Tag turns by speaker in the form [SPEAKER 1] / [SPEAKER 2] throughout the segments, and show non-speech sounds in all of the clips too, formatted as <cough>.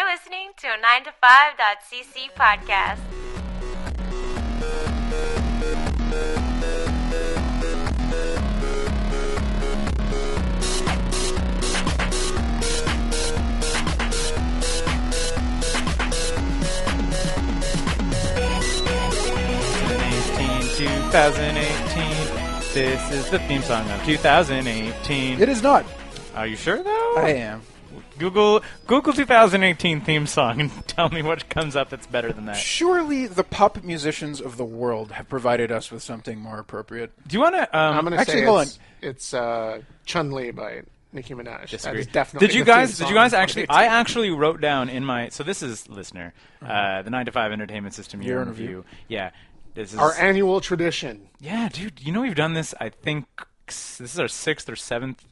[SPEAKER 1] listening to 9to5.cc podcast.
[SPEAKER 2] This is the theme song of 2018.
[SPEAKER 3] It is not.
[SPEAKER 2] Are you sure though?
[SPEAKER 3] I am.
[SPEAKER 2] Google Google 2018 theme song and <laughs> tell me what comes up that's better than that.
[SPEAKER 3] Surely the pop musicians of the world have provided us with something more appropriate.
[SPEAKER 2] Do you want to? Um,
[SPEAKER 4] I'm gonna
[SPEAKER 3] Actually,
[SPEAKER 4] say
[SPEAKER 3] hold
[SPEAKER 4] it's, it's uh, Chun Li by Nicki Minaj. That
[SPEAKER 2] disagree.
[SPEAKER 4] is definitely.
[SPEAKER 2] Did you
[SPEAKER 4] the theme
[SPEAKER 2] guys? Did you
[SPEAKER 4] song
[SPEAKER 2] guys
[SPEAKER 4] of
[SPEAKER 2] actually?
[SPEAKER 4] 2018.
[SPEAKER 2] I actually wrote down in my. So this is listener,
[SPEAKER 4] Mm-hmm.
[SPEAKER 2] uh, the nine to five entertainment system year, in review. Yeah, this is
[SPEAKER 4] our annual tradition.
[SPEAKER 2] yeah, dude. You know we've done this. I think s- this is our sixth or seventh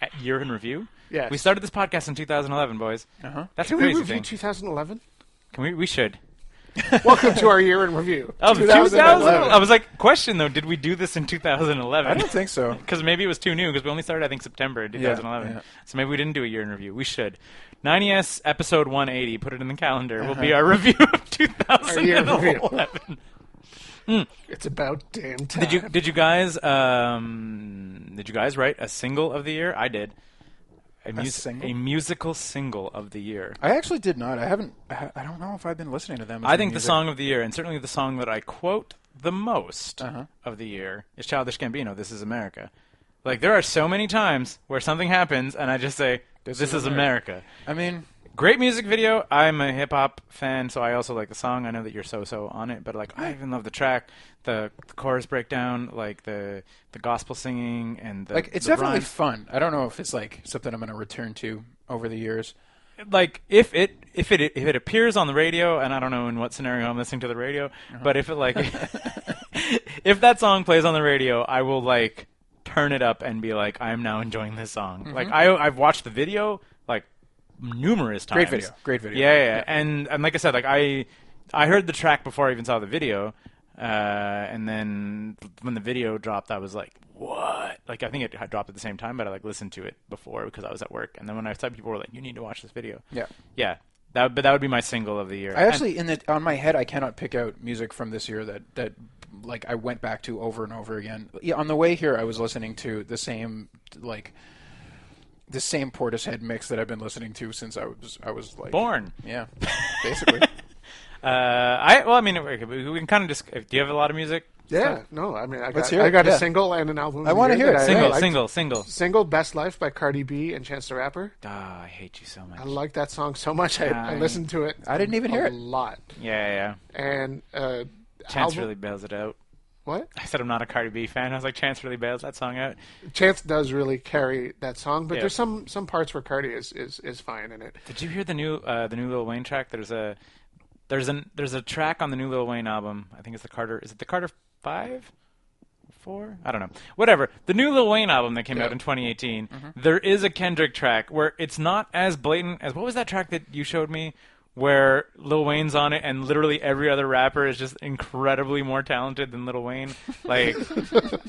[SPEAKER 2] at- year in review.
[SPEAKER 4] Yes.
[SPEAKER 2] we started this podcast in 2011, boys. Uh-huh. That's
[SPEAKER 4] Can
[SPEAKER 2] a
[SPEAKER 4] we
[SPEAKER 2] crazy
[SPEAKER 4] review
[SPEAKER 2] thing.
[SPEAKER 4] 2011?
[SPEAKER 3] <laughs>
[SPEAKER 2] Can we? We should.
[SPEAKER 4] <laughs>
[SPEAKER 2] Oh,
[SPEAKER 4] Welcome to our year in review.
[SPEAKER 2] Of 2011.
[SPEAKER 4] 2011.
[SPEAKER 2] I was like, question though, did we do this in 2011?
[SPEAKER 3] I don't think so.
[SPEAKER 2] Because maybe it was too new. Because we only started, I think, September 2011.
[SPEAKER 3] yeah.
[SPEAKER 2] So maybe we didn't do a year in review. We should. 90s episode 180. Put it in the calendar. Will be
[SPEAKER 3] Uh-huh.
[SPEAKER 2] our review
[SPEAKER 3] <laughs>
[SPEAKER 2] of
[SPEAKER 4] year in review.
[SPEAKER 2] 2011.
[SPEAKER 4] It's about damn time.
[SPEAKER 2] did you Did you guys um, Did you guys write a single of the year? I did. A, mus-
[SPEAKER 3] single?
[SPEAKER 2] a musical single of the year.
[SPEAKER 3] I actually did not. I haven't. I I don't know if I've been listening to them. as
[SPEAKER 2] I
[SPEAKER 3] a
[SPEAKER 2] think the
[SPEAKER 3] music-
[SPEAKER 2] song of the year, and certainly the song that I quote the most of the year, is Childish Gambino, This Is America. Like, there are so many times where something happens, and I just say, This, is, America.
[SPEAKER 3] I mean,
[SPEAKER 2] Great music video. I'm a hip hop fan, so I also like the song. I know that you're so so on it, but like I even love the track, the, the chorus breakdown, like the the gospel singing, and the,
[SPEAKER 3] like it's
[SPEAKER 2] the
[SPEAKER 3] definitely
[SPEAKER 2] rhymes.
[SPEAKER 3] fun. I don't know if it's like something I'm going to return to over the years.
[SPEAKER 2] like if it if it if it appears on the radio and I don't know in what scenario I'm listening to the radio,
[SPEAKER 3] Uh-huh.
[SPEAKER 2] but if it
[SPEAKER 3] <laughs>
[SPEAKER 2] like if that song plays on the radio, I will like turn it up and be like I am now enjoying this song. Like I I've watched the video like numerous times.
[SPEAKER 3] video. Mm-hmm. Great video.
[SPEAKER 2] Yeah, yeah, yeah. And and like I said, like I I heard the track before I even saw the video. Uh, and then when the video dropped, I was like, "What?" Like I think it had dropped at the same time, but I like listened to it before because I was at work. And then when I saw people were like, "You need to watch this video,"
[SPEAKER 3] Yeah.
[SPEAKER 2] yeah, that but that would be my single of the year.
[SPEAKER 3] I actually in the on my head I cannot pick out music from this year that that like I went back to over and over again. Yeah, on the way here I was listening to the same like the same Portishead mix that I've been listening to since I was I was like
[SPEAKER 2] born.
[SPEAKER 3] Yeah, basically. <laughs>
[SPEAKER 2] Uh, I well, I mean, okay, we we can kind of just. Do you have a lot of music?
[SPEAKER 4] Yeah, no, I mean, I got,
[SPEAKER 3] hear
[SPEAKER 4] I
[SPEAKER 3] it,
[SPEAKER 4] got
[SPEAKER 3] yeah.
[SPEAKER 4] a single and an album.
[SPEAKER 3] I wanna
[SPEAKER 4] to
[SPEAKER 3] hear it.
[SPEAKER 2] Single,
[SPEAKER 3] Right.
[SPEAKER 2] single, single.
[SPEAKER 4] Single "Best Life" by Cardi B and Chance the Rapper.
[SPEAKER 2] Ah, I hate you so much.
[SPEAKER 4] I like that song so much. I, I
[SPEAKER 2] I-
[SPEAKER 4] listened to it.
[SPEAKER 3] I didn't even hear
[SPEAKER 4] a
[SPEAKER 3] it.
[SPEAKER 4] lot.
[SPEAKER 2] yeah, yeah.
[SPEAKER 4] And uh,
[SPEAKER 2] Chance
[SPEAKER 4] album-
[SPEAKER 2] really bails it out.
[SPEAKER 4] what?
[SPEAKER 2] I said I'm not a Cardi B fan. I was like, Chance really bails that song out.
[SPEAKER 4] Chance does really carry that song, but
[SPEAKER 2] Yeah.
[SPEAKER 4] there's some some parts where Cardi is is, is fine in it.
[SPEAKER 2] Did you hear the new uh, the new Lil Wayne track? There's a there's an there's a track on the new Lil Wayne album. I think it's the Carter. Is it the Carter Five? Four? I don't know. Whatever. The new Lil Wayne album that came out in 2018.
[SPEAKER 4] Mm-hmm.
[SPEAKER 2] there is a Kendrick track where it's not as blatant as what was that track that you showed me where Lil Wayne's on it and literally every other rapper is just incredibly more talented than Lil Wayne.
[SPEAKER 4] <laughs>
[SPEAKER 2] Like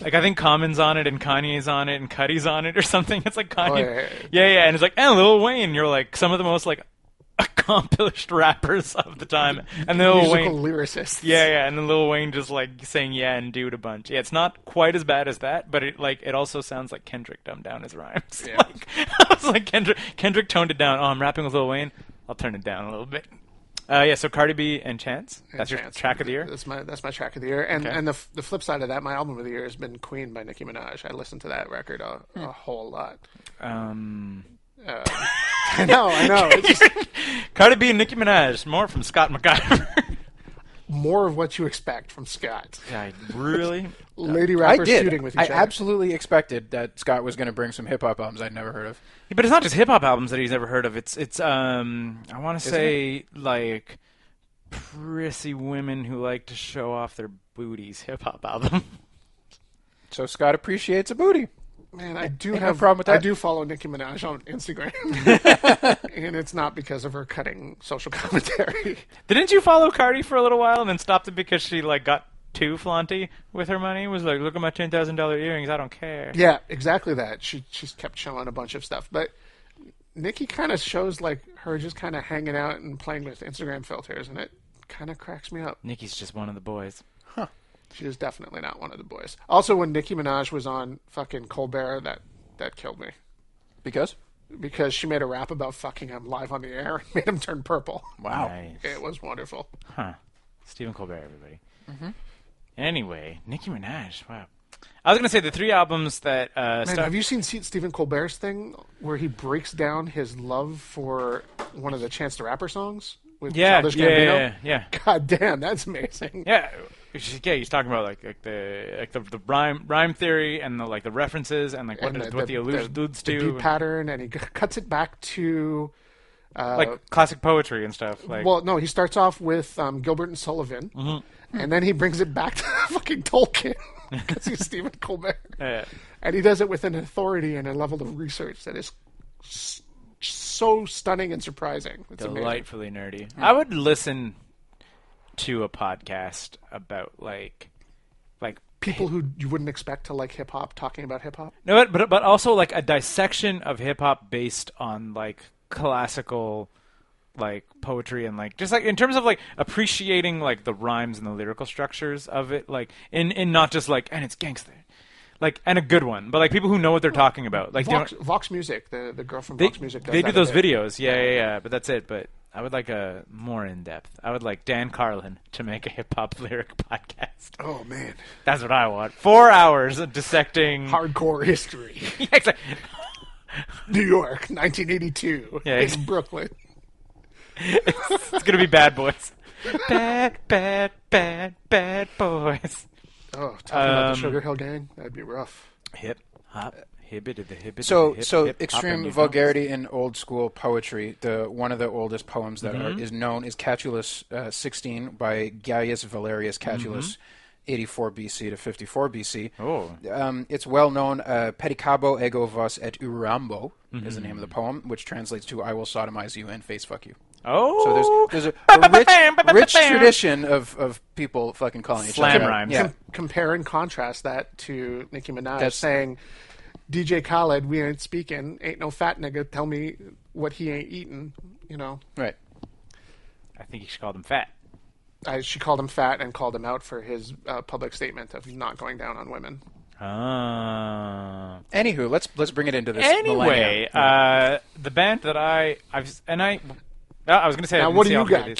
[SPEAKER 2] like I think Common's on it and Kanye's on it and Cuddy's on it or something. It's like Kanye
[SPEAKER 4] Oh, yeah, yeah, yeah.
[SPEAKER 2] yeah, yeah, and it's like, and Lil Wayne, you're like some of the most like accomplished <laughs> rappers of the time, and Lil
[SPEAKER 4] Musical
[SPEAKER 2] Wayne,
[SPEAKER 4] lyricist.
[SPEAKER 2] Oh, yeah,
[SPEAKER 4] <laughs>
[SPEAKER 2] yeah, and then Lil Wayne just like saying yeah and dude a bunch. Yeah, it's not quite as bad as that, but it like it also sounds like Kendrick dumbed down his rhymes.
[SPEAKER 4] Yeah.
[SPEAKER 2] <laughs> Like I was like Kendrick, Kendrick toned it down. Oh, I'm rapping with Lil Wayne. I'll turn it down a little bit. Uh, yeah, so Cardi B and Chance. That's your
[SPEAKER 4] Chance.
[SPEAKER 2] track of the year.
[SPEAKER 4] That's my that's my track of the year, and
[SPEAKER 2] Okay.
[SPEAKER 4] and the f- the flip side of that, my album of the year has been Queen by Nicki Minaj. I listened to that record a, a whole lot.
[SPEAKER 2] Um,
[SPEAKER 4] Uh, I know, I know. It's just
[SPEAKER 2] Cardi B and Nicki Minaj. More from Scott <laughs> McIver.
[SPEAKER 4] more of what you expect from Scott.
[SPEAKER 2] <laughs> I really
[SPEAKER 4] Lady
[SPEAKER 3] I
[SPEAKER 4] rappers
[SPEAKER 3] did.
[SPEAKER 4] shooting with each
[SPEAKER 3] I
[SPEAKER 4] other.
[SPEAKER 3] absolutely expected that Scott was going to bring some hip hop albums I'd never heard of.
[SPEAKER 2] But it's not just hip hop albums that he's never heard of. It's it's um I want to say like prissy women who like to show off their booties hip hop album. <laughs>
[SPEAKER 3] So Scott appreciates a booty.
[SPEAKER 4] Man, I do
[SPEAKER 3] Ain't no
[SPEAKER 4] have
[SPEAKER 3] problem with
[SPEAKER 4] I
[SPEAKER 3] that.
[SPEAKER 4] do follow Nicki Minaj on Instagram, and it's not because of her cutting social commentary.
[SPEAKER 2] Didn't you follow Cardi for a little while and then stopped it because she like got too flaunty with her money? Was like, look at my ten thousand dollar earrings. I don't care.
[SPEAKER 4] Yeah, exactly that. She she's kept showing a bunch of stuff, but Nikki kind of shows like her just kind of hanging out and playing with Instagram filters, and it kind of cracks me up.
[SPEAKER 2] Nikki's just one of the boys.
[SPEAKER 4] She is definitely not one of the boys. Also, when Nicki Minaj was on fucking Colbert, that that killed me
[SPEAKER 3] Because?
[SPEAKER 4] because she made a rap about fucking him live on the air and <laughs> made him turn purple.
[SPEAKER 3] Wow.
[SPEAKER 2] Nice.
[SPEAKER 4] It was wonderful.
[SPEAKER 2] Huh. Stephen Colbert, everybody. Anyway, Nicki Minaj. Wow. I was gonna say the three albums that uh,
[SPEAKER 4] And
[SPEAKER 2] stuck-
[SPEAKER 4] have you seen Se- Stephen Colbert's thing where he breaks down his love for one of the Chance the Rapper songs with
[SPEAKER 2] yeah,
[SPEAKER 4] Childish
[SPEAKER 2] yeah,
[SPEAKER 4] Gambino?
[SPEAKER 2] yeah, yeah,
[SPEAKER 4] <laughs> God damn, that's amazing.
[SPEAKER 2] yeah. He's- Yeah, he's talking about like, like the like the, the rhyme rhyme theory and the like the references and like what
[SPEAKER 4] And
[SPEAKER 2] it- what the, allusions alludes
[SPEAKER 4] the
[SPEAKER 2] to,
[SPEAKER 4] beat pattern, and he c- cuts it back to. Uh,
[SPEAKER 2] like classic poetry and stuff. Like
[SPEAKER 4] well, no, he starts off with um, Gilbert and Sullivan,
[SPEAKER 2] Mm-hmm.
[SPEAKER 4] and then he brings it back <laughs> to fucking Tolkien <laughs> because he's Stephen
[SPEAKER 2] <laughs>
[SPEAKER 4] Colbert,
[SPEAKER 2] Yeah.
[SPEAKER 4] and he does it with an authority and a level of research that is s- so stunning and surprising. It's amazing.
[SPEAKER 2] delightfully nerdy. I would listen to a podcast about like like
[SPEAKER 4] people who you wouldn't expect to like hip hop talking about hip hop.
[SPEAKER 2] no, but- but but also like a dissection of hip hop based on like classical like poetry and like just like in terms of like appreciating like the rhymes and the lyrical structures of it like in in not just like and it's gangster like and a good one but like people who know what they're talking about like they don't-
[SPEAKER 4] Vox, Vox Music, the, the girl from
[SPEAKER 2] they,
[SPEAKER 4] Vox Music, does
[SPEAKER 2] they
[SPEAKER 4] that
[SPEAKER 2] do
[SPEAKER 4] a
[SPEAKER 2] those
[SPEAKER 4] bit.
[SPEAKER 2] videos yeah yeah yeah but that's it but i would like a more in-depth i would like dan carlin to make a hip-hop <laughs> lyric podcast
[SPEAKER 4] Oh man,
[SPEAKER 2] that's what i want four hours of dissecting <laughs>
[SPEAKER 4] hardcore history. <laughs>
[SPEAKER 2] Yeah, exact-
[SPEAKER 4] New York, 1982.
[SPEAKER 2] Yeah,
[SPEAKER 4] <laughs> in
[SPEAKER 2] ex-
[SPEAKER 4] Brooklyn.
[SPEAKER 2] it's gonna be bad boys bad bad bad bad boys
[SPEAKER 4] Oh, talking about
[SPEAKER 2] Um,
[SPEAKER 4] the Sugar Hill Gang, that'd be rough.
[SPEAKER 2] hip hop hibbit of the hibbit
[SPEAKER 3] So,
[SPEAKER 2] of the hip,
[SPEAKER 3] so
[SPEAKER 2] hip, hop, and
[SPEAKER 3] extreme
[SPEAKER 2] you
[SPEAKER 3] vulgarity in old school poetry. The one of the oldest poems that
[SPEAKER 4] Mm-hmm.
[SPEAKER 3] are, is known is Catulus uh, 16 by Gaius Valerius Catulus,
[SPEAKER 4] Mm-hmm.
[SPEAKER 3] 84 BC to 54 BC.
[SPEAKER 2] Oh.
[SPEAKER 3] um, it's well known. Uh, Pedicabo ego vos et urambo is the
[SPEAKER 4] Mm-hmm.
[SPEAKER 3] name of the poem, which translates to "I will sodomize you and face fuck you."
[SPEAKER 2] don't. oh
[SPEAKER 3] So there's, there's
[SPEAKER 2] <laughs>
[SPEAKER 3] a, a rich, rich tradition of, of people fucking calling each
[SPEAKER 2] Slam
[SPEAKER 3] other. out.
[SPEAKER 2] rhymes.
[SPEAKER 3] Yeah.
[SPEAKER 4] Com- compare and contrast that to Nicki Minaj
[SPEAKER 3] That's-
[SPEAKER 4] saying, "DJ Khaled, we ain't speaking. Ain't no fat nigga. Tell me what he ain't eating." You know,
[SPEAKER 3] Right.
[SPEAKER 2] i think you should call them fat
[SPEAKER 4] I, she called him fat and called him out for his uh, public statement of not going down on women.
[SPEAKER 2] Ah.
[SPEAKER 3] Anywho, let's let's bring it into this.
[SPEAKER 2] Anyway,
[SPEAKER 3] millennium.
[SPEAKER 2] uh, the band that I I've s- and I uh, I was gonna say I
[SPEAKER 4] Now,
[SPEAKER 2] didn't
[SPEAKER 4] what do
[SPEAKER 2] see all
[SPEAKER 4] you
[SPEAKER 2] three of
[SPEAKER 4] got,
[SPEAKER 2] these.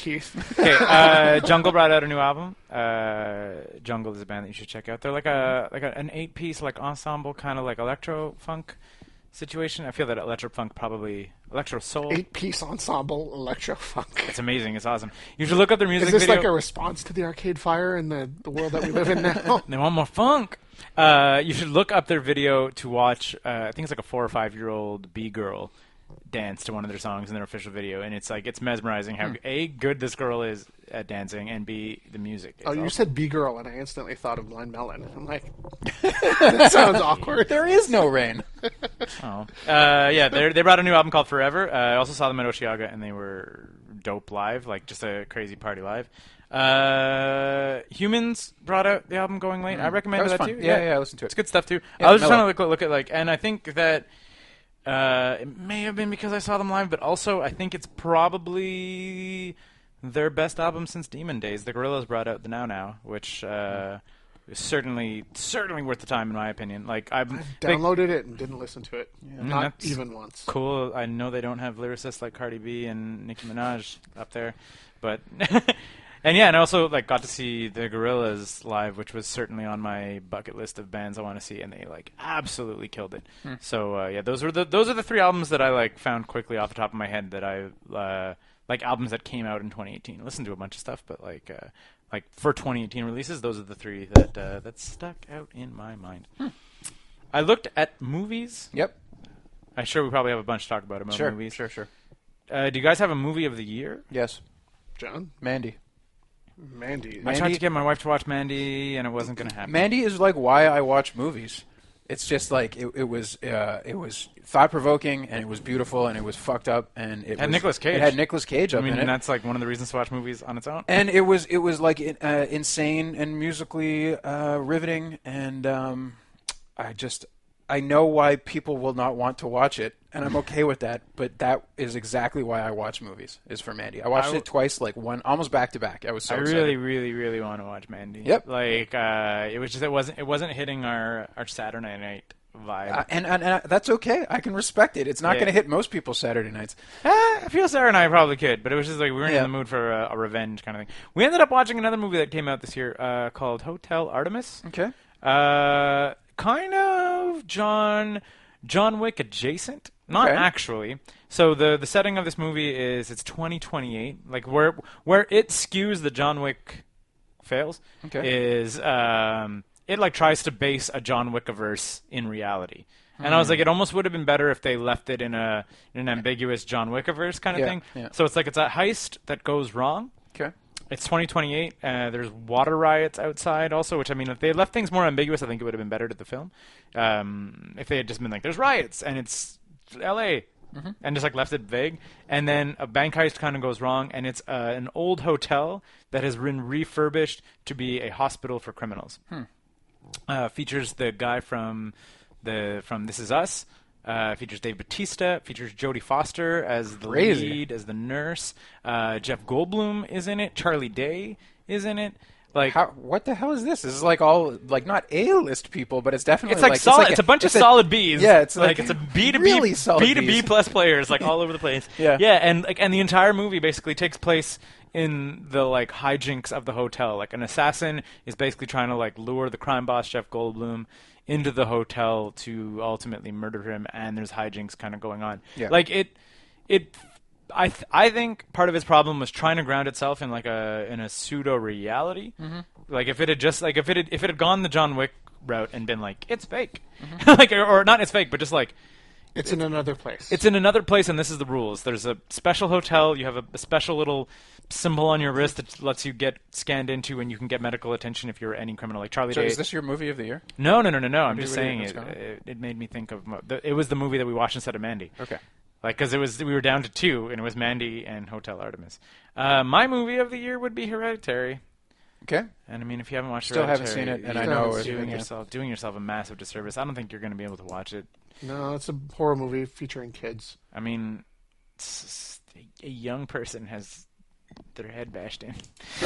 [SPEAKER 2] <laughs>
[SPEAKER 4] Keith? <laughs>
[SPEAKER 2] Okay, uh, Jungle brought out a new album. Uh, Jungle is a band that you should check out. They're like a like a, an eight piece like ensemble kind of like electro funk situation. I feel that electro funk probably electro soul.
[SPEAKER 4] Eight piece ensemble electro funk.
[SPEAKER 2] It's amazing. It's awesome. You should look up their music
[SPEAKER 4] Is this
[SPEAKER 2] video.
[SPEAKER 4] like a response to the Arcade Fire and the, the world that
[SPEAKER 2] <laughs>
[SPEAKER 4] we live in now?
[SPEAKER 2] They want more funk. Uh, you should look up their video to watch. Uh, I think it's like a four or five year old B girl dance to one of their songs in their official video, and it's like it's mesmerizing
[SPEAKER 4] Hmm.
[SPEAKER 2] how a good this girl is at dancing, and b the music. Is
[SPEAKER 4] Oh, you
[SPEAKER 2] awesome.
[SPEAKER 4] said B girl, and I instantly thought of Blind Melon.
[SPEAKER 2] <laughs>
[SPEAKER 4] I'm like, that sounds awkward.
[SPEAKER 3] there is no rain.
[SPEAKER 2] Oh. Uh, yeah, they they brought a new album called Forever. Uh, I also saw them at Oshiaga, and they were dope live, like just a crazy party live. Uh, Humans brought out the album Going Late. I recommend
[SPEAKER 3] Mm-hmm. That was
[SPEAKER 2] that,
[SPEAKER 3] fun.
[SPEAKER 2] too.
[SPEAKER 3] Yeah, yeah, I listened to it.
[SPEAKER 2] It's good stuff too.
[SPEAKER 3] Yeah,
[SPEAKER 2] I was just
[SPEAKER 3] mellow.
[SPEAKER 2] trying to look, look at like, and I think that uh, it may have been because I saw them live, but also I think it's probably their best album since Demon Days. The Gorillas brought out the Now Now, which. Uh, is Certainly, certainly worth the time, in my opinion. Like I've like-
[SPEAKER 4] Downloaded it and didn't listen to it. Not
[SPEAKER 2] That's-
[SPEAKER 4] even once.
[SPEAKER 2] cool. I know they don't have lyricists like Cardi B and Nicki Minaj up there, but <laughs> and yeah, and I also like got to see the Gorillas live, which was certainly on my bucket list of bands I want to see, and they like absolutely killed it. So uh, yeah, those were the those are the three albums that I like found quickly off the top of my head that I uh, like albums that came out in 2018. Listened to a bunch of stuff, but like. Uh, like for 2018 releases, those are the three that uh, that stuck out in my mind. I looked at movies
[SPEAKER 3] Yep.
[SPEAKER 2] I'm sure we probably have a bunch to talk about about
[SPEAKER 3] Sure.
[SPEAKER 2] movies.
[SPEAKER 3] Sure. Sure.
[SPEAKER 2] Uh, do you guys have a movie of the year?
[SPEAKER 3] Yes.
[SPEAKER 4] John?
[SPEAKER 3] Mandy.
[SPEAKER 4] Mandy.
[SPEAKER 2] I tried
[SPEAKER 3] Mandy-
[SPEAKER 2] to get my wife to watch Mandy, and it wasn't going to happen.
[SPEAKER 3] Mandy is like why I watch movies. It's just like it, it was. Uh, it was thought provoking, and it was beautiful, and it was fucked up, and it
[SPEAKER 2] Had
[SPEAKER 3] was,
[SPEAKER 2] Nicolas Cage.
[SPEAKER 3] It had Nicolas Cage
[SPEAKER 2] I
[SPEAKER 3] up
[SPEAKER 2] mean,
[SPEAKER 3] in it.
[SPEAKER 2] and that's like one of the reasons to watch movies on its own.
[SPEAKER 3] and it was it was like in- uh, insane and musically uh, riveting and um, I just I know why people will not want to watch it, and I'm okay with that. But that is exactly why I watch movies. Is for Mandy. I watched
[SPEAKER 2] I w-
[SPEAKER 3] it twice, like one almost back to back. I was so
[SPEAKER 2] I
[SPEAKER 3] excited.
[SPEAKER 2] really, really, really want to watch Mandy.
[SPEAKER 3] Yep.
[SPEAKER 2] Like uh, it was just it wasn't it wasn't hitting our our Saturday night vibe.
[SPEAKER 3] Uh, and, and, and that's okay. I can respect it. It's not
[SPEAKER 2] Yeah.
[SPEAKER 3] going to hit most people Saturday nights.
[SPEAKER 2] Eh, I feel Sarah and I probably could, but it was just like we weren't
[SPEAKER 3] Yeah.
[SPEAKER 2] in the mood for a, a revenge kind of thing. We ended up watching another movie that came out this year uh, called Hotel Artemis.
[SPEAKER 3] Okay.
[SPEAKER 2] Uh, kind of John John Wick adjacent, not
[SPEAKER 3] Okay.
[SPEAKER 2] actually. So the the setting of this movie is it's 2028, like where where it skews the John Wick fails
[SPEAKER 3] Okay.
[SPEAKER 2] is um, it like tries to base a John Wick verse in reality. And I
[SPEAKER 3] Hmm.
[SPEAKER 2] was like, it almost would have been better if they left it in a in an ambiguous John Wickiverse kind of
[SPEAKER 3] Yeah,
[SPEAKER 2] thing.
[SPEAKER 3] yeah.
[SPEAKER 2] So it's like it's a heist that goes wrong,
[SPEAKER 3] Okay.
[SPEAKER 2] it's 2028. Uh, there's water riots outside also, which I mean, if they left things more ambiguous, I think it would have been better to the film. Um, if they had just been like, "There's riots and it's L.A." and just like left it vague, and then a bank heist kind of goes wrong, and it's uh, an old hotel that has been refurbished to be a hospital for criminals. Uh, features the guy from the from This Is Us. Uh, features Dave Batista. Features Jodie Foster as the
[SPEAKER 3] Crazy.
[SPEAKER 2] lead, as the nurse. Uh, Jeff Goldblum is in it. Charlie Day is in it. Like
[SPEAKER 3] How, what the hell is this? This is like all like not A-list people, but it's definitely
[SPEAKER 2] it's like, solid. It's, a, bunch of solid B's.
[SPEAKER 3] Yeah, it's like
[SPEAKER 2] it's a B to B,
[SPEAKER 3] really solid
[SPEAKER 2] B to B
[SPEAKER 3] Bs.
[SPEAKER 2] plus players like all over the place.
[SPEAKER 3] <laughs> Yeah.
[SPEAKER 2] yeah, and like and the entire movie basically takes place in the like hijinks of the hotel. Like an assassin is basically trying to like lure the crime boss Jeff Goldblum into the hotel to ultimately murder him, and there's hijinks kind of going on.
[SPEAKER 3] Yeah.
[SPEAKER 2] like it, it. I th- I think part of his problem was trying to ground itself in like a in a pseudo reality. Like if it had just like if it had, if it had gone the John Wick route and been like it's fake, <laughs> like or, or not it's fake, but just like
[SPEAKER 4] It's in another place.
[SPEAKER 2] it's in another place, and this is the rules. There's a special hotel. You have a, a special little symbol on your wrist that lets you get scanned into, and you can get medical attention if you're any criminal. Like Charlie
[SPEAKER 3] So
[SPEAKER 2] Day.
[SPEAKER 3] is this your movie of the year?
[SPEAKER 2] no, no, no, no, no. I'm just
[SPEAKER 3] we read
[SPEAKER 2] saying
[SPEAKER 3] it
[SPEAKER 2] it,
[SPEAKER 3] from
[SPEAKER 2] it. It made me think of. mo- The, it was the movie that we watched instead of Mandy.
[SPEAKER 3] Okay.
[SPEAKER 2] Like, because it was we were down to two, and it was Mandy and Hotel Artemis. Uh, my movie of the year would be Hereditary.
[SPEAKER 3] Okay.
[SPEAKER 2] And I mean, if you haven't watched,
[SPEAKER 3] Still haven't
[SPEAKER 2] Hereditary,
[SPEAKER 3] seen it, and
[SPEAKER 2] you-
[SPEAKER 4] I know
[SPEAKER 2] you're
[SPEAKER 4] it's-
[SPEAKER 2] doing
[SPEAKER 3] yeah.
[SPEAKER 2] yourself doing yourself a massive disservice. I don't think you're going to be able to watch it.
[SPEAKER 4] no, it's a horror movie featuring kids.
[SPEAKER 2] I mean, s- s- a young person has their head bashed in. <laughs>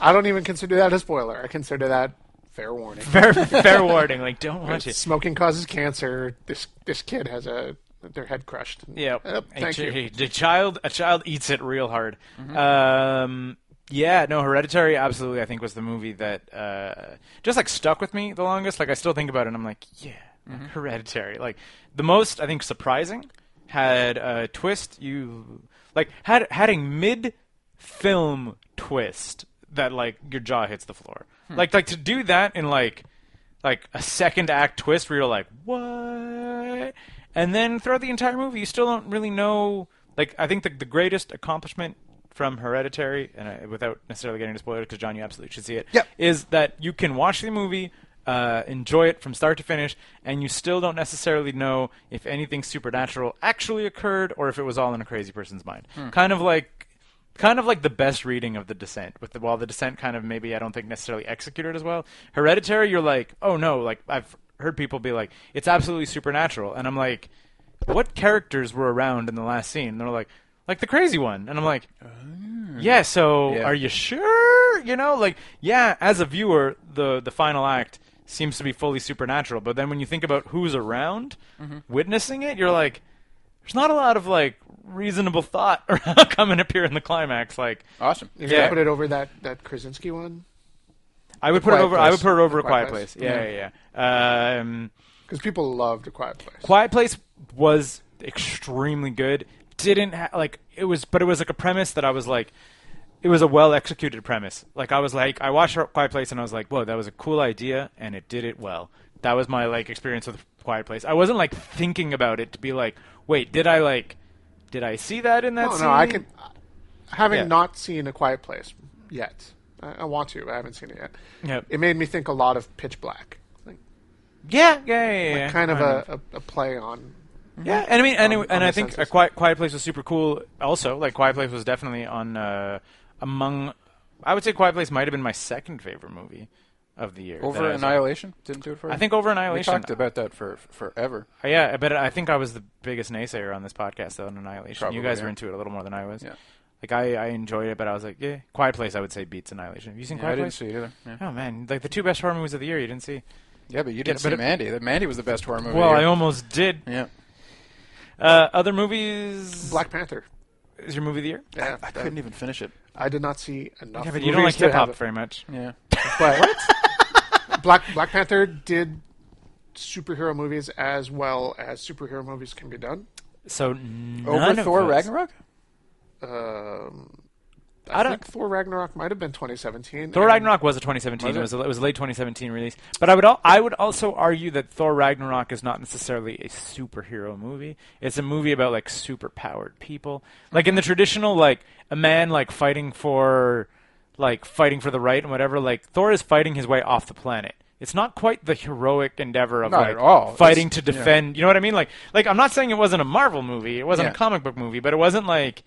[SPEAKER 4] I don't even consider that a spoiler. I consider that fair warning.
[SPEAKER 2] Fair, fair warning. Like, don't watch it.
[SPEAKER 4] Smoking causes cancer. This this kid has a their head crushed.
[SPEAKER 2] Yeah.
[SPEAKER 4] Yep,
[SPEAKER 2] A
[SPEAKER 4] thank
[SPEAKER 2] chi-
[SPEAKER 4] you. Mm-hmm.
[SPEAKER 2] The child, a child eats it real hard. Um, yeah, no, Hereditary absolutely. I think was the movie that uh, just like stuck with me the longest. Like I still think about it. and I'm like, yeah,
[SPEAKER 4] Mm-hmm.
[SPEAKER 2] like, Hereditary. Like the most I think surprising had a twist. You like had had a mid film twist that like your jaw hits the floor.
[SPEAKER 4] Hmm.
[SPEAKER 2] Like like to do that in like like a second act twist where you're like, what? And then throughout the entire movie, you still don't really know. Like, I think the, the greatest accomplishment from Hereditary, and I, without necessarily getting into spoilers, because John, you absolutely should see it,
[SPEAKER 3] Yep.
[SPEAKER 2] is that you can watch the movie, uh, enjoy it from start to finish, and you still don't necessarily know if anything supernatural actually occurred or if it was all in a crazy person's mind. Kind of like kind of like the best reading of the descent with the while the descent kind of maybe i don't think necessarily executed as well hereditary you're like oh no like i've heard people be like it's absolutely supernatural and i'm like what characters were around in the last scene and they're like like the crazy one and i'm like yeah so
[SPEAKER 3] Yeah.
[SPEAKER 2] are you sure you know like yeah as a viewer the the final act seems to be fully supernatural but then when you think about who's around witnessing it you're like there's not a lot of like reasonable thought <laughs> around coming up here in the climax. Like
[SPEAKER 3] Awesome.
[SPEAKER 4] You're
[SPEAKER 2] Yeah.
[SPEAKER 4] gonna put it over that that Krasinski one
[SPEAKER 2] I would put it
[SPEAKER 3] Quiet
[SPEAKER 2] over. I would
[SPEAKER 3] Place.
[SPEAKER 2] put it over a
[SPEAKER 4] The
[SPEAKER 2] quiet
[SPEAKER 4] Quiet
[SPEAKER 2] place.
[SPEAKER 4] Place.
[SPEAKER 2] Yeah, yeah, yeah. Um,
[SPEAKER 4] because people loved a Quiet Place.
[SPEAKER 2] quiet place was extremely good. Didn't ha- like it was, but it was like a premise that I was like, it was a well executed premise. Like I was like, I watched Quiet Place and I was like, whoa, that was a cool idea and it did it well. That was my like experience with Quiet Place. I wasn't like thinking about it to be like, wait, did I like, did I see that in that
[SPEAKER 4] Oh, No,
[SPEAKER 2] scene?
[SPEAKER 4] no, I can. Having
[SPEAKER 2] Yeah.
[SPEAKER 4] not seen a Quiet Place yet, I, I want to. I haven't seen it yet.
[SPEAKER 2] Yep.
[SPEAKER 4] It made me think a lot of Pitch Black, like,
[SPEAKER 2] Yeah, yeah, yeah. yeah, yeah.
[SPEAKER 4] kind of
[SPEAKER 2] I know.
[SPEAKER 4] a, a, a play on.
[SPEAKER 2] Yeah, and I mean, and,
[SPEAKER 4] On-
[SPEAKER 2] it- and
[SPEAKER 4] on
[SPEAKER 2] I
[SPEAKER 4] the
[SPEAKER 2] think a
[SPEAKER 4] census.
[SPEAKER 2] quiet, quiet Place was super cool. Also, like Quiet Place was definitely on uh, among. I would say Quiet Place might have been my second favorite movie of the year. that
[SPEAKER 3] Over
[SPEAKER 2] I was on.
[SPEAKER 3] Annihilation didn't do it for you.
[SPEAKER 2] I think Over
[SPEAKER 3] we
[SPEAKER 2] Annihilation.
[SPEAKER 3] talked about that for forever.
[SPEAKER 2] Uh, yeah, but I think I was the biggest naysayer on this podcast though on Annihilation.
[SPEAKER 3] Probably,
[SPEAKER 2] you guys
[SPEAKER 3] yeah.
[SPEAKER 2] were into it a little more than I was.
[SPEAKER 3] Yeah.
[SPEAKER 2] Like I, I enjoyed it, but I was like, yeah, Quiet Place. I would say beats Annihilation. Have you seen
[SPEAKER 3] Yeah, I
[SPEAKER 2] Quiet
[SPEAKER 3] didn't
[SPEAKER 2] Place?
[SPEAKER 3] see it either. Yeah,
[SPEAKER 2] Oh man, like the two best horror movies of the year. You didn't see?
[SPEAKER 3] Yeah, but you didn't
[SPEAKER 2] but
[SPEAKER 3] see
[SPEAKER 2] it-
[SPEAKER 3] Mandy. That Mandy was the best horror movie.
[SPEAKER 2] Well,
[SPEAKER 3] of
[SPEAKER 2] I
[SPEAKER 3] the year.
[SPEAKER 2] almost did.
[SPEAKER 3] Oh, yeah.
[SPEAKER 2] Uh, other movies.
[SPEAKER 4] Black Panther.
[SPEAKER 2] is your movie of the year.
[SPEAKER 4] Yeah,
[SPEAKER 3] I
[SPEAKER 4] that-
[SPEAKER 3] couldn't even finish it.
[SPEAKER 4] I did not see enough.
[SPEAKER 2] Yeah, but you don't like
[SPEAKER 4] movies to
[SPEAKER 2] hip hop
[SPEAKER 4] have
[SPEAKER 2] very much.
[SPEAKER 3] Yeah.
[SPEAKER 4] it. But Black Black Panther did superhero movies as well as superhero movies can be done.
[SPEAKER 2] So none
[SPEAKER 3] Over
[SPEAKER 2] of
[SPEAKER 3] Thor
[SPEAKER 2] those-
[SPEAKER 3] Ragnarok.
[SPEAKER 4] Um,
[SPEAKER 2] I
[SPEAKER 4] I,
[SPEAKER 2] don't-
[SPEAKER 4] think Thor Ragnarok might have been 2017.
[SPEAKER 2] Thor
[SPEAKER 4] and-
[SPEAKER 2] Ragnarok was a 2017. it?
[SPEAKER 3] Was it?
[SPEAKER 2] was a, it was a late 2017 release. But I would al- I would also argue that Thor Ragnarok is not necessarily a superhero movie. It's a movie about like superpowered people. Like in
[SPEAKER 3] Mm-hmm.
[SPEAKER 2] the traditional like a man like fighting for like fighting for the right and whatever. Like Thor is fighting his way off the planet. It's not quite the heroic endeavor of
[SPEAKER 3] Not
[SPEAKER 2] like,
[SPEAKER 3] at all.
[SPEAKER 2] fighting
[SPEAKER 3] It's-
[SPEAKER 2] to
[SPEAKER 3] yeah.
[SPEAKER 2] defend. You know what I mean? Like like I'm not saying it wasn't a Marvel movie. It wasn't
[SPEAKER 3] Yeah.
[SPEAKER 2] a comic book movie, but it wasn't like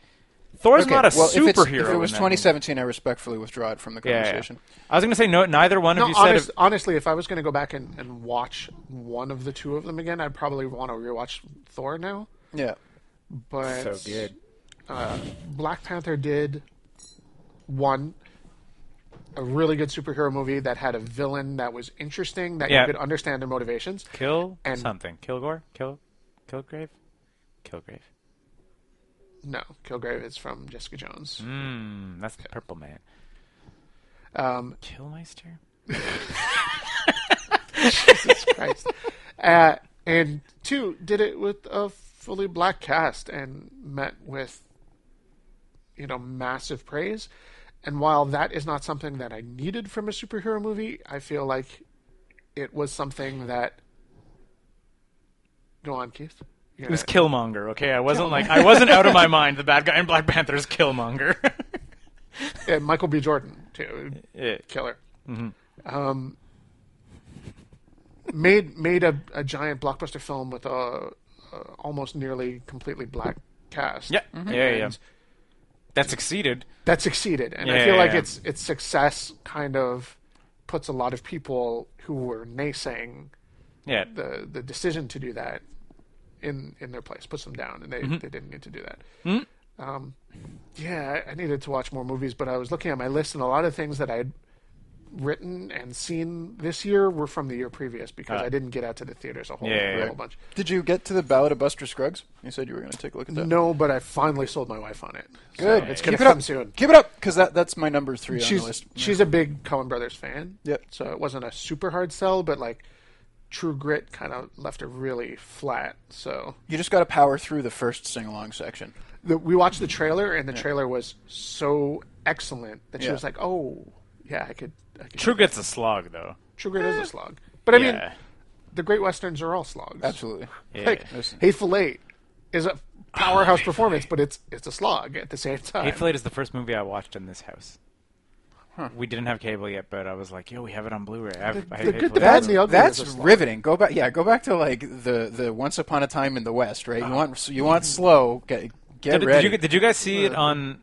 [SPEAKER 2] Thor's
[SPEAKER 3] Okay,
[SPEAKER 2] not a
[SPEAKER 3] well, if it's-
[SPEAKER 2] superhero.
[SPEAKER 3] If it
[SPEAKER 2] in
[SPEAKER 3] was
[SPEAKER 2] that movie.
[SPEAKER 3] 2017, I respectfully withdraw it from the
[SPEAKER 2] Yeah, yeah.
[SPEAKER 3] conversation.
[SPEAKER 2] I was going to say no. Neither one of
[SPEAKER 4] No,
[SPEAKER 2] you said.
[SPEAKER 4] honest,
[SPEAKER 2] if-
[SPEAKER 4] honestly, if I was going to go back and, and watch one of the two of them again, I'd probably want to rewatch Thor now.
[SPEAKER 3] Yeah.
[SPEAKER 4] But Uh, Black Panther did one a really good superhero movie that had a villain that was interesting that
[SPEAKER 2] Yeah.
[SPEAKER 4] you could understand their motivations.
[SPEAKER 2] kill
[SPEAKER 4] and-
[SPEAKER 2] something. Kilgore. Kill. Kilgrave. Kilgrave.
[SPEAKER 4] No, Kilgrave is from Jessica Jones.
[SPEAKER 2] Mmm. That's the purple man.
[SPEAKER 4] Um,
[SPEAKER 2] Killmeister.
[SPEAKER 4] Jesus
[SPEAKER 2] <laughs>
[SPEAKER 4] Christ. Uh, and two, did it with a fully black cast and met with, you know, massive praise. And while that is not something that I needed from a superhero movie, I feel like it was something that. Go on, Keith. You're
[SPEAKER 2] It was
[SPEAKER 4] gonna-
[SPEAKER 2] Killmonger. Okay, I wasn't like I wasn't out <laughs> of my mind. The bad guy in Black Panther is Killmonger.
[SPEAKER 4] uh, Michael B. Jordan too.
[SPEAKER 2] <laughs> Yeah.
[SPEAKER 4] killer.
[SPEAKER 2] Mm-hmm.
[SPEAKER 4] Um, made made a, a giant blockbuster film with a, a almost nearly completely black cast.
[SPEAKER 2] Yeah. Yeah. Yeah.
[SPEAKER 4] And
[SPEAKER 2] That succeeded.
[SPEAKER 4] That succeeded, and
[SPEAKER 2] Yeah,
[SPEAKER 4] I feel
[SPEAKER 2] yeah,
[SPEAKER 4] like
[SPEAKER 2] yeah.
[SPEAKER 4] its its success kind of puts a lot of people who were naysaying
[SPEAKER 2] Yeah.
[SPEAKER 4] the the decision to do that in in their place, puts them down, and they,
[SPEAKER 3] Mm-hmm.
[SPEAKER 4] they didn't need to do that. Um, yeah, I I needed to watch more movies, but I was looking at my list, and a lot of things that I had written and seen this year were from the year previous because
[SPEAKER 2] Ah.
[SPEAKER 4] I didn't get out to the theaters a whole,
[SPEAKER 2] Yeah, yeah,
[SPEAKER 4] a
[SPEAKER 2] yeah.
[SPEAKER 4] whole bunch.
[SPEAKER 3] Did you get to the Ballad of Buster Scruggs? You said you were going to take a look at that.
[SPEAKER 4] No, but I finally sold my wife on it. So
[SPEAKER 3] Good.
[SPEAKER 4] it's gonna
[SPEAKER 3] Keep it up.
[SPEAKER 4] come soon.
[SPEAKER 3] Keep it up, because that, that's my number three on the
[SPEAKER 4] She's
[SPEAKER 3] list.
[SPEAKER 4] she's a big Coen Brothers fan.
[SPEAKER 3] Yep.
[SPEAKER 4] So it wasn't a super hard sell, but like True Grit kind of left her really flat. So
[SPEAKER 3] You just got to power through the first sing along section.
[SPEAKER 4] the, we watched the trailer and the trailer was so excellent that she
[SPEAKER 3] Yeah.
[SPEAKER 4] was like, "Oh, yeah, I could." I could
[SPEAKER 2] True gets a slog though.
[SPEAKER 4] True Grit is
[SPEAKER 3] Eh.
[SPEAKER 4] a slog, but I mean,
[SPEAKER 2] Yeah.
[SPEAKER 4] the Great Westerns are all slogs.
[SPEAKER 3] Absolutely.
[SPEAKER 4] Like
[SPEAKER 2] Yeah.
[SPEAKER 4] Hateful Eight is a powerhouse performance, but it's it's a slog at the same time.
[SPEAKER 2] Hateful Eight is the first movie I watched in this house. We didn't have cable yet, but I was like, "Yo, we have it on Blu-ray." I have, I have
[SPEAKER 4] the good,
[SPEAKER 2] Hateful
[SPEAKER 4] the
[SPEAKER 2] Eight.
[SPEAKER 4] bad,
[SPEAKER 3] That's
[SPEAKER 4] and the ugly.
[SPEAKER 3] that's
[SPEAKER 4] is a slog.
[SPEAKER 3] riveting. Go back, yeah, go back to like the, the Once Upon a Time in the West, right? You want you want slow. Get get
[SPEAKER 2] Ah. Did, did
[SPEAKER 3] ready.
[SPEAKER 2] you did you guys see it on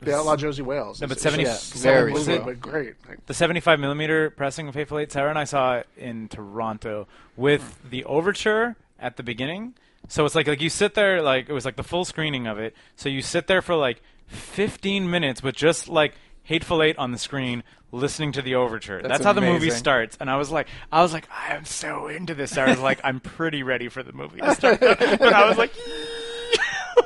[SPEAKER 4] The Outlaw Josie Wales.
[SPEAKER 2] No,
[SPEAKER 4] is-
[SPEAKER 2] but
[SPEAKER 4] is
[SPEAKER 2] 70
[SPEAKER 4] a
[SPEAKER 3] Yeah,
[SPEAKER 4] slow
[SPEAKER 3] very
[SPEAKER 4] movie,
[SPEAKER 3] slow.
[SPEAKER 4] but great. Like,
[SPEAKER 2] the 75 millimeter pressing of Hateful Eight. Sarah and I saw it in Toronto with the overture at the beginning. So it's like like you sit there like it was like the full screening of it. So you sit there for like 15 minutes with just like Hateful Eight on the screen, listening to the overture. That's, how the movie
[SPEAKER 3] amazing.
[SPEAKER 2] starts. And I was like, I was like, I am so into this. Sarah's like, I'm pretty ready for the movie to start. <laughs> but I was like,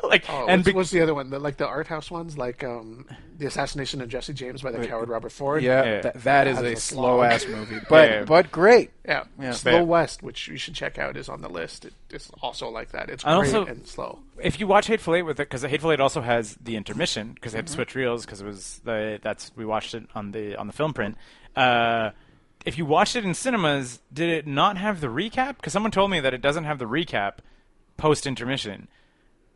[SPEAKER 2] like
[SPEAKER 4] oh,
[SPEAKER 2] and
[SPEAKER 4] what's,
[SPEAKER 2] be-
[SPEAKER 4] what's the other one? The, like the art house ones, like um, the assassination of Jesse James by the coward Robert Ford.
[SPEAKER 3] yeah,
[SPEAKER 2] Yeah.
[SPEAKER 3] that- that is
[SPEAKER 4] That's
[SPEAKER 3] a
[SPEAKER 4] a
[SPEAKER 3] slow
[SPEAKER 4] slog.
[SPEAKER 2] <laughs>
[SPEAKER 3] ass movie, but
[SPEAKER 2] Yeah.
[SPEAKER 3] but great.
[SPEAKER 4] Yeah.
[SPEAKER 3] Yeah.
[SPEAKER 4] Slow
[SPEAKER 2] Yeah.
[SPEAKER 4] West, which you should check out, is on the list. It, it's also like that. It's
[SPEAKER 2] I
[SPEAKER 4] great
[SPEAKER 2] also-
[SPEAKER 4] and slow.
[SPEAKER 2] if you watch Hateful Eight with it, because Hateful Eight also has the intermission, because they had to switch reels, because it was the that's we watched it on the on the film print. Uh, if you watched it in cinemas, did it not have the recap? Because someone told me that it doesn't have the recap post intermission.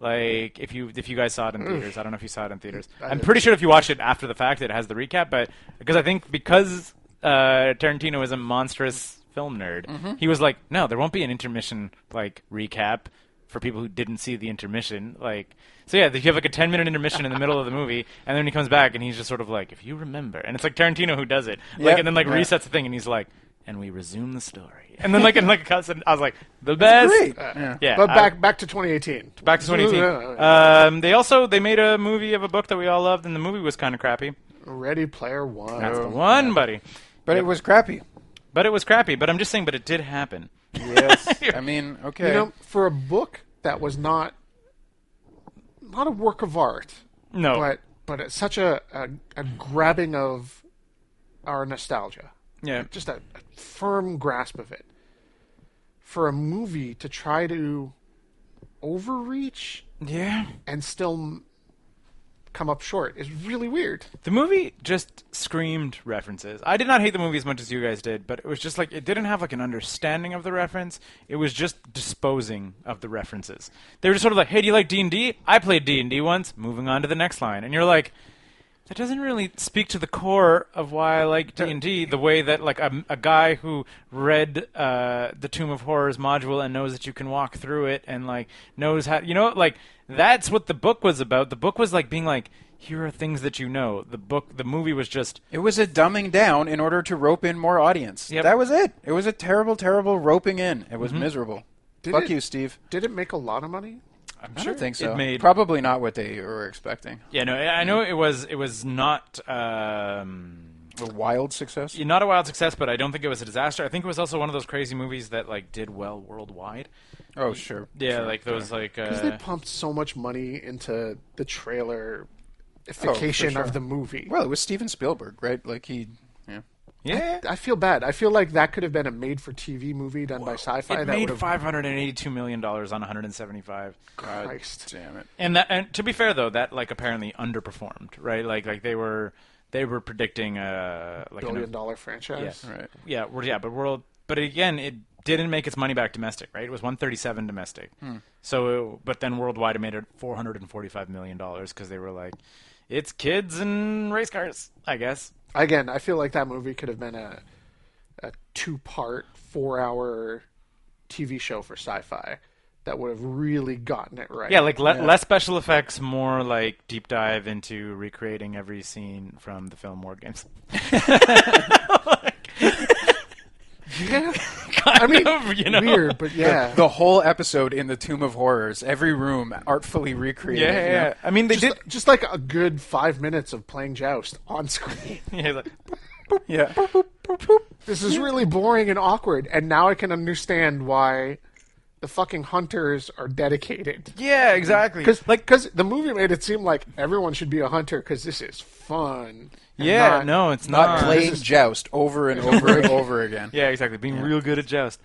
[SPEAKER 2] Like if you if you guys saw it in theaters, I don't know if you saw it in theaters. I'm
[SPEAKER 4] didn't.
[SPEAKER 2] pretty sure if you watched it after the fact, it has the recap. But because I think because uh, Tarantino is a monstrous film nerd, he was like, no, there won't be an intermission like recap for people who didn't see the intermission. Like, so yeah, you have like a ten minute intermission in the middle of the movie, and then he comes back and he's just sort of like, if you remember, and it's like Tarantino who does it, like,
[SPEAKER 3] Yep.
[SPEAKER 2] and then like
[SPEAKER 3] Yeah.
[SPEAKER 2] resets the thing, and he's like, and we resume the story, and then like in like a cut, I was like, the best.
[SPEAKER 3] Great.
[SPEAKER 2] Yeah,
[SPEAKER 4] but
[SPEAKER 2] I-
[SPEAKER 4] back back to Uh, 2018.
[SPEAKER 2] Back to 2018. Um, they also they made a movie of a book that we all loved, and the movie was kind of crappy.
[SPEAKER 4] Ready Player One.
[SPEAKER 2] That's the one, buddy.
[SPEAKER 3] But it was crappy.
[SPEAKER 2] But it was crappy. But I'm just saying, but it did happen.
[SPEAKER 3] Yes. <laughs> I mean, okay.
[SPEAKER 4] You know, for a book that was not not a work of art,
[SPEAKER 2] No,
[SPEAKER 4] but but it's such a, a, a grabbing of our nostalgia,
[SPEAKER 2] yeah,
[SPEAKER 4] just a, a firm grasp of it. For a movie to try to overreach
[SPEAKER 2] yeah.
[SPEAKER 4] and still m- come up short is really weird.
[SPEAKER 2] The movie just screamed references. I did not hate the movie as much as you guys did, but it was just like it didn't have like an understanding of the reference. It was just disposing of the references. They were just sort of like, "Hey, do you like D and D? I played D and D once. Moving on to the next line." And you're like, that doesn't really speak to the core of why I like D and D. The way that like a, a guy who read uh, the Tomb of Horrors module and knows that you can walk through it and like knows how you know like that's what the book was about. The book was like being like here are things that you know. The book, the movie was just
[SPEAKER 3] It was a dumbing down in order to rope in more audience.
[SPEAKER 2] Yep. Mm-hmm.
[SPEAKER 3] That was it. It was a terrible, terrible roping in. It was miserable. Fuck
[SPEAKER 4] it-
[SPEAKER 3] you, Steve.
[SPEAKER 4] Did it make a lot of money?
[SPEAKER 2] I'm
[SPEAKER 3] I
[SPEAKER 2] sure
[SPEAKER 3] don't think so.
[SPEAKER 2] It made
[SPEAKER 3] Probably not what they were expecting.
[SPEAKER 2] yeah no I I know it was it was not. Um,
[SPEAKER 3] A wild success.
[SPEAKER 2] Yeah, not a wild success, but I don't think it was a disaster. I think it was also one of those crazy movies that like did well worldwide.
[SPEAKER 3] Oh, sure.
[SPEAKER 2] Yeah,
[SPEAKER 3] sure.
[SPEAKER 2] like those like
[SPEAKER 4] Because
[SPEAKER 2] uh, Oh,
[SPEAKER 4] they pumped so much money into the trailerification of
[SPEAKER 3] sure.
[SPEAKER 4] the movie.
[SPEAKER 3] Well, it was Steven Spielberg, right? Like he. Yeah.
[SPEAKER 2] yeah.
[SPEAKER 4] I feel bad. I feel like that could have been a made-for-TV movie done by Sci-Fi.
[SPEAKER 2] It
[SPEAKER 4] that
[SPEAKER 2] made
[SPEAKER 4] would've-
[SPEAKER 2] five hundred and eighty-two million dollars on one hundred and seventy-five,
[SPEAKER 4] Christ.
[SPEAKER 3] Damn it.
[SPEAKER 2] and that. And to be fair, though, that like apparently underperformed, right? Like, like they were they were predicting uh, like an-
[SPEAKER 4] billion dollar franchise.
[SPEAKER 2] Yeah.
[SPEAKER 3] Right.
[SPEAKER 2] yeah, well, yeah, but world, but again, it didn't make its money back domestic, right? It was 137 domestic.
[SPEAKER 4] Hmm.
[SPEAKER 2] So, but then worldwide, it made it 445 million dollars because they were like, it's kids and race cars, I guess.
[SPEAKER 4] Again, I feel like that movie could have been a a two part, four hour TV show for sci-fi that would have really gotten it right.
[SPEAKER 2] Yeah, like <laughs> le- less special effects, more like deep dive into recreating every scene from the film War Games.
[SPEAKER 4] Yeah.
[SPEAKER 2] Kind
[SPEAKER 4] I mean,
[SPEAKER 2] of, you know?
[SPEAKER 4] weird, but yeah.
[SPEAKER 3] The whole episode in the Tomb of Horrors, every room artfully recreated.
[SPEAKER 2] Yeah,
[SPEAKER 3] you know?
[SPEAKER 2] yeah, yeah. I mean, they
[SPEAKER 4] just, just like a good five minutes of playing Joust on screen.
[SPEAKER 2] did. <laughs> Yeah, like,
[SPEAKER 3] Yeah.
[SPEAKER 4] This is really boring and awkward, and now I can understand why the fucking hunters are dedicated.
[SPEAKER 2] yeah, exactly.
[SPEAKER 4] Because
[SPEAKER 2] like,
[SPEAKER 4] like, cause the movie made it seem like everyone should be a hunter because this is fun. and
[SPEAKER 2] <laughs> yeah,
[SPEAKER 4] not-
[SPEAKER 2] no, it's
[SPEAKER 3] Not
[SPEAKER 2] not.
[SPEAKER 3] playing Joust over and
[SPEAKER 2] <laughs>
[SPEAKER 3] over and over again.
[SPEAKER 2] Yeah, exactly. Being real good at joust.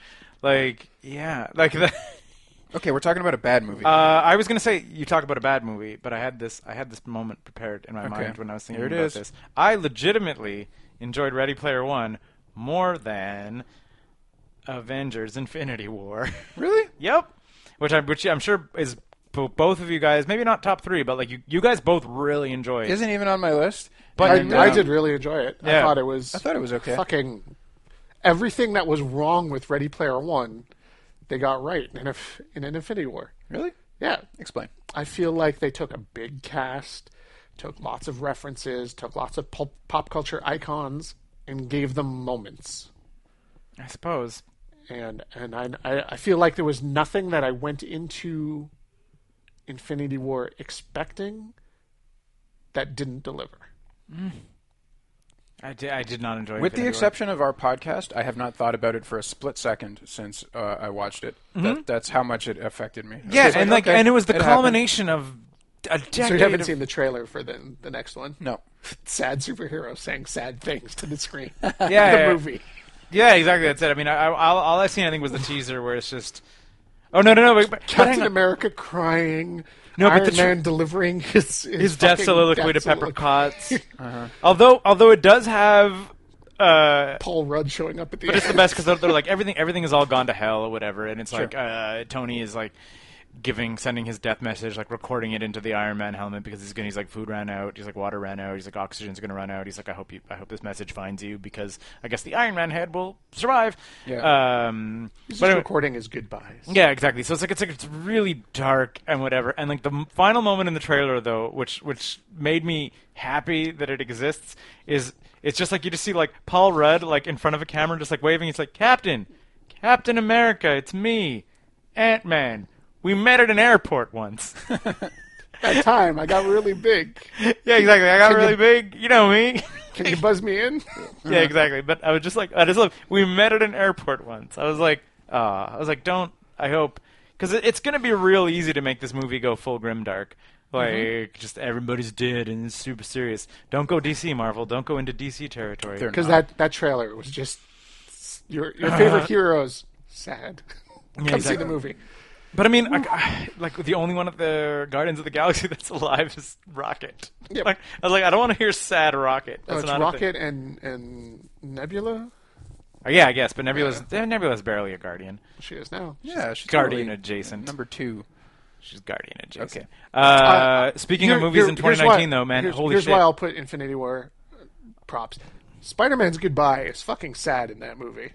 [SPEAKER 2] Like, yeah, like the. <laughs>
[SPEAKER 3] Okay, we're talking about a bad movie.
[SPEAKER 2] Uh, I was gonna say you talk about a bad movie, but I had this I had this moment prepared in my mind when I was thinking
[SPEAKER 3] Here it
[SPEAKER 2] about
[SPEAKER 3] is.
[SPEAKER 2] this. I legitimately enjoyed Ready Player One more than Avengers: Infinity War. <laughs>
[SPEAKER 3] really?
[SPEAKER 2] yep, which I which I'm sure is bo- both of you guys maybe not top three, but like you you guys both really enjoyed.
[SPEAKER 3] Isn't even on my list.
[SPEAKER 2] But
[SPEAKER 4] I,
[SPEAKER 2] And,
[SPEAKER 4] I
[SPEAKER 2] um,
[SPEAKER 4] did really enjoy it. I
[SPEAKER 2] yeah.
[SPEAKER 4] thought it was.
[SPEAKER 3] I thought it was okay.
[SPEAKER 4] Fucking everything that was wrong with Ready Player One, they got right in, a, in an Infinity War.
[SPEAKER 3] Really?
[SPEAKER 4] Yeah,
[SPEAKER 3] Explain.
[SPEAKER 4] I feel like they took a big cast, took lots of references, took lots of pulp, pop culture icons, and gave them moments.
[SPEAKER 2] I suppose.
[SPEAKER 4] And and I, I I feel like there was nothing that I went into Infinity War expecting that didn't deliver.
[SPEAKER 2] I did. I did not enjoy.
[SPEAKER 3] With the
[SPEAKER 2] Infinity War.
[SPEAKER 3] exception of our podcast, I have not thought about it for a split second since uh, I watched it. That, that's how much it affected me.
[SPEAKER 2] Mm-hmm. yeah,
[SPEAKER 3] It was
[SPEAKER 2] and like,
[SPEAKER 3] okay,
[SPEAKER 2] and it was the
[SPEAKER 3] happened.
[SPEAKER 2] culmination of a decade.
[SPEAKER 4] So you haven't
[SPEAKER 2] of-
[SPEAKER 4] seen the trailer for the the next one.
[SPEAKER 3] No.
[SPEAKER 4] Sad superhero saying sad things to the screen. the
[SPEAKER 2] <laughs> yeah.
[SPEAKER 4] movie.
[SPEAKER 2] Yeah, exactly. That's it. I mean, I, I, all, all I've seen, I think, was the teaser where it's just. Oh no, no, no! Wait, but, but hang
[SPEAKER 4] Captain
[SPEAKER 2] on.
[SPEAKER 4] America crying.
[SPEAKER 2] No, but
[SPEAKER 4] Iron
[SPEAKER 2] the tr-
[SPEAKER 4] Man delivering his his,
[SPEAKER 2] His death
[SPEAKER 4] fucking
[SPEAKER 2] soliloquy
[SPEAKER 4] death Uh-huh.
[SPEAKER 2] to Pepper
[SPEAKER 4] soliloquy. <laughs>
[SPEAKER 2] Potts. Although, although it does have. Uh,
[SPEAKER 4] Paul Rudd showing up at the
[SPEAKER 2] but
[SPEAKER 4] end.
[SPEAKER 2] it's the best because they're, they're like everything, everything is all gone to hell or whatever, and it's like uh, Tony is like. giving sending his death message, like recording it into the Iron Man helmet because he's gonna he's like food ran out, he's like water ran out, he's like oxygen's gonna run out, he's like I hope you I hope this message finds you because I guess the Iron Man head will survive.
[SPEAKER 3] Yeah.
[SPEAKER 2] Um
[SPEAKER 4] He's
[SPEAKER 2] but
[SPEAKER 4] just
[SPEAKER 2] anyway-
[SPEAKER 4] recording his goodbyes.
[SPEAKER 2] yeah, exactly. So it's like it's like it's really dark and whatever. And like the m- final moment in the trailer though, which which made me happy that it exists, is it's just like you just see like Paul Rudd like in front of a camera, just like waving. It's like Captain, Captain America, it's me, Ant Man. We met at an airport once.
[SPEAKER 4] <laughs> That time I got really big.
[SPEAKER 2] <laughs> yeah, exactly. I got
[SPEAKER 4] you-
[SPEAKER 2] really big. You know me. <laughs>
[SPEAKER 4] Can you buzz me in?
[SPEAKER 2] yeah, exactly. But I was just like, I just love. We met at an airport once. I was like, ah, I was like, don't. I hope because it, it's gonna be real easy to make this movie go full grimdark. Like,
[SPEAKER 4] Mm-hmm.
[SPEAKER 2] just everybody's dead and it's super serious. Don't go DC Marvel. Don't go into DC territory.
[SPEAKER 3] They're
[SPEAKER 4] Because that, that trailer was just your your favorite heroes sad. Come see
[SPEAKER 2] Uh-huh. exactly.
[SPEAKER 4] the movie.
[SPEAKER 2] But I mean, like, I- like the only one of the Guardians of the Galaxy <laughs> that's alive is Rocket.
[SPEAKER 4] Yep.
[SPEAKER 2] Like, I was like, I don't want to hear sad Rocket.
[SPEAKER 4] Oh,
[SPEAKER 2] That's
[SPEAKER 4] it's
[SPEAKER 2] not a thing.
[SPEAKER 4] Rocket and and Nebula.
[SPEAKER 2] Oh, yeah, I guess. But Nebula's Nebula's barely a Guardian.
[SPEAKER 4] She is now.
[SPEAKER 3] Yeah, she's
[SPEAKER 2] Guardian
[SPEAKER 3] totally
[SPEAKER 2] adjacent.
[SPEAKER 3] Number two.
[SPEAKER 2] She's Guardian adjacent.
[SPEAKER 3] Okay.
[SPEAKER 2] Uh, speaking of
[SPEAKER 4] Here-
[SPEAKER 2] movies
[SPEAKER 4] here-
[SPEAKER 2] in
[SPEAKER 4] here's
[SPEAKER 2] 2019,
[SPEAKER 4] why-
[SPEAKER 2] though, man,
[SPEAKER 4] here's,
[SPEAKER 2] holy
[SPEAKER 4] here's
[SPEAKER 2] shit.
[SPEAKER 4] why I'll put Infinity War uh, props. Spider-Man's goodbye is fucking sad in that movie.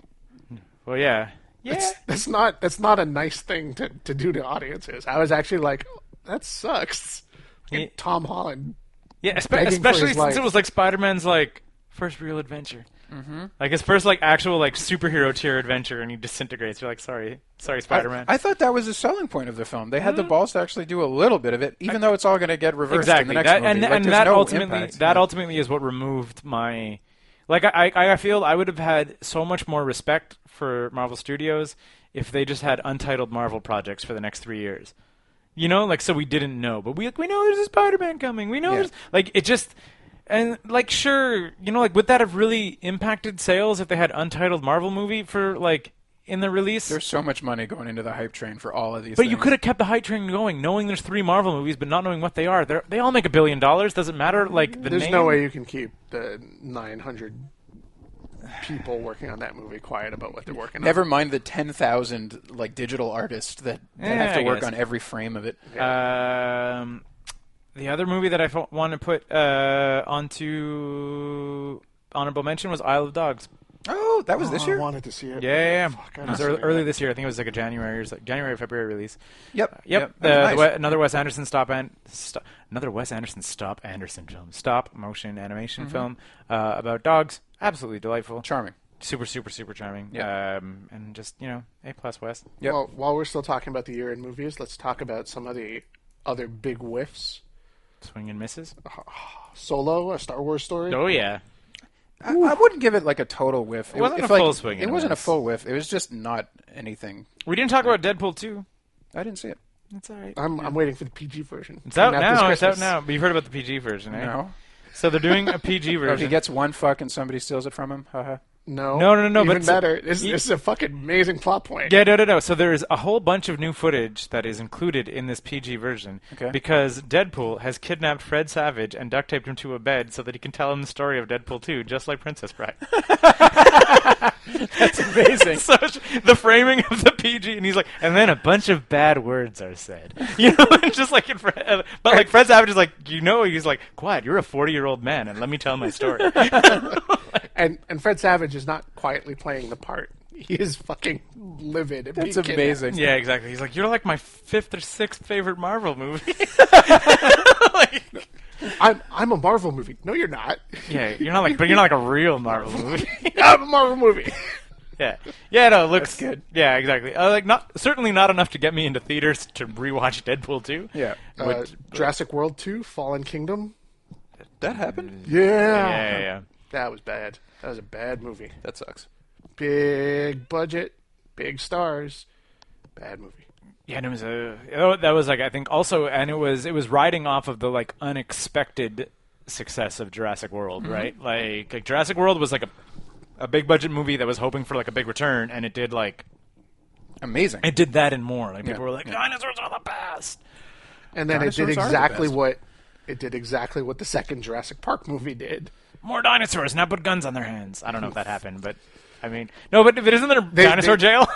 [SPEAKER 2] Well, yeah. Yeah.
[SPEAKER 4] That's, that's not that's not a nice thing to, to do to audiences. I was actually like, that sucks. Fucking
[SPEAKER 2] Yeah.
[SPEAKER 4] Tom Holland.
[SPEAKER 2] Yeah, espe-
[SPEAKER 4] begging for
[SPEAKER 2] especially
[SPEAKER 4] his
[SPEAKER 2] since
[SPEAKER 4] life.
[SPEAKER 2] it was like Spider-Man's like first real adventure. Mm-hmm. Like his first like actual like superhero tier adventure and he disintegrates. You're like, "Sorry. Sorry, Spider-Man." Hmm.
[SPEAKER 3] I thought that was the selling point of the film. They had the balls to actually do a little bit of it, even though it's all going to get reversed in the
[SPEAKER 2] exactly.
[SPEAKER 3] next
[SPEAKER 2] That,
[SPEAKER 3] movie.
[SPEAKER 2] and
[SPEAKER 3] Like,
[SPEAKER 2] and
[SPEAKER 3] there's
[SPEAKER 2] that
[SPEAKER 3] no
[SPEAKER 2] ultimately
[SPEAKER 3] impact.
[SPEAKER 2] that
[SPEAKER 3] Yeah.
[SPEAKER 2] ultimately is what removed my like I, I I feel I would have had so much more respect for Marvel Studios if they just had untitled Marvel projects for the next 3 years. You know, like so we didn't know, but we like, we know there's a Spider-Man coming. We know
[SPEAKER 3] Yeah.
[SPEAKER 2] there's like it just and like sure, you know, like would that have really impacted sales if they had untitled Marvel movie for like in the release?
[SPEAKER 3] There's so much money going into the hype train for all of these.
[SPEAKER 2] But you could have kept the hype train going, knowing there's three Marvel movies, but not knowing what they are. They're, they all make a billion dollars. Doesn't matter. Like the
[SPEAKER 4] There's
[SPEAKER 2] name.
[SPEAKER 4] no way you can keep the 900 people working on that movie quiet about what they're working
[SPEAKER 3] Never
[SPEAKER 4] on.
[SPEAKER 3] mind the ten thousand like digital artists that, that
[SPEAKER 2] Yeah,
[SPEAKER 3] have to
[SPEAKER 2] I
[SPEAKER 3] work
[SPEAKER 2] guess.
[SPEAKER 3] on every frame of it.
[SPEAKER 2] Um, the other movie that I f- want to put uh, onto honorable mention was Isle of Dogs.
[SPEAKER 3] Oh, that was
[SPEAKER 4] Oh,
[SPEAKER 3] this
[SPEAKER 4] I
[SPEAKER 3] year.
[SPEAKER 4] wanted to see it.
[SPEAKER 2] Yeah, yeah, yeah.
[SPEAKER 4] Fuck, I
[SPEAKER 2] it was
[SPEAKER 4] don't
[SPEAKER 2] ear-
[SPEAKER 4] see
[SPEAKER 2] early this year. I think it was like a January or so- January or February release.
[SPEAKER 3] Yep.
[SPEAKER 2] Yep.
[SPEAKER 3] Yep.
[SPEAKER 2] The,
[SPEAKER 3] That was
[SPEAKER 2] the
[SPEAKER 3] nice.
[SPEAKER 2] we- another Wes Anderson stop and sto- another Wes Anderson stop Anderson film, stop motion animation film uh, about dogs. Absolutely delightful.
[SPEAKER 3] Charming.
[SPEAKER 2] super super super charming
[SPEAKER 3] Yeah.
[SPEAKER 2] um and just you know a plus west
[SPEAKER 3] Yep.
[SPEAKER 4] Well, while we're still talking about the year in movies, let's talk about some of the other big whiffs.
[SPEAKER 2] swing and misses
[SPEAKER 4] Solo, a Star Wars story.
[SPEAKER 2] oh yeah
[SPEAKER 3] I, I wouldn't give it like a total whiff. It,
[SPEAKER 2] wasn't
[SPEAKER 3] if,
[SPEAKER 2] a full
[SPEAKER 3] like,
[SPEAKER 2] swing
[SPEAKER 3] It
[SPEAKER 2] and a
[SPEAKER 3] wasn't a
[SPEAKER 2] miss.
[SPEAKER 3] full whiff. It was just not anything.
[SPEAKER 2] we didn't talk about deadpool 2
[SPEAKER 3] I didn't see it.
[SPEAKER 2] that's all right
[SPEAKER 4] I'm, I'm waiting for the PG version.
[SPEAKER 2] it's out
[SPEAKER 4] Coming this
[SPEAKER 2] now it's out
[SPEAKER 4] Christmas.
[SPEAKER 2] now but you've heard about the pg version right?
[SPEAKER 3] No.
[SPEAKER 2] so they're doing a pg
[SPEAKER 3] If he
[SPEAKER 2] version
[SPEAKER 3] gets one fuck and somebody steals it from him, haha.
[SPEAKER 4] No,
[SPEAKER 2] No, no, no, no, but
[SPEAKER 4] Even
[SPEAKER 2] it's a-
[SPEAKER 4] better. this, this is a fucking amazing plot point.
[SPEAKER 2] yeah, no, no, no. So there's a whole bunch of new footage that is included in this PG version
[SPEAKER 3] Okay.
[SPEAKER 2] because Deadpool has kidnapped Fred Savage and duct taped him to a bed so that he can tell him the story of Deadpool 2, just like Princess <laughs> Bride. <laughs>
[SPEAKER 3] That's amazing.
[SPEAKER 2] so it's the framing of the PG, and he's like, and then a bunch of bad words are said. <laughs> You know, and just like in Fred, but like Fred Savage is like, you know, he's like, quiet, you're a 40 year old man, and let me tell my story. <laughs>
[SPEAKER 4] And and Fred Savage is not quietly playing the part. He is fucking livid. at
[SPEAKER 3] That's
[SPEAKER 4] being kidnapped.
[SPEAKER 3] amazing.
[SPEAKER 2] yeah, exactly. He's like, you're like my fifth or sixth favorite Marvel <laughs> movie.
[SPEAKER 4] I'm I'm a Marvel movie. No, you're not.
[SPEAKER 2] yeah, you're not like, but you're not like a real <laughs> Marvel movie.
[SPEAKER 4] <laughs> I'm a
[SPEAKER 3] <laughs>
[SPEAKER 4] Marvel movie.
[SPEAKER 2] yeah, yeah, no, it looks
[SPEAKER 3] That's good.
[SPEAKER 2] Yeah, exactly. Uh, like, not certainly not enough to get me into theaters to rewatch Deadpool 2.
[SPEAKER 3] Yeah.
[SPEAKER 4] Uh, Jurassic World Two, Fallen Kingdom.
[SPEAKER 3] That happened.
[SPEAKER 4] Yeah.
[SPEAKER 2] yeah, yeah. yeah.
[SPEAKER 4] that was bad. That was a bad movie.
[SPEAKER 3] That sucks.
[SPEAKER 4] Big budget, big stars, bad movie.
[SPEAKER 2] Yeah, and it was a oh, that was like I think also, and it was it was riding off of the like unexpected success of Jurassic World, right? Like, like Jurassic World was like a a big budget movie that was hoping for like a big return, and it did like
[SPEAKER 3] Amazing.
[SPEAKER 2] it did that and more. Like people
[SPEAKER 3] Yeah,
[SPEAKER 2] were like,
[SPEAKER 3] yeah.
[SPEAKER 2] dinosaurs are the best.
[SPEAKER 4] And then it did
[SPEAKER 3] Dinosaurs are the
[SPEAKER 4] exactly
[SPEAKER 3] best.
[SPEAKER 4] what it did exactly what the second Jurassic Park movie did.
[SPEAKER 2] More dinosaurs now put guns on their hands. I don't know if that happened, but I mean, no, but, but isn't there a dinosaur
[SPEAKER 4] they- <laughs>
[SPEAKER 2] jail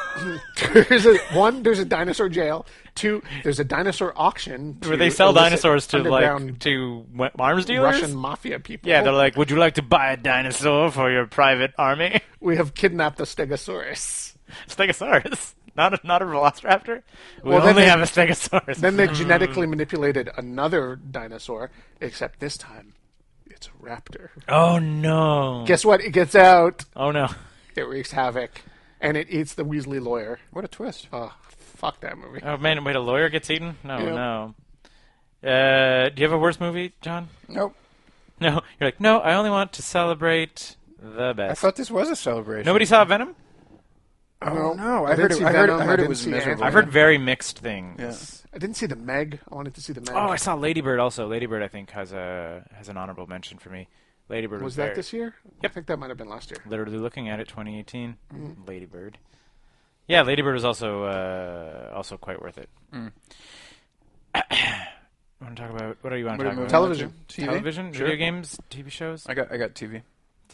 [SPEAKER 2] <laughs>
[SPEAKER 4] there's a one. There's a dinosaur jail. Two. There's a dinosaur auction
[SPEAKER 2] where
[SPEAKER 4] to
[SPEAKER 2] they sell
[SPEAKER 4] elicit
[SPEAKER 2] dinosaurs to like
[SPEAKER 4] underground
[SPEAKER 2] to wa- arms dealers?
[SPEAKER 4] Russian mafia people.
[SPEAKER 2] Yeah, they're like, would you like to buy a dinosaur for your private army? <laughs>
[SPEAKER 4] we have kidnapped the Stegosaurus.
[SPEAKER 2] Stegosaurus, not a, not a Velociraptor. We
[SPEAKER 4] Well, then
[SPEAKER 2] only
[SPEAKER 4] they-
[SPEAKER 2] have a Stegosaurus.
[SPEAKER 4] Then they genetically manipulated another dinosaur, except this time it's a raptor.
[SPEAKER 2] oh no!
[SPEAKER 4] Guess what? It gets out.
[SPEAKER 2] Oh no!
[SPEAKER 4] It wreaks havoc, and it eats the Weasley lawyer.
[SPEAKER 3] What a twist.
[SPEAKER 4] Oh, fuck that movie.
[SPEAKER 2] Oh man! Wait, a lawyer gets eaten? No,
[SPEAKER 4] Yeah.
[SPEAKER 2] no. Uh, do you have a worse movie, John?
[SPEAKER 3] Nope.
[SPEAKER 2] <laughs> No, you're like, no. I only want to celebrate the
[SPEAKER 3] I
[SPEAKER 2] best.
[SPEAKER 3] thought this was a celebration.
[SPEAKER 2] Nobody saw Venom.
[SPEAKER 3] Oh no! I
[SPEAKER 4] I didn't
[SPEAKER 3] heard. It,
[SPEAKER 4] see
[SPEAKER 3] I heard.
[SPEAKER 4] Venom,
[SPEAKER 3] I
[SPEAKER 4] I
[SPEAKER 3] heard it
[SPEAKER 4] didn't
[SPEAKER 3] was
[SPEAKER 4] see
[SPEAKER 3] miserable.
[SPEAKER 4] Ant-Man.
[SPEAKER 2] I've heard very mixed things.
[SPEAKER 4] I didn't see the Meg. I wanted to see the Meg.
[SPEAKER 2] Oh, I saw Ladybird also. Ladybird, I think, has a has an honorable mention for me. Ladybird was,
[SPEAKER 4] was that
[SPEAKER 2] very-
[SPEAKER 4] this year?
[SPEAKER 2] Yep.
[SPEAKER 4] I think that might have been last year.
[SPEAKER 2] literally looking at it 2018
[SPEAKER 4] Mm.
[SPEAKER 2] ladybird yeah ladybird was also uh, also quite worth it <coughs> want to talk about what are you want to
[SPEAKER 3] What
[SPEAKER 2] talk
[SPEAKER 3] are
[SPEAKER 2] about
[SPEAKER 3] we moving on
[SPEAKER 4] Television.
[SPEAKER 3] to? TV?
[SPEAKER 2] television
[SPEAKER 3] Sure.
[SPEAKER 2] video games tv shows
[SPEAKER 3] I got. I got TV.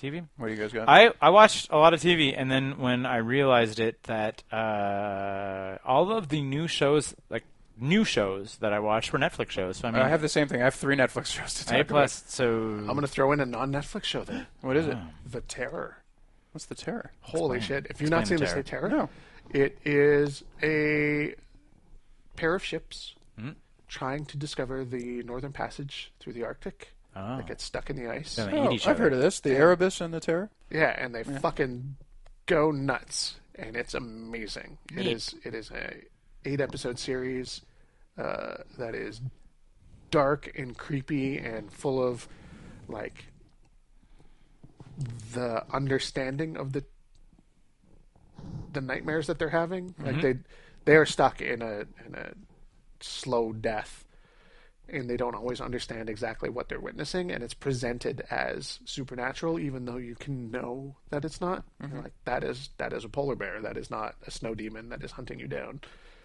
[SPEAKER 2] tv
[SPEAKER 3] What do you guys got?
[SPEAKER 2] I, I watched a lot of TV, and then when I realized it that uh, all of the new shows, like new shows that I watched, were Netflix shows.
[SPEAKER 4] Uh,
[SPEAKER 2] So I mean,
[SPEAKER 3] I have the same thing. I have three Netflix shows to talk
[SPEAKER 2] A plus. So
[SPEAKER 4] I'm gonna throw in a non-Netflix show then.
[SPEAKER 3] about. What is it?
[SPEAKER 4] The Terror.
[SPEAKER 3] What's the terror?
[SPEAKER 4] Holy shit! If you've not seen
[SPEAKER 2] Explain The
[SPEAKER 4] this, The Terror.
[SPEAKER 3] No.
[SPEAKER 4] It is a pair of ships
[SPEAKER 2] Hmm?
[SPEAKER 4] trying to discover the northern passage through the Arctic.
[SPEAKER 2] Oh.
[SPEAKER 4] They get stuck in the ice.
[SPEAKER 2] Then
[SPEAKER 4] Yeah,
[SPEAKER 2] they eat
[SPEAKER 3] Oh,
[SPEAKER 2] each
[SPEAKER 3] I've
[SPEAKER 2] other.
[SPEAKER 3] heard of this. The Erebus and the Terror.
[SPEAKER 4] and they fucking go nuts, and it's amazing. It
[SPEAKER 2] Neat.
[SPEAKER 4] is. It is a eight episode series uh, that is dark and creepy and full of like the understanding of the the nightmares that they're having. Like they they are stuck in a in a slow death, and they don't always understand exactly what they're witnessing. And it's presented as supernatural, even though you can know that it's not. Like that is that is a polar bear. That is not a snow demon that is hunting you down.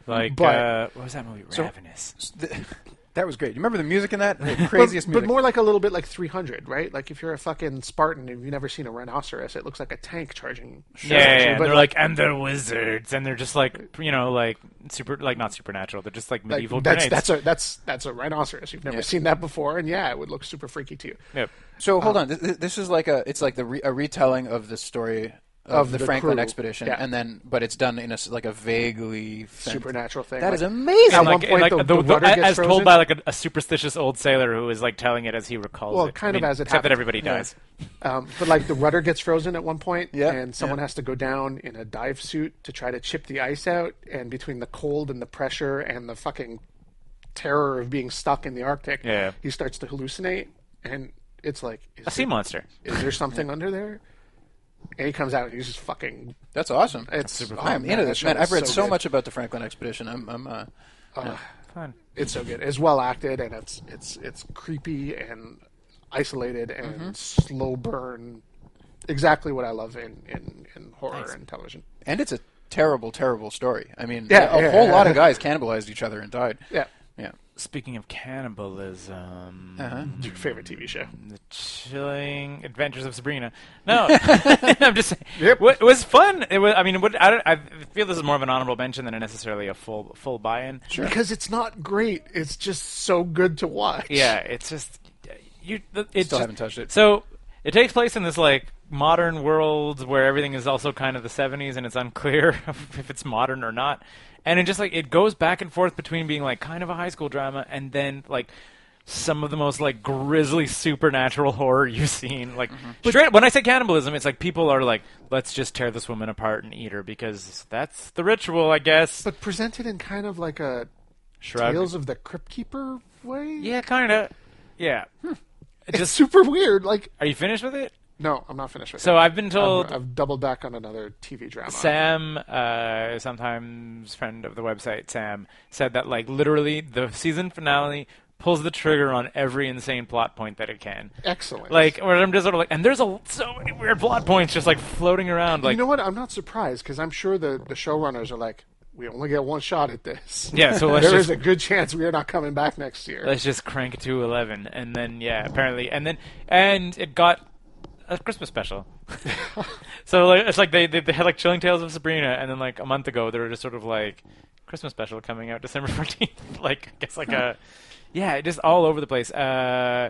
[SPEAKER 2] like
[SPEAKER 4] but-
[SPEAKER 2] uh, what was that movie? Ravenous.
[SPEAKER 3] <laughs> That was great. You remember the music in that? The
[SPEAKER 4] But-
[SPEAKER 3] craziest
[SPEAKER 4] but,
[SPEAKER 3] music.
[SPEAKER 4] more like a little bit like 300, right? Like if you're a fucking Spartan and you've never seen a rhinoceros, it looks like a tank charging.
[SPEAKER 2] Yeah, yeah, yeah.
[SPEAKER 4] but
[SPEAKER 2] they're like, and they're wizards, and they're just like, you know, like super, like not supernatural. They're just like
[SPEAKER 4] <laughs> like,
[SPEAKER 2] medieval
[SPEAKER 4] that's
[SPEAKER 2] grenades.
[SPEAKER 4] that's a that's that's a rhinoceros. You've never
[SPEAKER 3] Yeah.
[SPEAKER 4] seen that before, and yeah, it would look super freaky to you.
[SPEAKER 2] Yep.
[SPEAKER 3] So hold on. Th- th- This is like a. It's like the re- a retelling of the story of,
[SPEAKER 4] Of
[SPEAKER 3] the,
[SPEAKER 4] the
[SPEAKER 3] Franklin
[SPEAKER 4] crew.
[SPEAKER 3] expedition,
[SPEAKER 4] Yeah.
[SPEAKER 3] and then but it's done in a s- like a vaguely thing.
[SPEAKER 4] Supernatural thing.
[SPEAKER 3] That is
[SPEAKER 4] Like,
[SPEAKER 3] amazing.
[SPEAKER 4] At
[SPEAKER 2] Like,
[SPEAKER 4] one point,
[SPEAKER 2] like
[SPEAKER 4] the- the rudder gets
[SPEAKER 2] as told
[SPEAKER 4] frozen.
[SPEAKER 2] by like a, a superstitious old sailor who is like telling it as he recalls
[SPEAKER 4] Well,
[SPEAKER 2] it.
[SPEAKER 4] kind
[SPEAKER 2] I
[SPEAKER 4] of
[SPEAKER 2] mean,
[SPEAKER 4] as it
[SPEAKER 2] except that
[SPEAKER 4] happened.
[SPEAKER 2] everybody dies.
[SPEAKER 4] Um, but like the rudder gets frozen at one point,
[SPEAKER 3] Yeah,
[SPEAKER 4] and someone has to go down in a dive suit to try to chip the ice out. And between the cold and the pressure and the fucking terror of being stuck in the Arctic,
[SPEAKER 2] Yeah.
[SPEAKER 4] he starts to hallucinate, and it's like, is,
[SPEAKER 2] A sea monster.
[SPEAKER 4] is there something under there? And he comes out, and he's just fucking.
[SPEAKER 3] That's awesome.
[SPEAKER 4] It's super
[SPEAKER 3] I am into this, man. I've read so,
[SPEAKER 4] much.
[SPEAKER 3] much about the Franklin expedition. I'm, I'm uh,
[SPEAKER 2] Fun.
[SPEAKER 4] it's so good. It's well acted and it's it's it's creepy and isolated and
[SPEAKER 3] Mm-hmm.
[SPEAKER 4] slow burn. Exactly what I love in in, in horror and television.
[SPEAKER 3] and it's a terrible, terrible story. I mean,
[SPEAKER 4] Yeah,
[SPEAKER 3] a
[SPEAKER 4] yeah,
[SPEAKER 3] whole
[SPEAKER 4] yeah.
[SPEAKER 3] lot of guys cannibalized each other and died.
[SPEAKER 4] Yeah.
[SPEAKER 3] yeah.
[SPEAKER 2] Speaking of cannibalism,
[SPEAKER 4] It's your favorite TV show.
[SPEAKER 2] the chilling adventures of Sabrina. No, <laughs> I'm just saying. What, it was fun. It was. I mean, what, I, don't, I feel this is more of an honorable mention than necessarily a full full buy-in.
[SPEAKER 4] Because it's not great. It's just so good to watch.
[SPEAKER 2] Yeah, it's just you. th- It
[SPEAKER 3] Still
[SPEAKER 2] just-
[SPEAKER 3] haven't touched it.
[SPEAKER 2] So it takes place in this like modern world where everything is also kind of the '70s, and it's unclear <laughs> if it's modern or not. And it just like it goes back and forth between being like kind of a high school drama and then like some of the most like grisly supernatural <laughs> horror you've seen. Like
[SPEAKER 4] Mm-hmm.
[SPEAKER 2] straight when I say cannibalism, it's like people are like, let's just tear this woman apart and eat her because that's the ritual, I guess.
[SPEAKER 4] But presented in kind of like a
[SPEAKER 2] Shrug.
[SPEAKER 4] Tales of the Crypt Keeper way.
[SPEAKER 2] yeah, kind of. Yeah.
[SPEAKER 4] Hmm. It's
[SPEAKER 2] Just
[SPEAKER 4] super weird. Like
[SPEAKER 2] are you finished with it?
[SPEAKER 4] no, I'm not finished with
[SPEAKER 2] So
[SPEAKER 4] it.
[SPEAKER 2] I've been told
[SPEAKER 4] I've, I've doubled back on another TV drama.
[SPEAKER 2] Sam, uh, sometimes friend of the website, Sam said that like literally the season finale pulls the trigger on every insane plot point that it can.
[SPEAKER 4] Excellent.
[SPEAKER 2] Like, where I'm just sort of like, and there's a so many weird plot points just like floating around. Like,
[SPEAKER 4] you know what? I'm not surprised because I'm sure the the showrunners are like, we only get one shot at this.
[SPEAKER 2] yeah,
[SPEAKER 4] <laughs>
[SPEAKER 2] so let's
[SPEAKER 4] There
[SPEAKER 2] just
[SPEAKER 4] is a good chance we are not coming back next year.
[SPEAKER 2] let's just crank it to 11 and then yeah apparently and then and it got a Christmas special. so like, it's like they, they they had like Chilling Tales of Sabrina, and then like a month ago they were just sort of like Christmas special coming out December <laughs> fourteenth. like I guess like a yeah, just all over the place. Uh,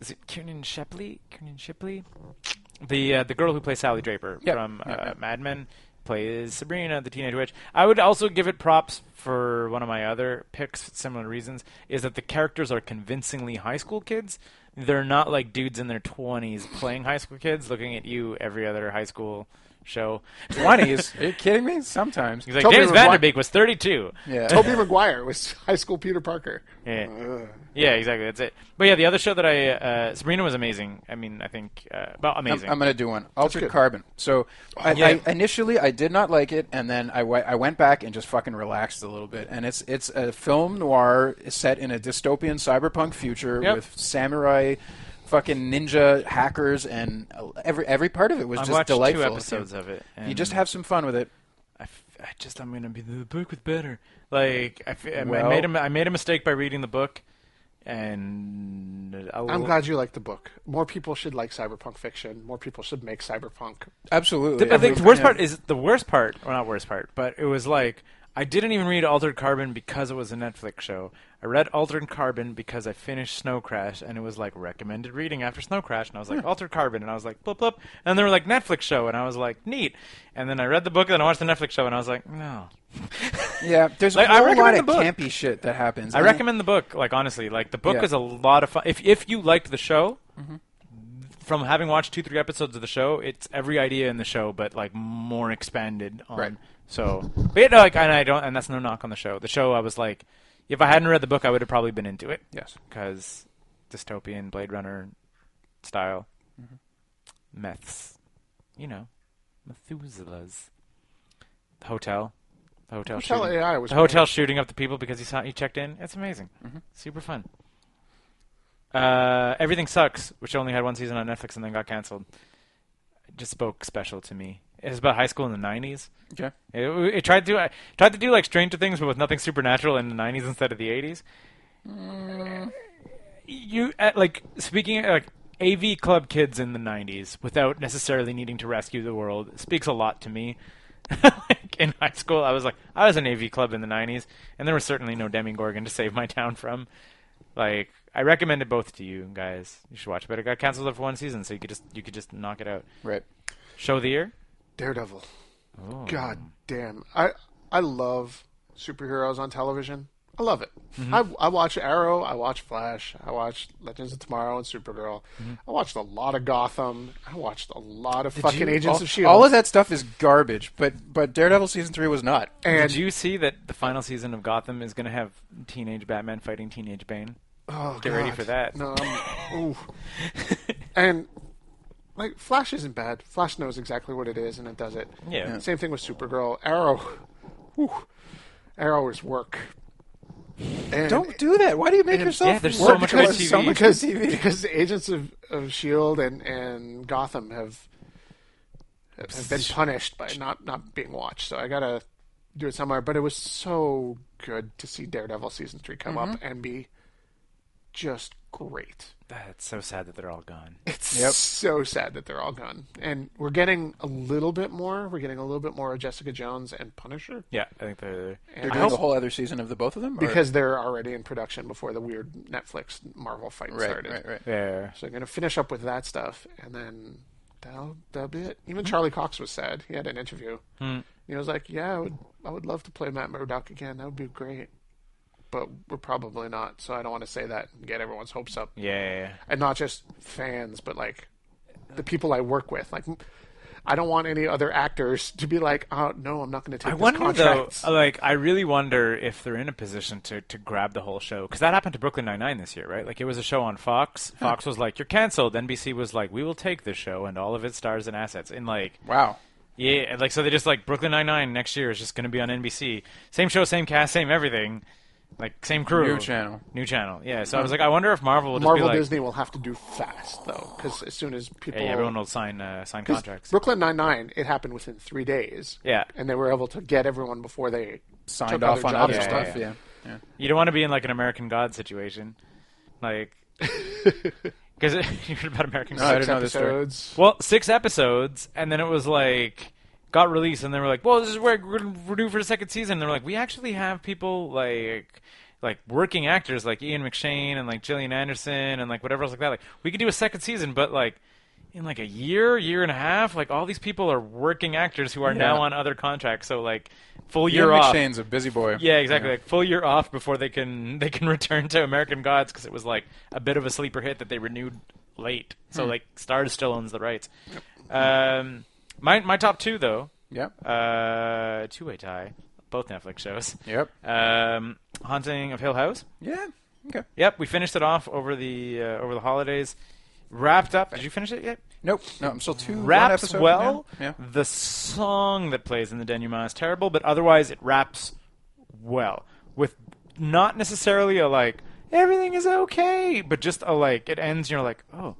[SPEAKER 2] is it Kiernan Shepley? Kiernan Shipley, the uh, the girl who plays Sally Draper
[SPEAKER 3] Yep.
[SPEAKER 2] from uh,
[SPEAKER 3] Yep, yep.
[SPEAKER 2] Mad Men plays Sabrina the Teenage Witch. I would also give it props for one of my other picks for similar reasons is that the characters are convincingly high school kids. They're not like dudes in their 20s playing high school kids looking at you every other high school
[SPEAKER 3] <laughs>
[SPEAKER 2] show.
[SPEAKER 3] Twenties? Are you kidding me? Sometimes.
[SPEAKER 2] He's like
[SPEAKER 4] Toby
[SPEAKER 2] James
[SPEAKER 4] was one-
[SPEAKER 2] Vanderbeek was 32. <laughs>
[SPEAKER 3] yeah.
[SPEAKER 4] Toby Maguire was <laughs> high school Peter Parker.
[SPEAKER 2] Yeah. Yeah, exactly. That's it. But yeah, the other show that I uh, Sabrina was amazing. I mean, I think uh, well,
[SPEAKER 3] I'm,
[SPEAKER 2] amazing.
[SPEAKER 3] I'm going to do one. Altered
[SPEAKER 4] good.
[SPEAKER 3] Carbon. So I,
[SPEAKER 2] Yeah.
[SPEAKER 3] I, initially I did not like it, and then I we- I went back and just fucking relaxed a little bit. And it's it's a film noir set in a dystopian cyberpunk future
[SPEAKER 2] Yep.
[SPEAKER 3] with samurai, fucking ninja hackers, and uh, every every part of it was
[SPEAKER 2] I
[SPEAKER 3] just
[SPEAKER 2] watched
[SPEAKER 3] delightful.
[SPEAKER 2] two episodes of it.
[SPEAKER 3] You
[SPEAKER 2] and-
[SPEAKER 3] just have some fun with it.
[SPEAKER 2] I, f- I just I'm gonna be the book with better. Like I, f- I
[SPEAKER 3] Well-
[SPEAKER 2] made a, m- I made a mistake by reading the book, and a
[SPEAKER 4] I'm
[SPEAKER 2] little-
[SPEAKER 4] glad you like the book. More people should like cyberpunk fiction. More people should make cyberpunk.
[SPEAKER 3] Absolutely.
[SPEAKER 2] I think the
[SPEAKER 3] Every-
[SPEAKER 2] worst
[SPEAKER 3] yeah.
[SPEAKER 2] part is the worst part, or not worst part, but it was like I didn't even read Altered Carbon because it was a Netflix show. I read Altered Carbon because I finished Snow Crash, and it was like recommended reading after Snow Crash, and I was like Altered Carbon, and I was like blip blip, and they were like Netflix show, and I was like neat, and then I read the book, and then I watched the Netflix show, and I was like no.
[SPEAKER 3] Yeah, there's
[SPEAKER 2] Like,
[SPEAKER 3] a
[SPEAKER 2] I
[SPEAKER 3] whole
[SPEAKER 2] recommend
[SPEAKER 3] lot
[SPEAKER 2] the
[SPEAKER 3] of
[SPEAKER 2] book.
[SPEAKER 3] campy shit that happens.
[SPEAKER 2] I
[SPEAKER 3] And
[SPEAKER 2] recommend the book. Like honestly, like the book
[SPEAKER 3] Yeah. Mm-hmm.
[SPEAKER 2] is a lot of fun. If if you liked the show, from having watched two three episodes of the show, it's every idea in the show, but like more expanded on.
[SPEAKER 3] Right.
[SPEAKER 2] So, but yeah, no, like, and I don't, and that's no knock on the show. The show, I was like, if I hadn't read the book, I would have probably been into it.
[SPEAKER 3] Yes.
[SPEAKER 2] because dystopian Blade Runner style
[SPEAKER 3] Mm-hmm.
[SPEAKER 2] myths, you know, Methuselah's hotel, the hotel,
[SPEAKER 4] Hotel
[SPEAKER 2] shooting.
[SPEAKER 4] AI was
[SPEAKER 2] The hotel shooting up the people because he saw he checked in. It's amazing, super fun. Uh, Everything sucks, which only had one season on Netflix and then got canceled. Just spoke special to me. It was about high school in the nineties.
[SPEAKER 3] Okay.
[SPEAKER 2] It, it tried to I tried to do like Stranger Things, but with nothing supernatural in the nineties instead of the eighties. You uh, like speaking uh, like AV club kids in the nineties without necessarily needing to rescue the world speaks a lot to me. <laughs> like in high school, I was like I was an AV club in the nineties, and there was certainly no Demigorgon to save my town from. Like I recommended both to you guys. You should watch, it, but it got canceled after one season, so you could just you could just knock it out.
[SPEAKER 3] Right.
[SPEAKER 2] Show of the year.
[SPEAKER 4] Daredevil.
[SPEAKER 2] Oh.
[SPEAKER 4] God damn. I I love superheroes on television. I love it.
[SPEAKER 2] Mm-hmm.
[SPEAKER 4] I, I watch Arrow. I watch Flash. I watch Legends of Tomorrow and Supergirl.
[SPEAKER 2] Mm-hmm.
[SPEAKER 4] I watched a lot of Gotham. I watched a lot of fucking
[SPEAKER 2] you-
[SPEAKER 4] Agents
[SPEAKER 2] all-
[SPEAKER 4] of Shield.
[SPEAKER 3] All of that stuff is garbage, but but Daredevil season three was not.
[SPEAKER 4] and
[SPEAKER 2] Did you see that the final season of Gotham is going to have teenage Batman fighting teenage Bane?
[SPEAKER 4] oh,
[SPEAKER 2] Get ready
[SPEAKER 4] God.
[SPEAKER 2] for that.
[SPEAKER 4] No,
[SPEAKER 2] <laughs>
[SPEAKER 4] I'm, ooh. and like Flash isn't bad. Flash knows exactly what it is and it does it.
[SPEAKER 2] Yeah. Yeah.
[SPEAKER 4] Same thing with Supergirl. Arrow. Whew. Arrow is work. And <laughs>
[SPEAKER 3] Don't do that. Why do you make yourself
[SPEAKER 2] yeah, there's so
[SPEAKER 3] work
[SPEAKER 2] much
[SPEAKER 3] because
[SPEAKER 2] good
[SPEAKER 3] of so
[SPEAKER 2] TV.
[SPEAKER 3] much good
[SPEAKER 4] because
[SPEAKER 3] TV?
[SPEAKER 4] because the agents of, of Shield E and, and Gotham have have been punished by not not being watched. So I gotta do it somewhere. But it was so good to see Daredevil season three come up and be just great.
[SPEAKER 2] That's so sad that they're all gone.
[SPEAKER 4] It's
[SPEAKER 3] Yep.
[SPEAKER 4] so sad that they're all gone, and we're getting a little bit more. We're getting a little bit more of Jessica Jones and Punisher
[SPEAKER 2] <laughs> Yeah, I think they're.
[SPEAKER 3] They're
[SPEAKER 4] I
[SPEAKER 3] doing the
[SPEAKER 4] hope-
[SPEAKER 3] whole other season of the both of them or-
[SPEAKER 4] because they're already in production before the weird Netflix Marvel fight
[SPEAKER 3] right,
[SPEAKER 4] started.
[SPEAKER 3] right, right.
[SPEAKER 2] There.
[SPEAKER 4] So I'm gonna finish up with that stuff, and then that'll that'll be it.
[SPEAKER 3] Hmm.
[SPEAKER 4] Even Charlie Cox was sad. He had an interview. He was like, "Yeah, I would I would love to play Matt Murdock again. That would be great, but we're probably not. So I don't want to say that and get everyone's hopes up,
[SPEAKER 2] Yeah, yeah, yeah.
[SPEAKER 4] and not just fans, but like the people I work with. Like, I don't want any other actors to be like, "Oh no, I'm not going to take
[SPEAKER 2] I
[SPEAKER 4] this
[SPEAKER 2] wonder though,
[SPEAKER 4] contract."
[SPEAKER 2] like, I really wonder if they're in a position to, to grab the whole show because that happened to Brooklyn Nine Nine this year, right? Like, it was a show on Fox. Fox was like, "You're canceled." NBC was like, "We will take the show and all of its stars and assets." And like,
[SPEAKER 3] Wow.
[SPEAKER 2] Yeah, and, like so they just like Brooklyn Nine Nine next year is just going to be on NBC. Same show, same cast, same everything, like same crew.
[SPEAKER 3] New channel.
[SPEAKER 2] New channel. Yeah. So I was like, I wonder if Marvel will just
[SPEAKER 4] Marvel
[SPEAKER 2] be like,
[SPEAKER 4] Disney will have to do fast though, because as soon as people
[SPEAKER 2] hey, everyone will sign uh, sign
[SPEAKER 4] 'Cause
[SPEAKER 2] contracts.
[SPEAKER 4] Brooklyn Nine Nine, it happened within three days.
[SPEAKER 2] Yeah.
[SPEAKER 4] and they were able to get everyone before they
[SPEAKER 3] Signed
[SPEAKER 4] took
[SPEAKER 3] off on
[SPEAKER 4] jobs
[SPEAKER 3] other
[SPEAKER 4] and
[SPEAKER 2] yeah,
[SPEAKER 3] stuff, yeah. yeah.
[SPEAKER 2] <laughs> You don't want to be in like an American God situation, like. <laughs> Because you heard about American
[SPEAKER 3] I
[SPEAKER 2] Psycho.
[SPEAKER 3] didn't know this story.
[SPEAKER 4] episodes.
[SPEAKER 2] Well, six episodes, and then it was like got released, and they were like, "Well, this is where we're gonna renew for the second season." And they're like, "We actually have people like." Like working actors like Ian McShane and like Gillian Anderson and like whatever else like that. Like we could do a second season, but like in like a year, year and a half, like all these people are working actors who are now
[SPEAKER 3] Yeah.
[SPEAKER 2] on other contracts. So like full
[SPEAKER 3] Ian
[SPEAKER 2] year off.
[SPEAKER 3] McShane's a busy boy.
[SPEAKER 2] Yeah, exactly. Like full year off before they can they can <laughs> return to American Gods because it was like a bit of a sleeper hit that they renewed late. So like Stars still owns the rights. Um, my my top two though,
[SPEAKER 3] Yep.
[SPEAKER 2] uh, two way tie, both Netflix shows.
[SPEAKER 3] Yep.
[SPEAKER 2] Um, Haunting of Hill House.
[SPEAKER 3] Yeah. Okay.
[SPEAKER 2] Yep, we finished it off over the uh, over the holidays. Wrapped up. Did you finish it yet?
[SPEAKER 3] Nope. No, I'm still two. one
[SPEAKER 2] wraps
[SPEAKER 3] episode
[SPEAKER 2] well.
[SPEAKER 3] in. Yeah.
[SPEAKER 2] The song that plays in the denouement is terrible, but otherwise it wraps well with not necessarily a like everything is okay, but just a like it ends. You're like, oh,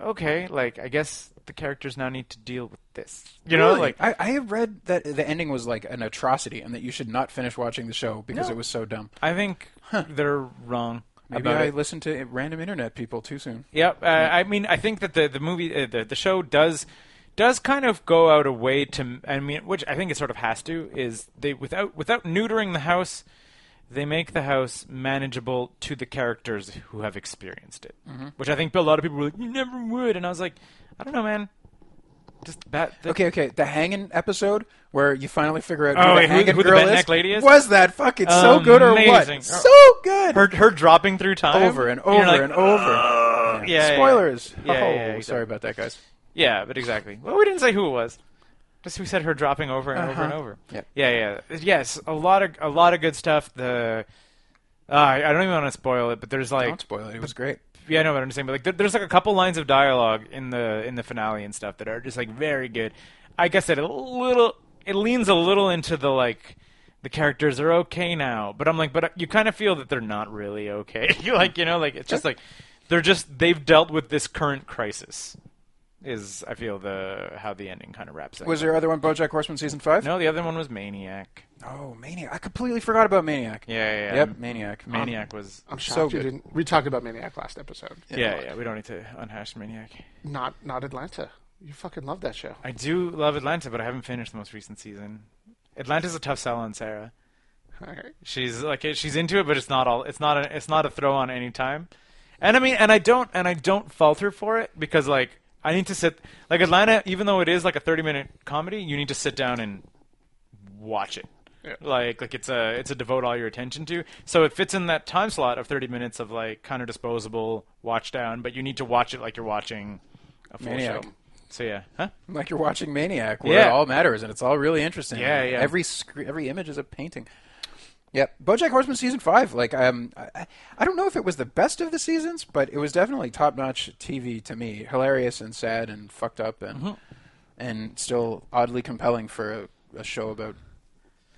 [SPEAKER 2] okay, like I guess the characters now need to deal with this. You know,
[SPEAKER 3] Really?
[SPEAKER 2] like
[SPEAKER 3] I, I have read that the ending was like an atrocity, and that you should not finish watching the show because it was so dumb.
[SPEAKER 2] I think they're wrong.
[SPEAKER 3] Maybe
[SPEAKER 2] about
[SPEAKER 3] I
[SPEAKER 2] it.
[SPEAKER 3] listened to random internet people too soon.
[SPEAKER 2] Yep. Uh, I mean, I think that the the movie, uh, the the show does does kind of go out a way to. I mean, which I think it sort of has to is they without without neutering the house, they make the house manageable to the characters who have experienced it.
[SPEAKER 3] Mm-hmm.
[SPEAKER 2] Which I think a lot of people were like, "You never would," and I was like, "I don't know, man." Just that. that
[SPEAKER 3] Okay, okay. The hanging episode where you finally figure out
[SPEAKER 2] Oh,
[SPEAKER 3] who
[SPEAKER 2] wait,
[SPEAKER 3] the
[SPEAKER 2] who-
[SPEAKER 3] hanging
[SPEAKER 2] who the
[SPEAKER 3] girl
[SPEAKER 2] redneck
[SPEAKER 3] is,
[SPEAKER 2] lady is?
[SPEAKER 3] Was that fucking so good or
[SPEAKER 2] Amazing.
[SPEAKER 3] what? So good.
[SPEAKER 2] Her, her dropping through time
[SPEAKER 3] over and
[SPEAKER 2] you're
[SPEAKER 3] over
[SPEAKER 2] like, "Uh,
[SPEAKER 3] and over. Yeah.
[SPEAKER 2] yeah, yeah.
[SPEAKER 3] Spoilers.
[SPEAKER 2] Yeah, yeah,
[SPEAKER 3] oh,
[SPEAKER 2] yeah, exactly.
[SPEAKER 3] sorry about that, guys.
[SPEAKER 2] Yeah, but exactly. Well, we didn't say who it was. Just we said her dropping over and over and over.
[SPEAKER 3] Yep.
[SPEAKER 2] Yeah, yeah. Yes, a lot of a lot of good stuff. The uh, I I don't even want to spoil it, but there's like
[SPEAKER 3] Don't spoil it. It was great.
[SPEAKER 2] yeah, I know what I'm saying, but like there, there's like a couple lines of dialogue in the in the finale and stuff that are just like very good. I guess it a little it leans a little into the like the characters are okay now, but I'm like, but uh, you kind of feel that they're not really okay. <laughs> you like you know like it's just like they're just they've dealt with this current crisis. Is I feel the how the ending kind of wraps up.
[SPEAKER 3] Was there other one? BoJack Horseman season five?
[SPEAKER 2] no, the other one was Maniac.
[SPEAKER 3] Oh, Maniac! I completely forgot about Maniac.
[SPEAKER 2] Yeah, yeah, Um, yeah.
[SPEAKER 3] Yep, Maniac.
[SPEAKER 2] Maniac was.
[SPEAKER 4] I'm
[SPEAKER 3] So
[SPEAKER 4] shocked you
[SPEAKER 3] good.
[SPEAKER 4] didn't. We talked about Maniac last episode.
[SPEAKER 2] Yeah, yeah. We don't need to unhash Maniac.
[SPEAKER 4] Not not Atlanta. You fucking love that show.
[SPEAKER 2] I do love Atlanta, but I haven't finished the most recent season. Atlanta's a tough sell on Sarah.
[SPEAKER 4] All right.
[SPEAKER 2] She's like she's into it, but it's not all. It's not a. It's not a throw on any time. And I mean, and I don't, and I don't falter for it because like I need to sit like Atlanta, even though it is like a thirty minute comedy, you need to sit down and watch it.
[SPEAKER 4] Yeah.
[SPEAKER 2] Like like it's a it's a devote all your attention to. So it fits in that time slot of thirty minutes of like kind of disposable watch down, but you need to watch it like you're watching a full
[SPEAKER 3] Maniac.
[SPEAKER 2] show. So yeah, huh?
[SPEAKER 3] <laughs> Like you're watching Maniac, where
[SPEAKER 2] Yeah.
[SPEAKER 3] it all matters and it's all really interesting.
[SPEAKER 2] Yeah, yeah.
[SPEAKER 3] Every sc- every image is a painting. Yep, BoJack Horseman season five. Like, um, I- I, I don't know if it was the best of the seasons, but it was definitely top notch TV to me. Hilarious and sad and fucked up and
[SPEAKER 2] Mm-hmm.
[SPEAKER 3] and still oddly compelling for a, a show about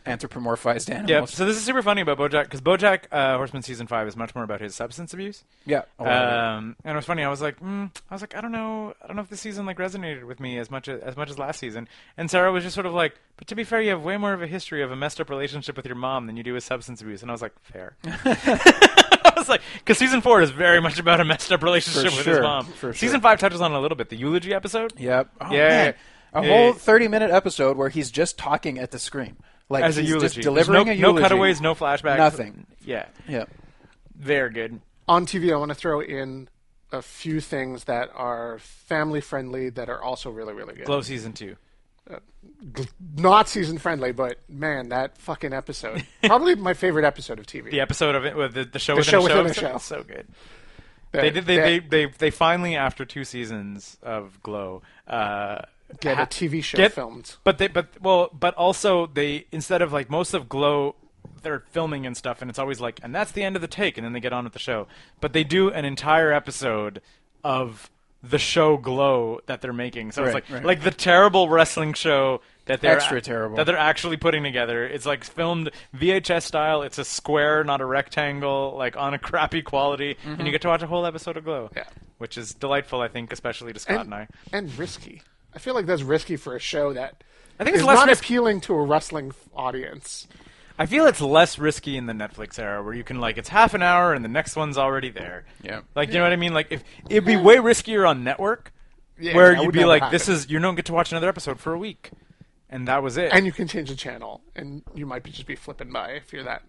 [SPEAKER 3] anthropomorphized
[SPEAKER 2] Yeah.
[SPEAKER 3] animals.
[SPEAKER 2] So this is super funny about BoJack because BoJack uh, Horseman season five is much more about his substance abuse.
[SPEAKER 3] Yeah. Oh, wow.
[SPEAKER 2] Um, and it was funny. I was like, mm, I was like, I don't know, I don't know if this season like resonated with me as much as, as much as last season. And Sarah was just sort of like, but to be fair, you have way more of a history of a messed up relationship with your mom than you do with substance abuse. And I was like,
[SPEAKER 3] <laughs>
[SPEAKER 2] fair. I was like, because season four is very much about a messed up relationship with his
[SPEAKER 3] sure,
[SPEAKER 2] mom.
[SPEAKER 3] for sure.
[SPEAKER 2] Season five touches on it a little bit the eulogy episode.
[SPEAKER 3] Yep. Oh,
[SPEAKER 2] Yeah,
[SPEAKER 3] man.
[SPEAKER 2] yeah,
[SPEAKER 3] A
[SPEAKER 2] yeah.
[SPEAKER 3] whole
[SPEAKER 2] Yeah.
[SPEAKER 3] 30 minute episode where he's just talking at the screen. Like
[SPEAKER 2] As a
[SPEAKER 3] he's
[SPEAKER 2] eulogy,
[SPEAKER 3] just delivering
[SPEAKER 2] There's
[SPEAKER 3] a
[SPEAKER 2] no,
[SPEAKER 3] eulogy.
[SPEAKER 2] no cutaways, no flashbacks,
[SPEAKER 3] Nothing.
[SPEAKER 2] Yeah,
[SPEAKER 3] Yeah.
[SPEAKER 2] very good.
[SPEAKER 4] On TV, I want to throw in a few things that are family friendly that are also really really good.
[SPEAKER 2] Glow season two.
[SPEAKER 4] Not season friendly, but man, that
[SPEAKER 2] <laughs>
[SPEAKER 4] fucking episode. Probably my favorite episode of TV.
[SPEAKER 2] the episode of it, with the, the show
[SPEAKER 4] The
[SPEAKER 2] within
[SPEAKER 4] show
[SPEAKER 2] a show.
[SPEAKER 4] within a
[SPEAKER 2] episode.
[SPEAKER 4] show.
[SPEAKER 2] It's so good.
[SPEAKER 4] That-
[SPEAKER 2] They did. They,
[SPEAKER 4] that-
[SPEAKER 2] they, they, they finally, after two seasons of Glow, uh,
[SPEAKER 4] get a
[SPEAKER 2] ha-
[SPEAKER 4] TV show
[SPEAKER 2] get-
[SPEAKER 4] filmed.
[SPEAKER 2] But they, but well, but also they instead of like most of Glow, they're filming and stuff, and it's always like, and that's the end of the take, and then they get on with the show. But they do an entire episode of the show Glow that they're making. So it's
[SPEAKER 3] Right,
[SPEAKER 2] like
[SPEAKER 3] right.
[SPEAKER 2] like the terrible wrestling show that they're
[SPEAKER 3] Extra terrible.
[SPEAKER 2] that they're actually putting together. It's like filmed VHS style. It's a square, not a rectangle, like on a crappy quality, and you get to watch a whole episode of Glow.
[SPEAKER 4] Yeah.
[SPEAKER 2] Which is delightful, I think, especially to Scott and, I.
[SPEAKER 4] and risky. I feel like that's risky for a show that
[SPEAKER 2] I think it's
[SPEAKER 4] is
[SPEAKER 2] less
[SPEAKER 4] not
[SPEAKER 2] risk-
[SPEAKER 4] appealing to a wrestling f- audience.
[SPEAKER 2] I feel it's less risky in the Netflix era where you can like it's half an hour and the next one's already there.
[SPEAKER 3] Yeah.
[SPEAKER 2] Like you know what I mean? Like if it'd be way riskier on network
[SPEAKER 4] Yeah,
[SPEAKER 2] where
[SPEAKER 4] that
[SPEAKER 2] you'd
[SPEAKER 4] would
[SPEAKER 2] be
[SPEAKER 4] never
[SPEAKER 2] like
[SPEAKER 4] happen.
[SPEAKER 2] this is you don't get to watch another episode for a week. And that was it.
[SPEAKER 4] and you can change the channel, and you might be just be flipping by if you're that.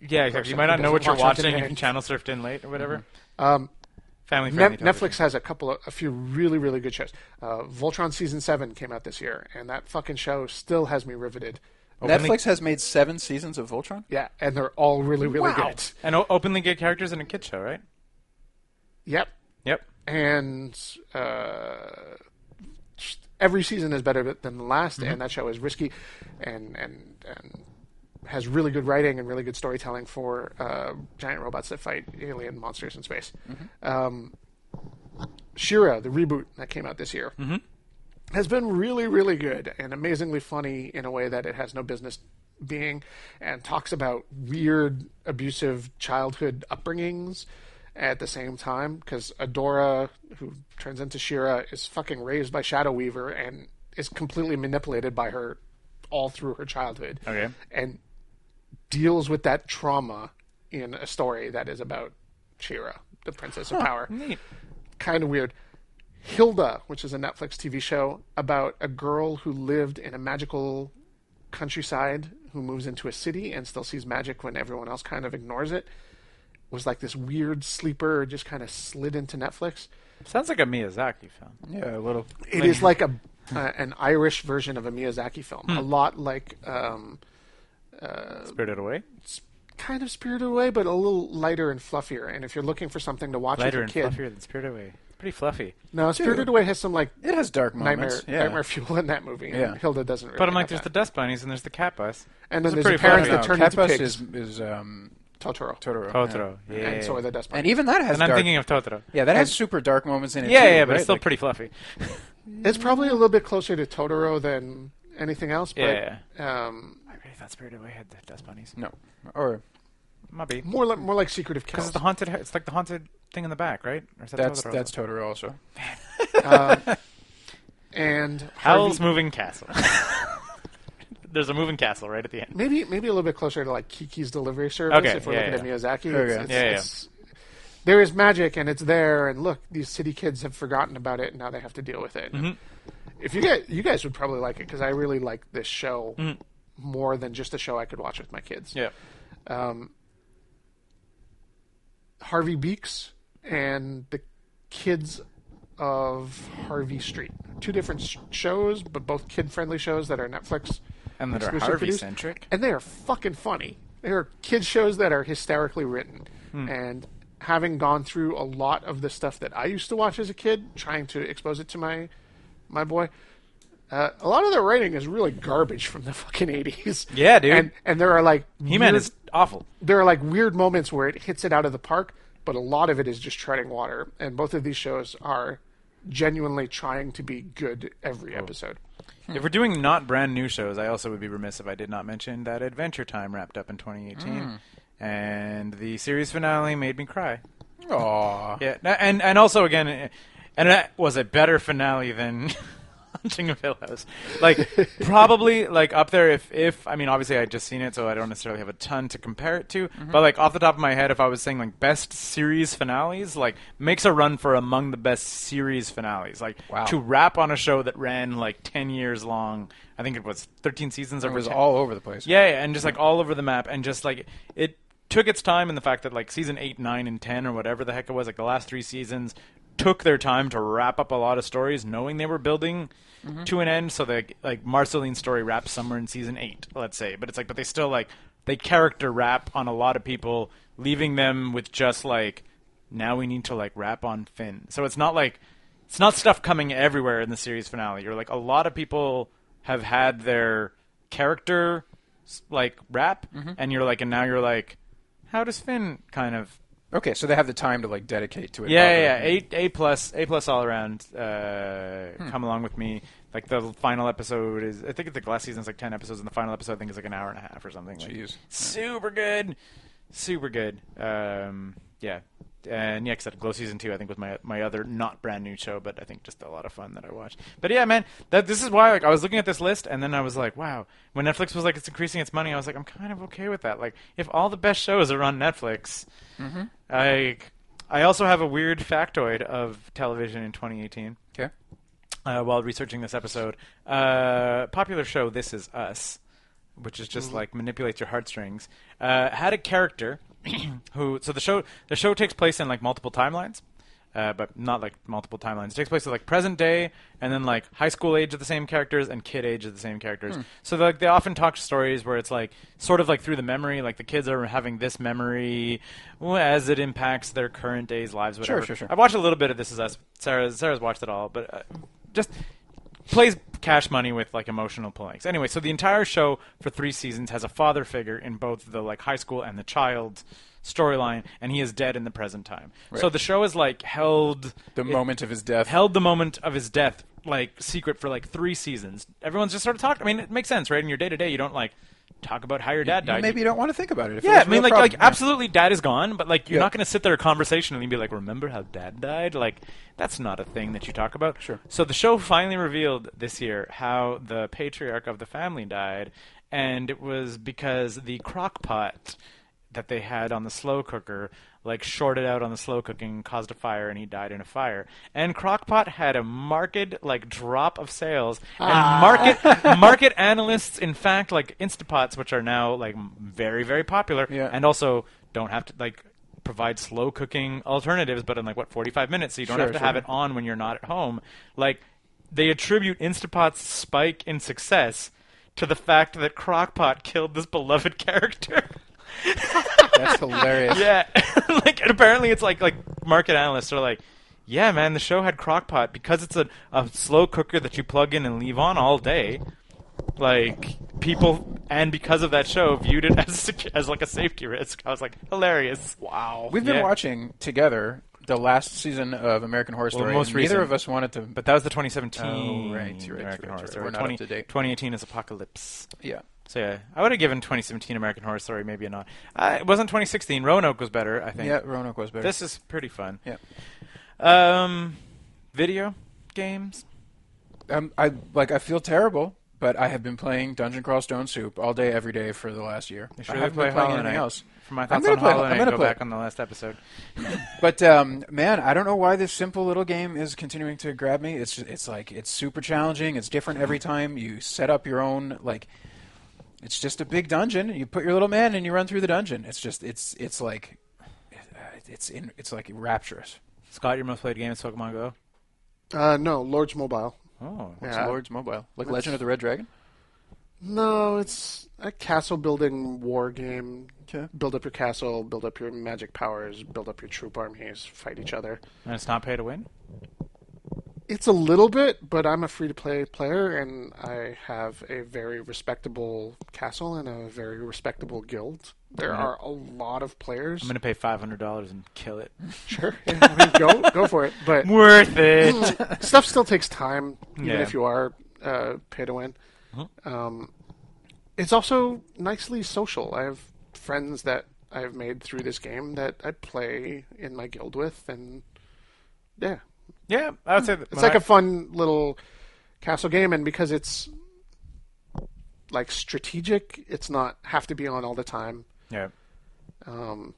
[SPEAKER 2] yeah, exactly. You
[SPEAKER 4] person
[SPEAKER 2] might not know what
[SPEAKER 4] doesn't
[SPEAKER 2] you're
[SPEAKER 4] watch
[SPEAKER 2] watching
[SPEAKER 4] on
[SPEAKER 2] if you
[SPEAKER 4] demand.
[SPEAKER 2] channel surfed in late or whatever.
[SPEAKER 4] Um,
[SPEAKER 2] Family friendly.
[SPEAKER 4] Net- Netflix has a couple of a few really really good shows. Uh, Voltron season seven came out this year, and that fucking show still has me riveted.
[SPEAKER 2] Openly-
[SPEAKER 3] Netflix has made seven seasons of Voltron.
[SPEAKER 4] Yeah, and they're all really really
[SPEAKER 3] Wow.
[SPEAKER 4] good.
[SPEAKER 2] and o- openly gay characters in a kid show, right?
[SPEAKER 4] Yep,
[SPEAKER 2] Yep.
[SPEAKER 4] and uh, every season is better than the last, and that show is risky, and and and has really good writing and really good storytelling for uh, giant robots that fight alien monsters in space. Um, Shira, the reboot that came out this year, has been really, really good and amazingly funny in a way that it has no business being, and talks about weird, abusive childhood upbringings at the same time. Because Adora, who turns into Shira, is fucking raised by Shadow Weaver and is completely manipulated by her all through her childhood.
[SPEAKER 2] Okay.
[SPEAKER 4] And deals with that trauma in a story that is about Shira, the Princess of Power
[SPEAKER 2] Neat.
[SPEAKER 4] kind of weird. Hilda, which is a Netflix TV show about a girl who lived in a magical countryside who moves into a city and still sees magic when everyone else kind of ignores it, was like this weird sleeper, just kind of slid into Netflix.
[SPEAKER 2] Sounds like a Miyazaki film.
[SPEAKER 3] Yeah, a little.
[SPEAKER 4] It is like a uh, an Irish version of a Miyazaki film,
[SPEAKER 2] Hmm.
[SPEAKER 4] a lot like um,
[SPEAKER 2] Spirited Away.
[SPEAKER 4] kind of Spirited Away, but a little lighter and fluffier. And if you're looking for something to watch
[SPEAKER 2] Lighter and
[SPEAKER 4] with your kid,
[SPEAKER 2] fluffier than Spirited Away. Pretty fluffy.
[SPEAKER 4] no, Spirited
[SPEAKER 3] Dude.
[SPEAKER 4] Away has some like
[SPEAKER 3] It has dark
[SPEAKER 4] nightmare,
[SPEAKER 3] moments. yeah.
[SPEAKER 4] nightmare fuel in that movie. and
[SPEAKER 3] Yeah.
[SPEAKER 4] Hilda doesn't. Really
[SPEAKER 2] But I'm like,
[SPEAKER 4] have
[SPEAKER 2] there's
[SPEAKER 4] that.
[SPEAKER 2] the dust bunnies and there's the cat bus.
[SPEAKER 4] And then
[SPEAKER 2] Those
[SPEAKER 4] there's
[SPEAKER 2] are
[SPEAKER 4] the
[SPEAKER 2] pretty
[SPEAKER 4] parents
[SPEAKER 2] fun
[SPEAKER 4] that
[SPEAKER 2] shows.
[SPEAKER 4] turn
[SPEAKER 3] Cat
[SPEAKER 4] into
[SPEAKER 3] Bus
[SPEAKER 4] pigs.
[SPEAKER 3] is is um,
[SPEAKER 4] Totoro.
[SPEAKER 3] Oh, Totoro.
[SPEAKER 2] Totoro. Yeah.
[SPEAKER 4] And so are the Dust
[SPEAKER 3] yeah. And
[SPEAKER 4] Bunnies.
[SPEAKER 3] even that has.
[SPEAKER 2] And I'm
[SPEAKER 3] dark-
[SPEAKER 2] thinking of Totoro.
[SPEAKER 3] Yeah, that has super dark moments in it.
[SPEAKER 2] Yeah,
[SPEAKER 3] too,
[SPEAKER 2] yeah, but
[SPEAKER 3] right?
[SPEAKER 2] it's still
[SPEAKER 3] Like-
[SPEAKER 2] pretty fluffy.
[SPEAKER 4] It's probably a little bit closer to Totoro than anything else. But,
[SPEAKER 2] Yeah.
[SPEAKER 4] Um,
[SPEAKER 2] I really thought Spirited Away had the dust bunnies.
[SPEAKER 3] No, or
[SPEAKER 2] Might be.
[SPEAKER 4] more like more like Secret of
[SPEAKER 2] Because
[SPEAKER 4] Kills.
[SPEAKER 2] it's the haunted. It's like the haunted thing in the back, right? Or is that
[SPEAKER 3] that's
[SPEAKER 2] Totoro?
[SPEAKER 3] that's Totoro also.
[SPEAKER 4] Um,
[SPEAKER 2] <laughs>
[SPEAKER 4] and
[SPEAKER 2] Howl's
[SPEAKER 4] Harvey,
[SPEAKER 2] Moving Castle. <laughs> There's a moving castle right at the end.
[SPEAKER 4] maybe maybe a little bit closer to like Kiki's Delivery Service
[SPEAKER 2] Okay,
[SPEAKER 4] if we're
[SPEAKER 2] yeah,
[SPEAKER 4] looking
[SPEAKER 2] yeah.
[SPEAKER 4] at Miyazaki.
[SPEAKER 3] Okay.
[SPEAKER 4] It's, it's,
[SPEAKER 2] Yeah, yeah.
[SPEAKER 4] it's- there is magic and it's there, and look, these city kids have forgotten about it, and now they have to deal with it.
[SPEAKER 2] Mm-hmm.
[SPEAKER 4] If you get, you guys would probably like it because I really like this show
[SPEAKER 2] Mm-hmm.
[SPEAKER 4] more than just a show I could watch with my kids.
[SPEAKER 2] Yeah.
[SPEAKER 4] Harvey Beaks and the kids of Harvey Street. Two different sh- shows, but both kid-friendly shows that are Netflix,
[SPEAKER 2] And that are
[SPEAKER 4] Exclusive
[SPEAKER 2] Harvey
[SPEAKER 4] produced?
[SPEAKER 2] centric.
[SPEAKER 4] and they are fucking funny. They are kids shows that are hysterically written.
[SPEAKER 2] Hmm.
[SPEAKER 4] And having gone through a lot of the stuff that I used to watch as a kid, trying to expose it to my my boy. Uh, a lot of their writing is really garbage from the <laughs> fucking 80s.
[SPEAKER 2] Yeah, dude.
[SPEAKER 4] And, and there are like
[SPEAKER 2] He Man
[SPEAKER 4] weird-
[SPEAKER 2] is awful.
[SPEAKER 4] there are like weird moments where it hits it out of the park, but a lot of it is just treading water. And both of these shows are genuinely trying to be good every episode.
[SPEAKER 2] If we're doing not brand new shows, I also would be remiss if I did not mention that Adventure Time wrapped up in 2018, and the series finale made me cry.
[SPEAKER 3] Aww.
[SPEAKER 2] Yeah, na- and and also again, eh, and that was a better finale than <laughs> Haunting of Hill House.
[SPEAKER 3] <laughs>
[SPEAKER 2] Like probably like up there if if I mean obviously I just seen it, so I don't necessarily have a ton to compare it to.
[SPEAKER 3] Mm-hmm.
[SPEAKER 2] But like off the top of my head, if I was saying like best series finales, like makes a run for among the best series finales. Like
[SPEAKER 3] Wow.
[SPEAKER 2] to wrap on a show that ran like ten years long. I think it was thirteen seasons.
[SPEAKER 3] It was
[SPEAKER 2] 10
[SPEAKER 3] all over the place.
[SPEAKER 2] yeah, yeah, and just like all over the map, and just like it took its time in the fact that like season eight, nine, and ten, or whatever the heck it was, like the last three seasons took their time to wrap up a lot of stories, knowing they were building to an end. So they like Marceline's story wraps somewhere in season eight, let's say, but it's like, but they still like they character wrap on a lot of people, leaving them with just like now we need to like wrap on Finn. So it's not like it's not stuff coming everywhere in the series finale. You're like a lot of people have had their character s- like rap and you're like and now you're like how does finn kind of
[SPEAKER 3] Okay, so they have the time to like dedicate to it.
[SPEAKER 2] yeah yeah, yeah.
[SPEAKER 3] properly.
[SPEAKER 2] a a plus a plus all around uh come along with me like the final episode is i think the last season's like 10 episodes and the final episode i think is like an hour and a half or something like
[SPEAKER 3] Jeez.
[SPEAKER 2] super good super good um yeah And yeah, like I said Glow season two. I think was my my other not brand new show, but I think just a lot of fun that I watched. But yeah, man, that this is why like I was looking at this list, and then I was like, wow, when Netflix was like it's increasing its money, I was like, I'm kind of okay with that. Like if all the best shows are on Netflix, I I also have a weird factoid of television in 2018
[SPEAKER 3] Okay.
[SPEAKER 2] uh, while researching this episode. Uh, popular show This Is Us, which is
[SPEAKER 3] Mm-hmm.
[SPEAKER 2] just like manipulates your heartstrings, uh, had a character <clears throat> who. So the show the show takes place in like multiple timelines. Uh, but not like multiple timelines. It takes place at like present day, and then like high school age of the same characters, and kid age of the same
[SPEAKER 3] Hmm.
[SPEAKER 2] characters. So like they often talk stories where it's like sort of like through the memory, like the kids are having this memory as it impacts their current day's lives. Whatever.
[SPEAKER 3] sure, sure.
[SPEAKER 2] I've watched a little bit of This Is Us. Sarah's Sarah's watched it all, but uh, just plays cash money with like emotional planks. Anyway, so the entire show for three seasons has a father figure in both the like high school and the child storyline, and he is dead in the present time. So the show is like held
[SPEAKER 3] The moment of his death.
[SPEAKER 2] held the moment of his death like secret for like three seasons. Everyone's just sort of talking. I mean, it makes sense, right? In your day to day, you don't like talk about how your dad died.
[SPEAKER 3] Maybe you don't want to think about it. If it
[SPEAKER 2] Yeah,
[SPEAKER 3] was
[SPEAKER 2] I
[SPEAKER 3] a
[SPEAKER 2] mean,
[SPEAKER 3] real
[SPEAKER 2] like,
[SPEAKER 3] problem.
[SPEAKER 2] like
[SPEAKER 3] Yeah.
[SPEAKER 2] absolutely, dad is gone, but like, you're
[SPEAKER 3] Yeah.
[SPEAKER 2] not going to sit there conversationally and be like, "Remember how dad died?" Like, that's not a thing that you talk about.
[SPEAKER 3] Sure.
[SPEAKER 2] So the show finally revealed this year how the patriarch of the family died, and it was because the crock pot that they had on the slow cooker like shorted out on the slow cooking caused a fire and he died in a fire and crockpot had a market like drop of sales and market market analysts in fact like instapots which are now like very very popular
[SPEAKER 3] Yeah.
[SPEAKER 2] and also don't have to like provide slow cooking alternatives but in like what 45 minutes so you don't
[SPEAKER 3] Sure,
[SPEAKER 2] have to
[SPEAKER 3] sure.
[SPEAKER 2] have it on when you're not at home like they attribute instapot's spike in success to the fact that crockpot killed this beloved <laughs>
[SPEAKER 3] <laughs>
[SPEAKER 2] character <laughs>
[SPEAKER 3] that's hilarious.
[SPEAKER 2] yeah, like and apparently it's like like market analysts are like, yeah, man, the show had crockpot because it's a, a slow cooker that you plug in and leave on all day. Like people, and because of that show, viewed it <laughs> as sec- as like a safety risk. I was like, hilarious.
[SPEAKER 3] Wow. We've been
[SPEAKER 2] Yeah.
[SPEAKER 3] watching together the last season of American Horror Story.
[SPEAKER 2] most
[SPEAKER 3] and neither
[SPEAKER 2] recent.
[SPEAKER 3] of us wanted to, but
[SPEAKER 2] But that was the 2017
[SPEAKER 3] Oh, right, right, right,
[SPEAKER 2] American
[SPEAKER 3] right,
[SPEAKER 2] Horror
[SPEAKER 3] right.
[SPEAKER 2] Story.
[SPEAKER 3] We're not up
[SPEAKER 2] 20
[SPEAKER 3] to date.
[SPEAKER 2] 2018 is Apocalypse.
[SPEAKER 3] yeah.
[SPEAKER 2] So yeah, I would have given 2017 American Horror Story maybe a nod. Uh, it wasn't 2016. Roanoke was better, I think.
[SPEAKER 3] Yeah, Roanoke was better.
[SPEAKER 2] This is pretty fun.
[SPEAKER 3] yeah.
[SPEAKER 2] Um, video games.
[SPEAKER 3] Um, I like I feel terrible, but I have been playing Dungeon Crawl Stone Soup all day every day for the last year.
[SPEAKER 2] Should
[SPEAKER 3] I
[SPEAKER 2] we
[SPEAKER 3] haven't been playing anything else.
[SPEAKER 2] For my
[SPEAKER 3] I'm
[SPEAKER 2] thoughts
[SPEAKER 3] gonna
[SPEAKER 2] on
[SPEAKER 3] play-
[SPEAKER 2] Hollow
[SPEAKER 3] I'm
[SPEAKER 2] Knight,
[SPEAKER 3] gonna
[SPEAKER 2] go
[SPEAKER 3] play-
[SPEAKER 2] back on the last episode.
[SPEAKER 3] But um, man, I don't know why this simple little game is continuing to grab me. It's it's like it's super challenging. It's different every time. You set up your own like. It's just a big dungeon, and you put your little man, and you run through the dungeon. It's just it's it's like, uh, it's in it's like rapturous.
[SPEAKER 2] Scott, your most played game is Pokemon Go.
[SPEAKER 4] Uh, no, Lords Mobile.
[SPEAKER 2] Oh,
[SPEAKER 3] It's
[SPEAKER 4] Yeah.
[SPEAKER 3] Lords Mobile, like Legend of the Red Dragon.
[SPEAKER 4] No, it's a castle building war game.
[SPEAKER 3] Okay.
[SPEAKER 4] Build up your castle, build up your magic powers, build up your troop armies, fight each other.
[SPEAKER 2] and it's not pay to win.
[SPEAKER 4] It's a little bit, but I'm a free to play player and I have a very respectable castle and a very respectable guild. There are a lot of players.
[SPEAKER 2] I'm gonna pay five hundred dollars and kill
[SPEAKER 3] <laughs>
[SPEAKER 2] it.
[SPEAKER 4] Sure.
[SPEAKER 2] <laughs>
[SPEAKER 4] <laughs> Yeah, I mean, go go for it. But
[SPEAKER 2] Worth it.
[SPEAKER 4] <laughs> stuff still takes time, even
[SPEAKER 2] Yeah. Uh-huh.
[SPEAKER 4] if you are uh, pay to win. Um, it's also nicely social. I have friends that I've made through this game that I play in my guild with, and yeah,
[SPEAKER 2] yeah, I would say that
[SPEAKER 4] it's like a fun little castle game. And because it's like strategic, it's not have to be on all the time.
[SPEAKER 2] yeah.
[SPEAKER 4] Um,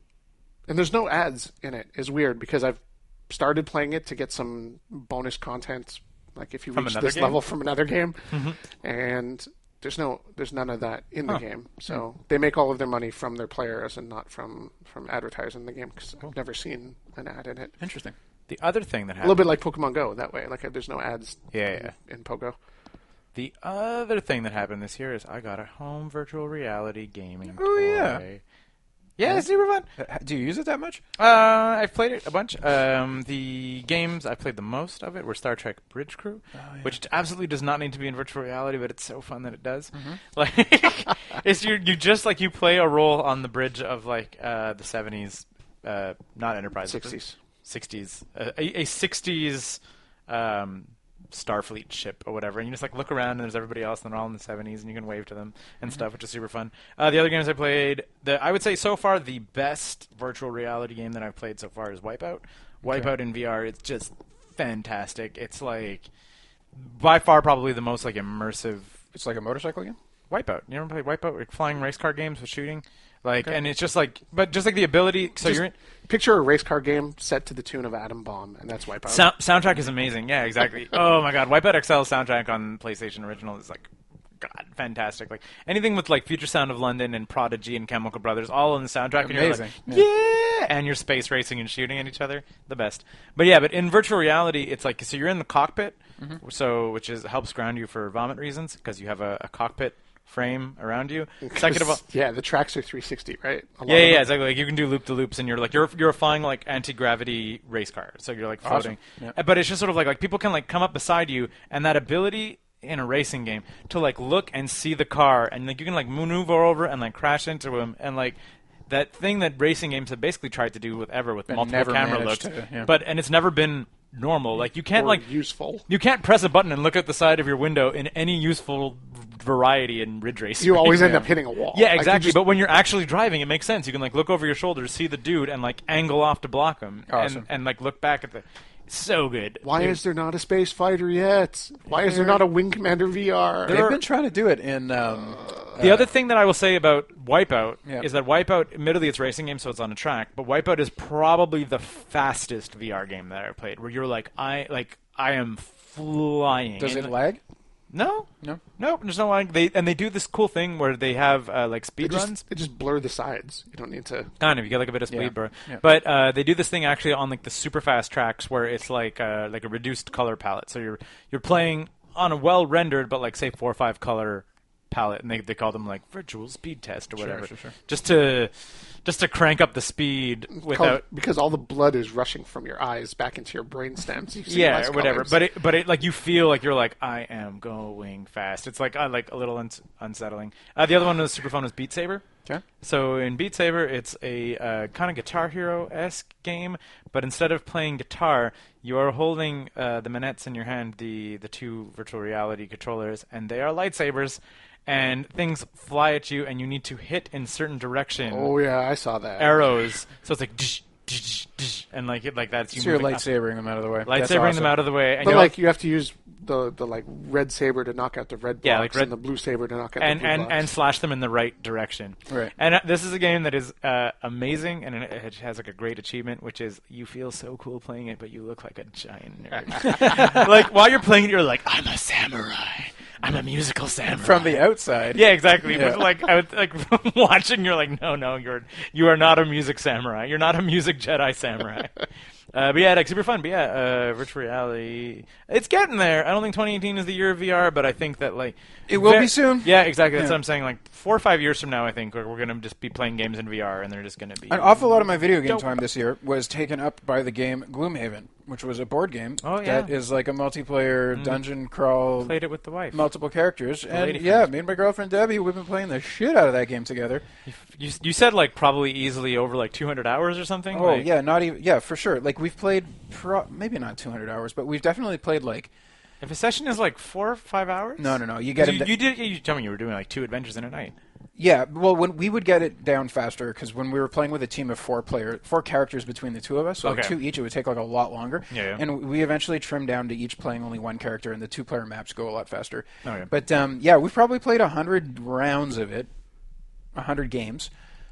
[SPEAKER 4] and there's no ads in it. Is weird because I've started playing it to get some bonus content, like if you
[SPEAKER 2] From
[SPEAKER 4] reach
[SPEAKER 2] another
[SPEAKER 4] this
[SPEAKER 2] game? Mm-hmm.
[SPEAKER 4] level from another game, and there's no there's none of that in the game.
[SPEAKER 2] Hmm.
[SPEAKER 4] So they make all of their money from their players and not from from advertising the game because I've never seen an ad in it.
[SPEAKER 3] Interesting.
[SPEAKER 2] The other thing that
[SPEAKER 4] A little
[SPEAKER 2] happened.
[SPEAKER 4] bit like Pokemon Go that way. Like uh, there's no ads.
[SPEAKER 2] Yeah,
[SPEAKER 4] in,
[SPEAKER 2] yeah.
[SPEAKER 4] in Pogo.
[SPEAKER 2] The other thing that happened this year is I got a home virtual reality gaming.
[SPEAKER 3] Oh, yeah.
[SPEAKER 2] toy. Yeah, it's super fun.
[SPEAKER 3] Uh, Do you use it that much?
[SPEAKER 2] Uh, I've played it a bunch. Um, the games I played the most of it were Star Trek Bridge Crew, which absolutely does not need to be in virtual reality, but it's so fun that it does. <laughs> Like, it's you you just like you play a role on the bridge of like uh, the seventies, uh, not Enterprise, but the-
[SPEAKER 4] 60s.
[SPEAKER 2] sixties, a sixties um, Starfleet ship or whatever, and you just like look around and there's everybody else, and they're all in the 70s, and you can wave to them and stuff, which is super fun. Uh, the other games I played, the I would say so far the best virtual reality game that I've played so far is Wipeout. Wipeout in VR, it's just fantastic. It's like by far probably the most like immersive
[SPEAKER 3] It's like a motorcycle game.
[SPEAKER 2] Wipeout. You ever play Wipeout? Like flying race car games with shooting, like, and it's just like, but just like the ability. So
[SPEAKER 4] Just
[SPEAKER 2] you're in,
[SPEAKER 4] picture a race car game set to the tune of Atom Bomb, and that's Wipeout.
[SPEAKER 2] Sound, soundtrack is amazing. Yeah, exactly. oh my god, Wipeout XL soundtrack on PlayStation Original is like, god, fantastic. Like anything with like Future Sound of London and Prodigy and Chemical Brothers, all in the soundtrack.
[SPEAKER 3] Amazing.
[SPEAKER 2] And you're like, yeah. and you're space racing and shooting at each other, the best. But yeah, but in virtual reality, it's like so you're in the cockpit, so which is helps ground you for vomit reasons because you have a, a cockpit frame around you. Second
[SPEAKER 4] <laughs>
[SPEAKER 2] of all,
[SPEAKER 4] yeah, the tracks are 360, right? A
[SPEAKER 2] yeah,
[SPEAKER 4] lot of
[SPEAKER 2] yeah,
[SPEAKER 4] them.
[SPEAKER 2] yeah, exactly. Like you can do loop the loops, and you're like you're you're flying like anti gravity race car, so you're like floating. Uh, But it's just sort of like like people can like come up beside you, and that ability in a racing game to like look and see the car, and like you can like maneuver over and like crash into him, and like that thing that racing games have basically tried to do with ever with multiple
[SPEAKER 3] never
[SPEAKER 2] camera looks,
[SPEAKER 3] managed to, yeah.
[SPEAKER 2] but and it's never been normal. Like you can't
[SPEAKER 4] Or
[SPEAKER 2] like
[SPEAKER 4] useful.
[SPEAKER 2] you can't press a button and look at the side of your window in any useful variety in ridge racing.
[SPEAKER 4] You always end up hitting a wall.
[SPEAKER 2] Yeah,
[SPEAKER 4] Like, you
[SPEAKER 2] exactly.
[SPEAKER 4] just-
[SPEAKER 2] But when you're actually driving, it makes sense. You can like look over your shoulder, see the dude, and like angle off to block him,
[SPEAKER 3] Awesome.
[SPEAKER 2] and and like look back at the. So good.
[SPEAKER 4] why
[SPEAKER 2] Dude.
[SPEAKER 4] is there not a space fighter yet? Why is there not a Wing Commander VR?
[SPEAKER 3] They've been trying to do it in. Um,
[SPEAKER 4] uh,
[SPEAKER 2] the other thing that I will say about Wipeout
[SPEAKER 3] Yeah.
[SPEAKER 2] is that Wipeout, admittedly, it's a racing game, so it's on a track, but Wipeout is probably the fastest VR game that I played. Where you're like, I like, I am flying.
[SPEAKER 3] does
[SPEAKER 2] And,
[SPEAKER 3] it
[SPEAKER 2] like-
[SPEAKER 3] lag?
[SPEAKER 2] No,
[SPEAKER 3] No?
[SPEAKER 2] no. There's no lag. They and they do this cool thing where they have uh, like
[SPEAKER 4] It
[SPEAKER 2] speed runs.
[SPEAKER 4] just, they just blur the sides. You don't need to.
[SPEAKER 2] kind of you get like a bit of speed
[SPEAKER 3] Yeah.
[SPEAKER 2] bro
[SPEAKER 3] Yeah.
[SPEAKER 2] but uh, they do this thing actually on like the super fast tracks where it's like uh, like a reduced color palette so you're you're playing on a well rendered but like say four or five color palette and they, they call them like virtual speed test or whatever
[SPEAKER 3] sure, sure.
[SPEAKER 2] just to just to crank up the speed without
[SPEAKER 4] because all the blood is rushing from your eyes back into your brain stems. You see
[SPEAKER 2] yeah
[SPEAKER 4] less
[SPEAKER 2] or whatever
[SPEAKER 4] colors.
[SPEAKER 2] but it but it like you feel like you're like i am going fast it's like i like a little uns unsettling uh, the other one that was super fun was beat saber
[SPEAKER 3] Okay.
[SPEAKER 2] so in beat saber it's a uh, kind of guitar hero-esque game but instead of playing guitar you are holding uh, the manettes in your hand the the two virtual reality controllers and they are lightsabers and things fly at you and you need to hit in certain direction
[SPEAKER 4] oh yeah, I saw that.
[SPEAKER 2] arrows so it's like dsh, dsh, dsh, and like it like that's you
[SPEAKER 3] So you're
[SPEAKER 2] moving up-
[SPEAKER 3] lightsabering them out of the way. That's
[SPEAKER 2] lightsabering
[SPEAKER 3] awesome.
[SPEAKER 2] them out of the way and
[SPEAKER 4] But
[SPEAKER 2] you're
[SPEAKER 4] like you have to use the the like red saber to knock out the red blocks
[SPEAKER 2] Yeah, like red-
[SPEAKER 4] and the blue saber to knock out
[SPEAKER 2] and
[SPEAKER 4] the blue
[SPEAKER 2] and,
[SPEAKER 4] blocks.
[SPEAKER 2] and slash them in the right direction.
[SPEAKER 3] Right.
[SPEAKER 2] And uh, this is a game that is uh, amazing, and it it has like a great achievement, which is you feel so cool playing it, but you look like a giant
[SPEAKER 3] <laughs>
[SPEAKER 2] nerd. like while you're playing it, you're like, I'm a samurai. I'm a musical samurai
[SPEAKER 3] from the outside.
[SPEAKER 2] Yeah, exactly.
[SPEAKER 3] <laughs> Yeah.
[SPEAKER 2] But like, I was, like <laughs> watching, you're like, no, no, you're you are not a music samurai. You're not a music Jedi
[SPEAKER 3] <laughs>
[SPEAKER 2] samurai. uh, but yeah, like super fun. But yeah, uh, virtual reality, it's getting there. I don't think 2018 is the year of VR, but I think that like
[SPEAKER 3] It will be soon.
[SPEAKER 2] Yeah, exactly. That's
[SPEAKER 3] Yeah.
[SPEAKER 2] what I'm saying. Like four or five years from now, I think we're, we're gonna just be playing games in VR, and they're just gonna be
[SPEAKER 3] An awful lot of my video game
[SPEAKER 2] Dope.
[SPEAKER 3] time this year was taken up by the game Gloomhaven, which was a board game
[SPEAKER 2] Oh, yeah. Mm.
[SPEAKER 3] that is like a multiplayer dungeon crawl,
[SPEAKER 2] played it with the wife.
[SPEAKER 3] multiple characters. And
[SPEAKER 2] lady
[SPEAKER 3] yeah,
[SPEAKER 2] friends.
[SPEAKER 3] me and my girlfriend Debbie, we've been playing the shit out of that game together.
[SPEAKER 2] you, you said like probably easily over like 200 hours or something.
[SPEAKER 3] Oh
[SPEAKER 2] Like-
[SPEAKER 3] yeah, not even yeah for sure. Like we've played pro- maybe not 200 hours, but we've definitely played like
[SPEAKER 2] If a session is like four or five hours,
[SPEAKER 3] No, no, no, you get
[SPEAKER 2] you,
[SPEAKER 3] into-
[SPEAKER 2] you did. You tell me you were doing like two adventures in a night.
[SPEAKER 3] Yeah, well, when we would get it down faster because when we were playing with a team of four player, four characters between the two of us, so like
[SPEAKER 2] Okay.
[SPEAKER 3] two each, it would take like a lot longer.
[SPEAKER 2] Yeah, yeah.
[SPEAKER 3] And we eventually trimmed down to each playing only one character, and the two player maps go a lot faster.
[SPEAKER 2] Okay.
[SPEAKER 3] But um, yeah, we've probably played a hundred rounds of it, a hundred games.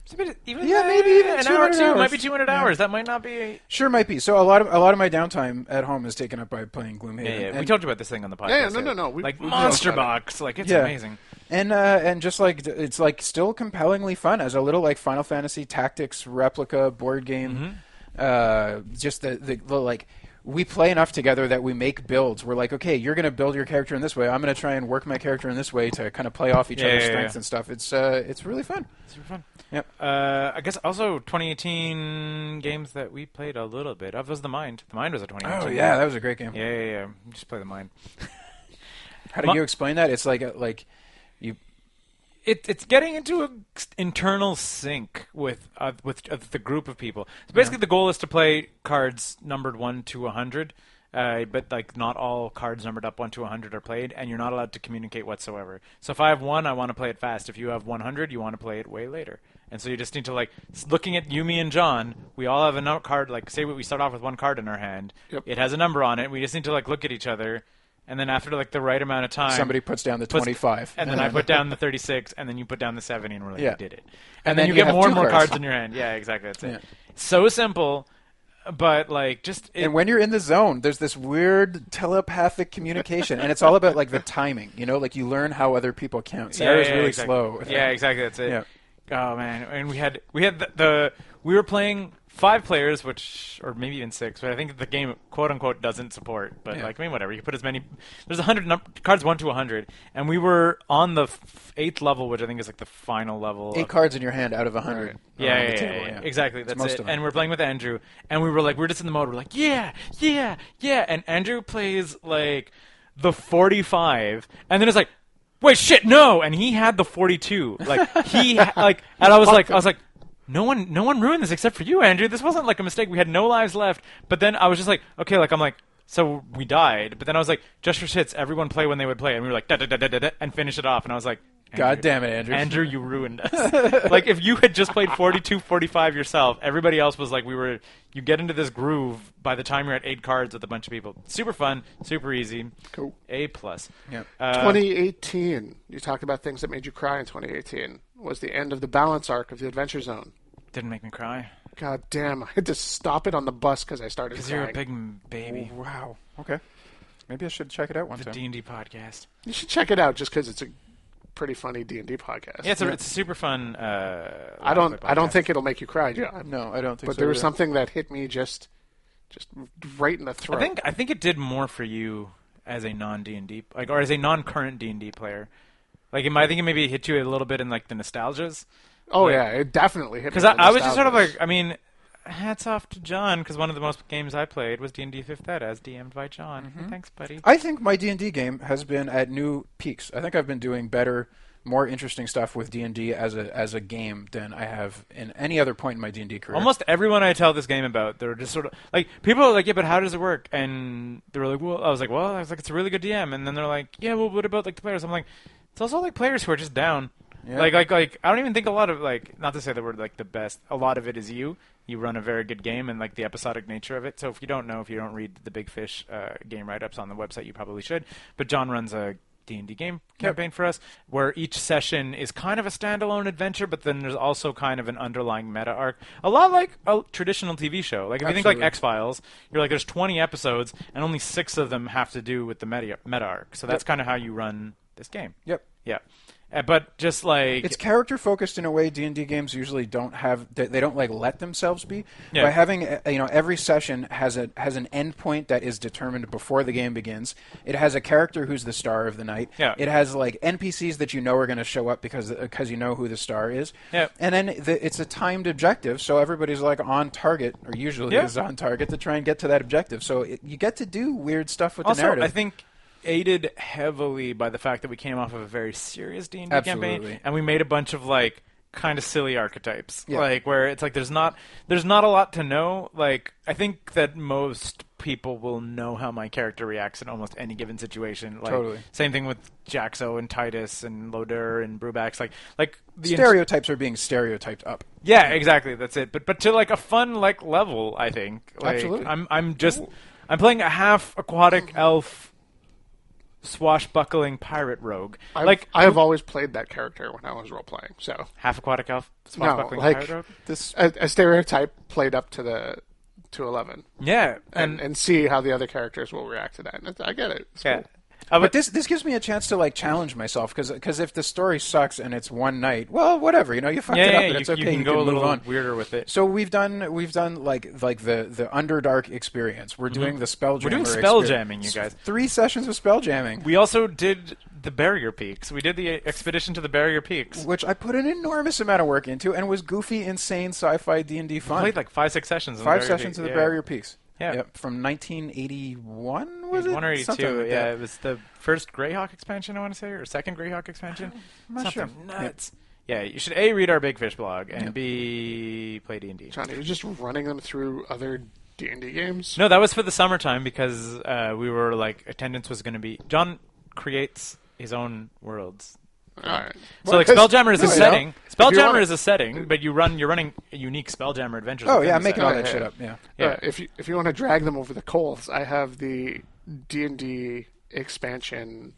[SPEAKER 2] So maybe- even
[SPEAKER 3] Yeah,
[SPEAKER 2] uh,
[SPEAKER 3] maybe even
[SPEAKER 2] an hour or
[SPEAKER 3] 200
[SPEAKER 2] two. It
[SPEAKER 3] hours.
[SPEAKER 2] might be 200 hours. That might not be.
[SPEAKER 3] Sure, might be. So a lot of a lot of my downtime at home is taken up by playing Gloomhaven.
[SPEAKER 2] Yeah, yeah. We
[SPEAKER 3] And-
[SPEAKER 2] talked about this thing on the podcast.
[SPEAKER 4] Yeah, yeah, no, no, no, we-
[SPEAKER 2] like
[SPEAKER 4] we-
[SPEAKER 2] Monster
[SPEAKER 4] we-
[SPEAKER 2] Box. Like it's
[SPEAKER 3] Yeah.
[SPEAKER 2] amazing.
[SPEAKER 3] And uh, and just like d- it's like still compellingly fun as a little like Final Fantasy Tactics replica board
[SPEAKER 2] Mm-hmm.
[SPEAKER 3] game. Uh, just the, the the like we play enough together that we make builds. We're like, okay, you're gonna build your character in this way. I'm gonna try and work my character in this way to kind of play off each
[SPEAKER 2] Yeah,
[SPEAKER 3] other's
[SPEAKER 2] yeah, yeah.
[SPEAKER 3] strengths and stuff. It's uh, it's really fun.
[SPEAKER 2] Super fun.
[SPEAKER 3] Yep.
[SPEAKER 2] Uh, I guess also 2018 games that we played a little bit of was the Mind. The Mind was a 2018.
[SPEAKER 3] Oh yeah, that was a great game.
[SPEAKER 2] Yeah, yeah, yeah. Just play the Mind.
[SPEAKER 3] How do
[SPEAKER 2] Mu-
[SPEAKER 3] you explain that? It's like a, like you
[SPEAKER 2] it, it's getting into an internal sync with uh, with uh, the group of people. So basically, the goal is to play cards numbered one to hundred, uh, but like not all cards numbered up one to hundred are played, and you're not allowed to communicate whatsoever. So if I have one, I want to play it fast. If you have one hundred, you want to play it way later. And so you just need to like s- looking at you, me, and John. We all have a no- card. Like say we we start off with one card in our hand.
[SPEAKER 4] Yep.
[SPEAKER 2] It has a number on it. We just need to like look at each other, and then after like the right amount of time,
[SPEAKER 3] Somebody puts down the
[SPEAKER 2] puts-
[SPEAKER 3] 25.
[SPEAKER 2] and then I put down the 36, and then you put down the 70, and we're like,
[SPEAKER 3] Yeah.
[SPEAKER 2] we did it. And, then,
[SPEAKER 3] then you
[SPEAKER 2] you get
[SPEAKER 3] have
[SPEAKER 2] more
[SPEAKER 3] two
[SPEAKER 2] and more
[SPEAKER 3] cards.
[SPEAKER 2] cards. in your hand. Yeah, exactly. That's it.
[SPEAKER 3] Yeah.
[SPEAKER 2] So simple, but like just it,
[SPEAKER 3] and when you're in the zone, there's this weird telepathic communication, and it's all about like the timing. You know, like you learn how other people count.
[SPEAKER 2] yeah,
[SPEAKER 3] Sarah's
[SPEAKER 2] yeah,
[SPEAKER 3] really
[SPEAKER 2] exactly.
[SPEAKER 3] slow.
[SPEAKER 2] Yeah, exactly. That's it. Oh man, and we had we had the, the we were playing five players, which or maybe even six, but I think the game quote unquote doesn't support. But
[SPEAKER 3] Yeah.
[SPEAKER 2] like I mean, whatever. You put as many. There's a hundred num- cards, one to a hundred, and we were on the f- eighth level, which I think is like the final level.
[SPEAKER 3] <laughs> Eight
[SPEAKER 2] of-
[SPEAKER 3] cards in your hand out of a hundred.
[SPEAKER 2] yeah,
[SPEAKER 3] around
[SPEAKER 2] yeah,
[SPEAKER 3] the
[SPEAKER 2] yeah,
[SPEAKER 3] table,
[SPEAKER 2] yeah. exactly.
[SPEAKER 3] It's
[SPEAKER 2] That's
[SPEAKER 3] most
[SPEAKER 2] it.
[SPEAKER 3] of them.
[SPEAKER 2] And we're playing with Andrew, and we were like, we're just in the mode. We're like, yeah, yeah, yeah. And Andrew plays like the forty-five, and then it's like, wait, shit, no. And he had the forty-two. Like
[SPEAKER 3] <laughs>
[SPEAKER 2] he, ha- like, and I was like, I was like. No one, no one ruined this except for you, Andrew. This wasn't like a mistake. We had no lives left. But then I was just like, okay, like I'm like, so we died. But then I was like, just for shits, everyone play when they would play, and we were like, da da da da da, da, and finish it off. And I was like,
[SPEAKER 3] God damn it, Andrew.
[SPEAKER 2] Andrew, you ruined us. <laughs> like if you had just played 42 45 yourself, everybody else was like we were you get into this groove by the time you're at 8 cards with a bunch of people. Super fun, super easy.
[SPEAKER 4] Cool.
[SPEAKER 2] A plus.
[SPEAKER 3] Yep.
[SPEAKER 2] Uh,
[SPEAKER 4] 2018. You talked about things that made you cry in 2018. Was the end of the balance arc of the Adventure Zone.
[SPEAKER 2] didn't make me cry
[SPEAKER 4] God damn! I had to stop it on the bus because I started.
[SPEAKER 2] cuz
[SPEAKER 4] Crying.
[SPEAKER 2] you're a big m- baby.
[SPEAKER 3] Wow. Okay. Maybe I should check it out one
[SPEAKER 2] The
[SPEAKER 3] time.
[SPEAKER 2] D&D podcast.
[SPEAKER 4] You should check it out just because it's a pretty funny D and D podcast.
[SPEAKER 2] Yeah, it's a, it's a super fun uh
[SPEAKER 4] I don't.
[SPEAKER 2] podcast.
[SPEAKER 4] I don't think it'll make you cry, John.
[SPEAKER 3] no, I don't think.
[SPEAKER 4] But
[SPEAKER 3] so
[SPEAKER 4] there was
[SPEAKER 3] either.
[SPEAKER 4] something that hit me just, just right in the throat.
[SPEAKER 2] I think I think it did more for you as a non D and D like or as a non current D and D player. Like it might, I think it maybe hit you a little bit in like the nostalgias.
[SPEAKER 4] oh yeah, it definitely hit me.
[SPEAKER 2] because I,
[SPEAKER 4] with
[SPEAKER 2] I was just sort of
[SPEAKER 4] nostalgia.
[SPEAKER 2] like, I mean, hats off to John because one of the most games I played was D and D Fifth Ed, as DM'd by John.
[SPEAKER 4] Mm-hmm.
[SPEAKER 2] Thanks, buddy.
[SPEAKER 3] I think my D and D game has been at new peaks. I think I've been doing better, more interesting stuff with D and D as a as a game than I have in any other point in my D and D career.
[SPEAKER 2] Almost everyone I tell this game about, they're just sort of like people are like, yeah, but how does it work? And they're like, well, I was like, well, I was like, it's a really good DM, and then they're like, yeah, well, what about like the players? I'm like, it's also like players who are just down.
[SPEAKER 3] Yeah.
[SPEAKER 2] Like, like, like, I don't even think a lot of like, not to say that we're like the best. A lot of it is you. You run a very good game and like the episodic nature of it. So if you don't know, if you don't read the Big Fish uh, game write-ups on the website, you probably should. But John runs a D and D game campaign for us, where each session is kind of a standalone adventure, but then there's also kind of an underlying meta arc. A lot like a traditional TV show. Like if you think
[SPEAKER 3] Absolutely.
[SPEAKER 2] like X Files, you're like there's 20 episodes, and only six of them have to do with the meta, meta arc. So that's kind of how you run this game.
[SPEAKER 3] Yep.
[SPEAKER 2] Yeah. Uh, but just like
[SPEAKER 3] It's character focused in a way D and D games usually don't have. They, they don't like let themselves be
[SPEAKER 2] Yeah.
[SPEAKER 3] by having uh, you know every session has a has an end point that is determined before the game begins. It has a character who's the star of the night.
[SPEAKER 2] Yeah.
[SPEAKER 3] It has like NPCs that you know are going to show up because because you know who the star is.
[SPEAKER 2] Yeah.
[SPEAKER 3] And then the, it's a timed objective, so everybody's like on target or usually
[SPEAKER 2] Yeah.
[SPEAKER 3] is on target to try and get to that objective. So it, you get to do weird stuff with
[SPEAKER 2] also
[SPEAKER 3] the narrative.
[SPEAKER 2] I think aided heavily by the fact that we came off of a very serious D and D
[SPEAKER 3] Absolutely.
[SPEAKER 2] campaign, and we made a bunch of like kind of silly archetypes,
[SPEAKER 3] Yeah.
[SPEAKER 2] like where it's like there's not there's not a lot to know. Like I think that most people will know how my character reacts in almost any given situation. Like,
[SPEAKER 3] Totally.
[SPEAKER 2] Same thing with Jaxo and Titus and Loder and Brubax. Like like the ins-
[SPEAKER 3] stereotypes are being stereotyped up.
[SPEAKER 2] yeah, exactly. That's it. But but to like a fun like level, I think. Like,
[SPEAKER 3] Absolutely.
[SPEAKER 2] I'm I'm just I'm playing a half aquatic elf swashbuckling pirate rogue.
[SPEAKER 4] I've,
[SPEAKER 2] like
[SPEAKER 4] I have always played that character when I was role playing. So
[SPEAKER 2] half aquatic elf
[SPEAKER 4] no,
[SPEAKER 2] swashbuckling
[SPEAKER 4] like
[SPEAKER 2] pirate rogue.
[SPEAKER 4] this a, a stereotype played up to the to eleven,
[SPEAKER 2] Yeah,
[SPEAKER 4] and,
[SPEAKER 2] and,
[SPEAKER 4] and see how the other characters will react to that. And I get it. It's
[SPEAKER 2] yeah.
[SPEAKER 4] cool.
[SPEAKER 2] Uh,
[SPEAKER 3] But this this gives me a chance to like challenge myself because if the story sucks and it's one night, well, whatever, you know, you fucked
[SPEAKER 2] yeah,
[SPEAKER 3] it
[SPEAKER 2] yeah,
[SPEAKER 3] up.
[SPEAKER 2] yeah,
[SPEAKER 3] and
[SPEAKER 2] you,
[SPEAKER 3] it's
[SPEAKER 2] you
[SPEAKER 3] okay.
[SPEAKER 2] can go a
[SPEAKER 3] move
[SPEAKER 2] little
[SPEAKER 3] on.
[SPEAKER 2] weirder with it.
[SPEAKER 3] So we've done we've done like like the the underdark experience. We're doing the spell
[SPEAKER 2] Mm-hmm. We're
[SPEAKER 3] jamming.
[SPEAKER 2] doing spell jamming, you guys.
[SPEAKER 3] Three sessions of spell jamming,
[SPEAKER 2] We also did the barrier peaks. We did the expedition to the barrier peaks.
[SPEAKER 3] which I put an enormous amount of work into and was goofy, insane sci-fi D and D fun.
[SPEAKER 2] Played like five six sessions. on the
[SPEAKER 3] Five
[SPEAKER 2] barrier
[SPEAKER 3] sessions
[SPEAKER 2] peaks.
[SPEAKER 3] of the
[SPEAKER 2] yeah.
[SPEAKER 3] Barrier Peaks.
[SPEAKER 2] Yeah.
[SPEAKER 3] Yep, From 1981 was it?
[SPEAKER 2] One or eighty
[SPEAKER 3] Something
[SPEAKER 2] two.
[SPEAKER 3] like
[SPEAKER 2] yeah,
[SPEAKER 3] that.
[SPEAKER 2] it was the first Greyhawk expansion, I want to say, or second Greyhawk expansion.
[SPEAKER 3] I'm not
[SPEAKER 2] Something
[SPEAKER 3] sure.
[SPEAKER 2] nuts. Yeah. you should a read our Big Fish blog and b play D and D.
[SPEAKER 4] Johnny, you're just running them through other D and D games.
[SPEAKER 2] No, that was for the summertime because uh, we were like attendance was going to be. John creates his own worlds.
[SPEAKER 4] All right. uh,
[SPEAKER 2] So like
[SPEAKER 3] 'cause-
[SPEAKER 2] Spelljammer is a
[SPEAKER 3] no, you know,
[SPEAKER 2] setting.
[SPEAKER 3] if you
[SPEAKER 2] Spelljammer
[SPEAKER 3] wanna-
[SPEAKER 2] is a setting, but you run you're running a unique Spelljammer adventures.
[SPEAKER 3] Oh
[SPEAKER 2] within
[SPEAKER 3] yeah,
[SPEAKER 2] the
[SPEAKER 3] I'm making
[SPEAKER 2] setting.
[SPEAKER 3] all
[SPEAKER 4] Yeah,
[SPEAKER 3] that
[SPEAKER 4] yeah.
[SPEAKER 3] shit up. Yeah.
[SPEAKER 2] Yeah.
[SPEAKER 4] Uh, if you if you want to drag them over the coals, I have the D and D expansion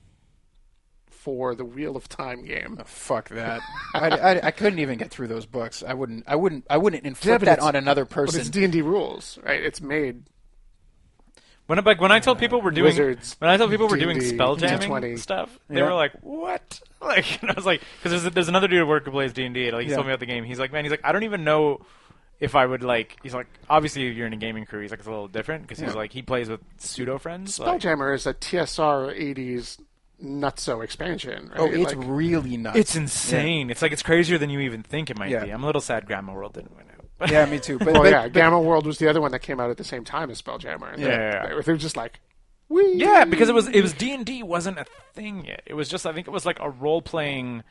[SPEAKER 4] for the Wheel of Time game.
[SPEAKER 3] Fuck that. I, I, I couldn't even get through those books. I wouldn't. I wouldn't. I wouldn't
[SPEAKER 4] Yeah,
[SPEAKER 3] inflict
[SPEAKER 4] but
[SPEAKER 3] that
[SPEAKER 4] it's-
[SPEAKER 3] on another
[SPEAKER 4] But it's
[SPEAKER 3] person.
[SPEAKER 4] D and D rules, right? It's made
[SPEAKER 2] When I- like when I tell people we're doing
[SPEAKER 4] Wizards,
[SPEAKER 2] when I tell people we're doing
[SPEAKER 4] D&D,
[SPEAKER 2] spelljamming
[SPEAKER 4] D20.
[SPEAKER 2] stuff, they
[SPEAKER 3] Yeah.
[SPEAKER 2] were like, "What?" <laughs> Like and I was like, because there's there's another dude at work who plays D and D. Like he
[SPEAKER 3] Yeah.
[SPEAKER 2] told me about the game. He's like, "Man, he's like, I don't even know if I would like." He's like, "Obviously, you're in a gaming crew. He's like, it's a little different because he's like he plays with pseudo friends. Like,
[SPEAKER 4] Spelljammer is a TSR '80s nutso expansion. Right?
[SPEAKER 3] oh, it's
[SPEAKER 4] Like,
[SPEAKER 3] really nuts.
[SPEAKER 2] it's insane. It's like it's crazier than you even think it might
[SPEAKER 3] Yeah.
[SPEAKER 2] be. I'm a little sad Grandma World didn't win out. But
[SPEAKER 3] yeah, me too. But,
[SPEAKER 4] <laughs> well,
[SPEAKER 3] but-
[SPEAKER 4] oh, yeah.
[SPEAKER 3] but-
[SPEAKER 4] Gamma World was the other one that came out at the same time as Spelljammer. And
[SPEAKER 2] Yeah,
[SPEAKER 4] they're,
[SPEAKER 2] yeah, yeah.
[SPEAKER 4] They're, they're just like,
[SPEAKER 2] <laughs>
[SPEAKER 4] we.
[SPEAKER 2] Yeah, because it was it was D and D wasn't a thing yet. It was just I think it was like a role playing,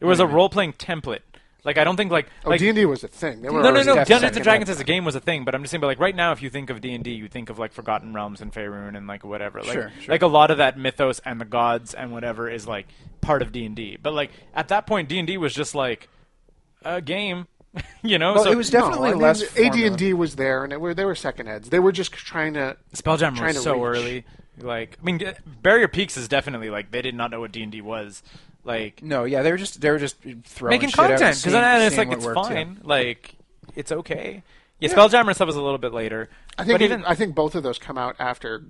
[SPEAKER 2] it was a role playing template. Like I don't think like
[SPEAKER 4] Oh,
[SPEAKER 2] like
[SPEAKER 4] D and D was a thing. They were
[SPEAKER 2] no no
[SPEAKER 4] already
[SPEAKER 2] no
[SPEAKER 3] definitely
[SPEAKER 2] Dungeons
[SPEAKER 3] second
[SPEAKER 2] and Dragons as a game was a thing, but I'm just saying. But like right now, if you think of D and D, you think of like Forgotten Realms and Faerun and like whatever. Like,
[SPEAKER 3] Sure, sure.
[SPEAKER 2] like a lot of that mythos and the gods and whatever is like part of D and D. But like at that point, D and D was just like a game, <laughs> you know.
[SPEAKER 3] well,
[SPEAKER 2] so
[SPEAKER 3] it was definitely less.
[SPEAKER 4] AD and D was there, and it were, they were second heads. They were just trying to.
[SPEAKER 2] Spelljammer
[SPEAKER 4] trying
[SPEAKER 2] was
[SPEAKER 4] to
[SPEAKER 2] so
[SPEAKER 4] reach.
[SPEAKER 2] early. Like, I mean, Barrier Peaks is definitely like they did not know what D and D was. Like
[SPEAKER 3] No, yeah, they were just they were just throwing
[SPEAKER 2] making
[SPEAKER 3] shit out
[SPEAKER 2] content
[SPEAKER 3] and
[SPEAKER 2] because
[SPEAKER 3] seeing-
[SPEAKER 2] then it's
[SPEAKER 3] seeing
[SPEAKER 2] like
[SPEAKER 3] what
[SPEAKER 2] it's
[SPEAKER 3] worked, yeah.
[SPEAKER 2] fine. Like it's okay. Yeah, Spelljammer stuff was a little bit later.
[SPEAKER 4] I think
[SPEAKER 2] but even
[SPEAKER 4] I think both of those come out after.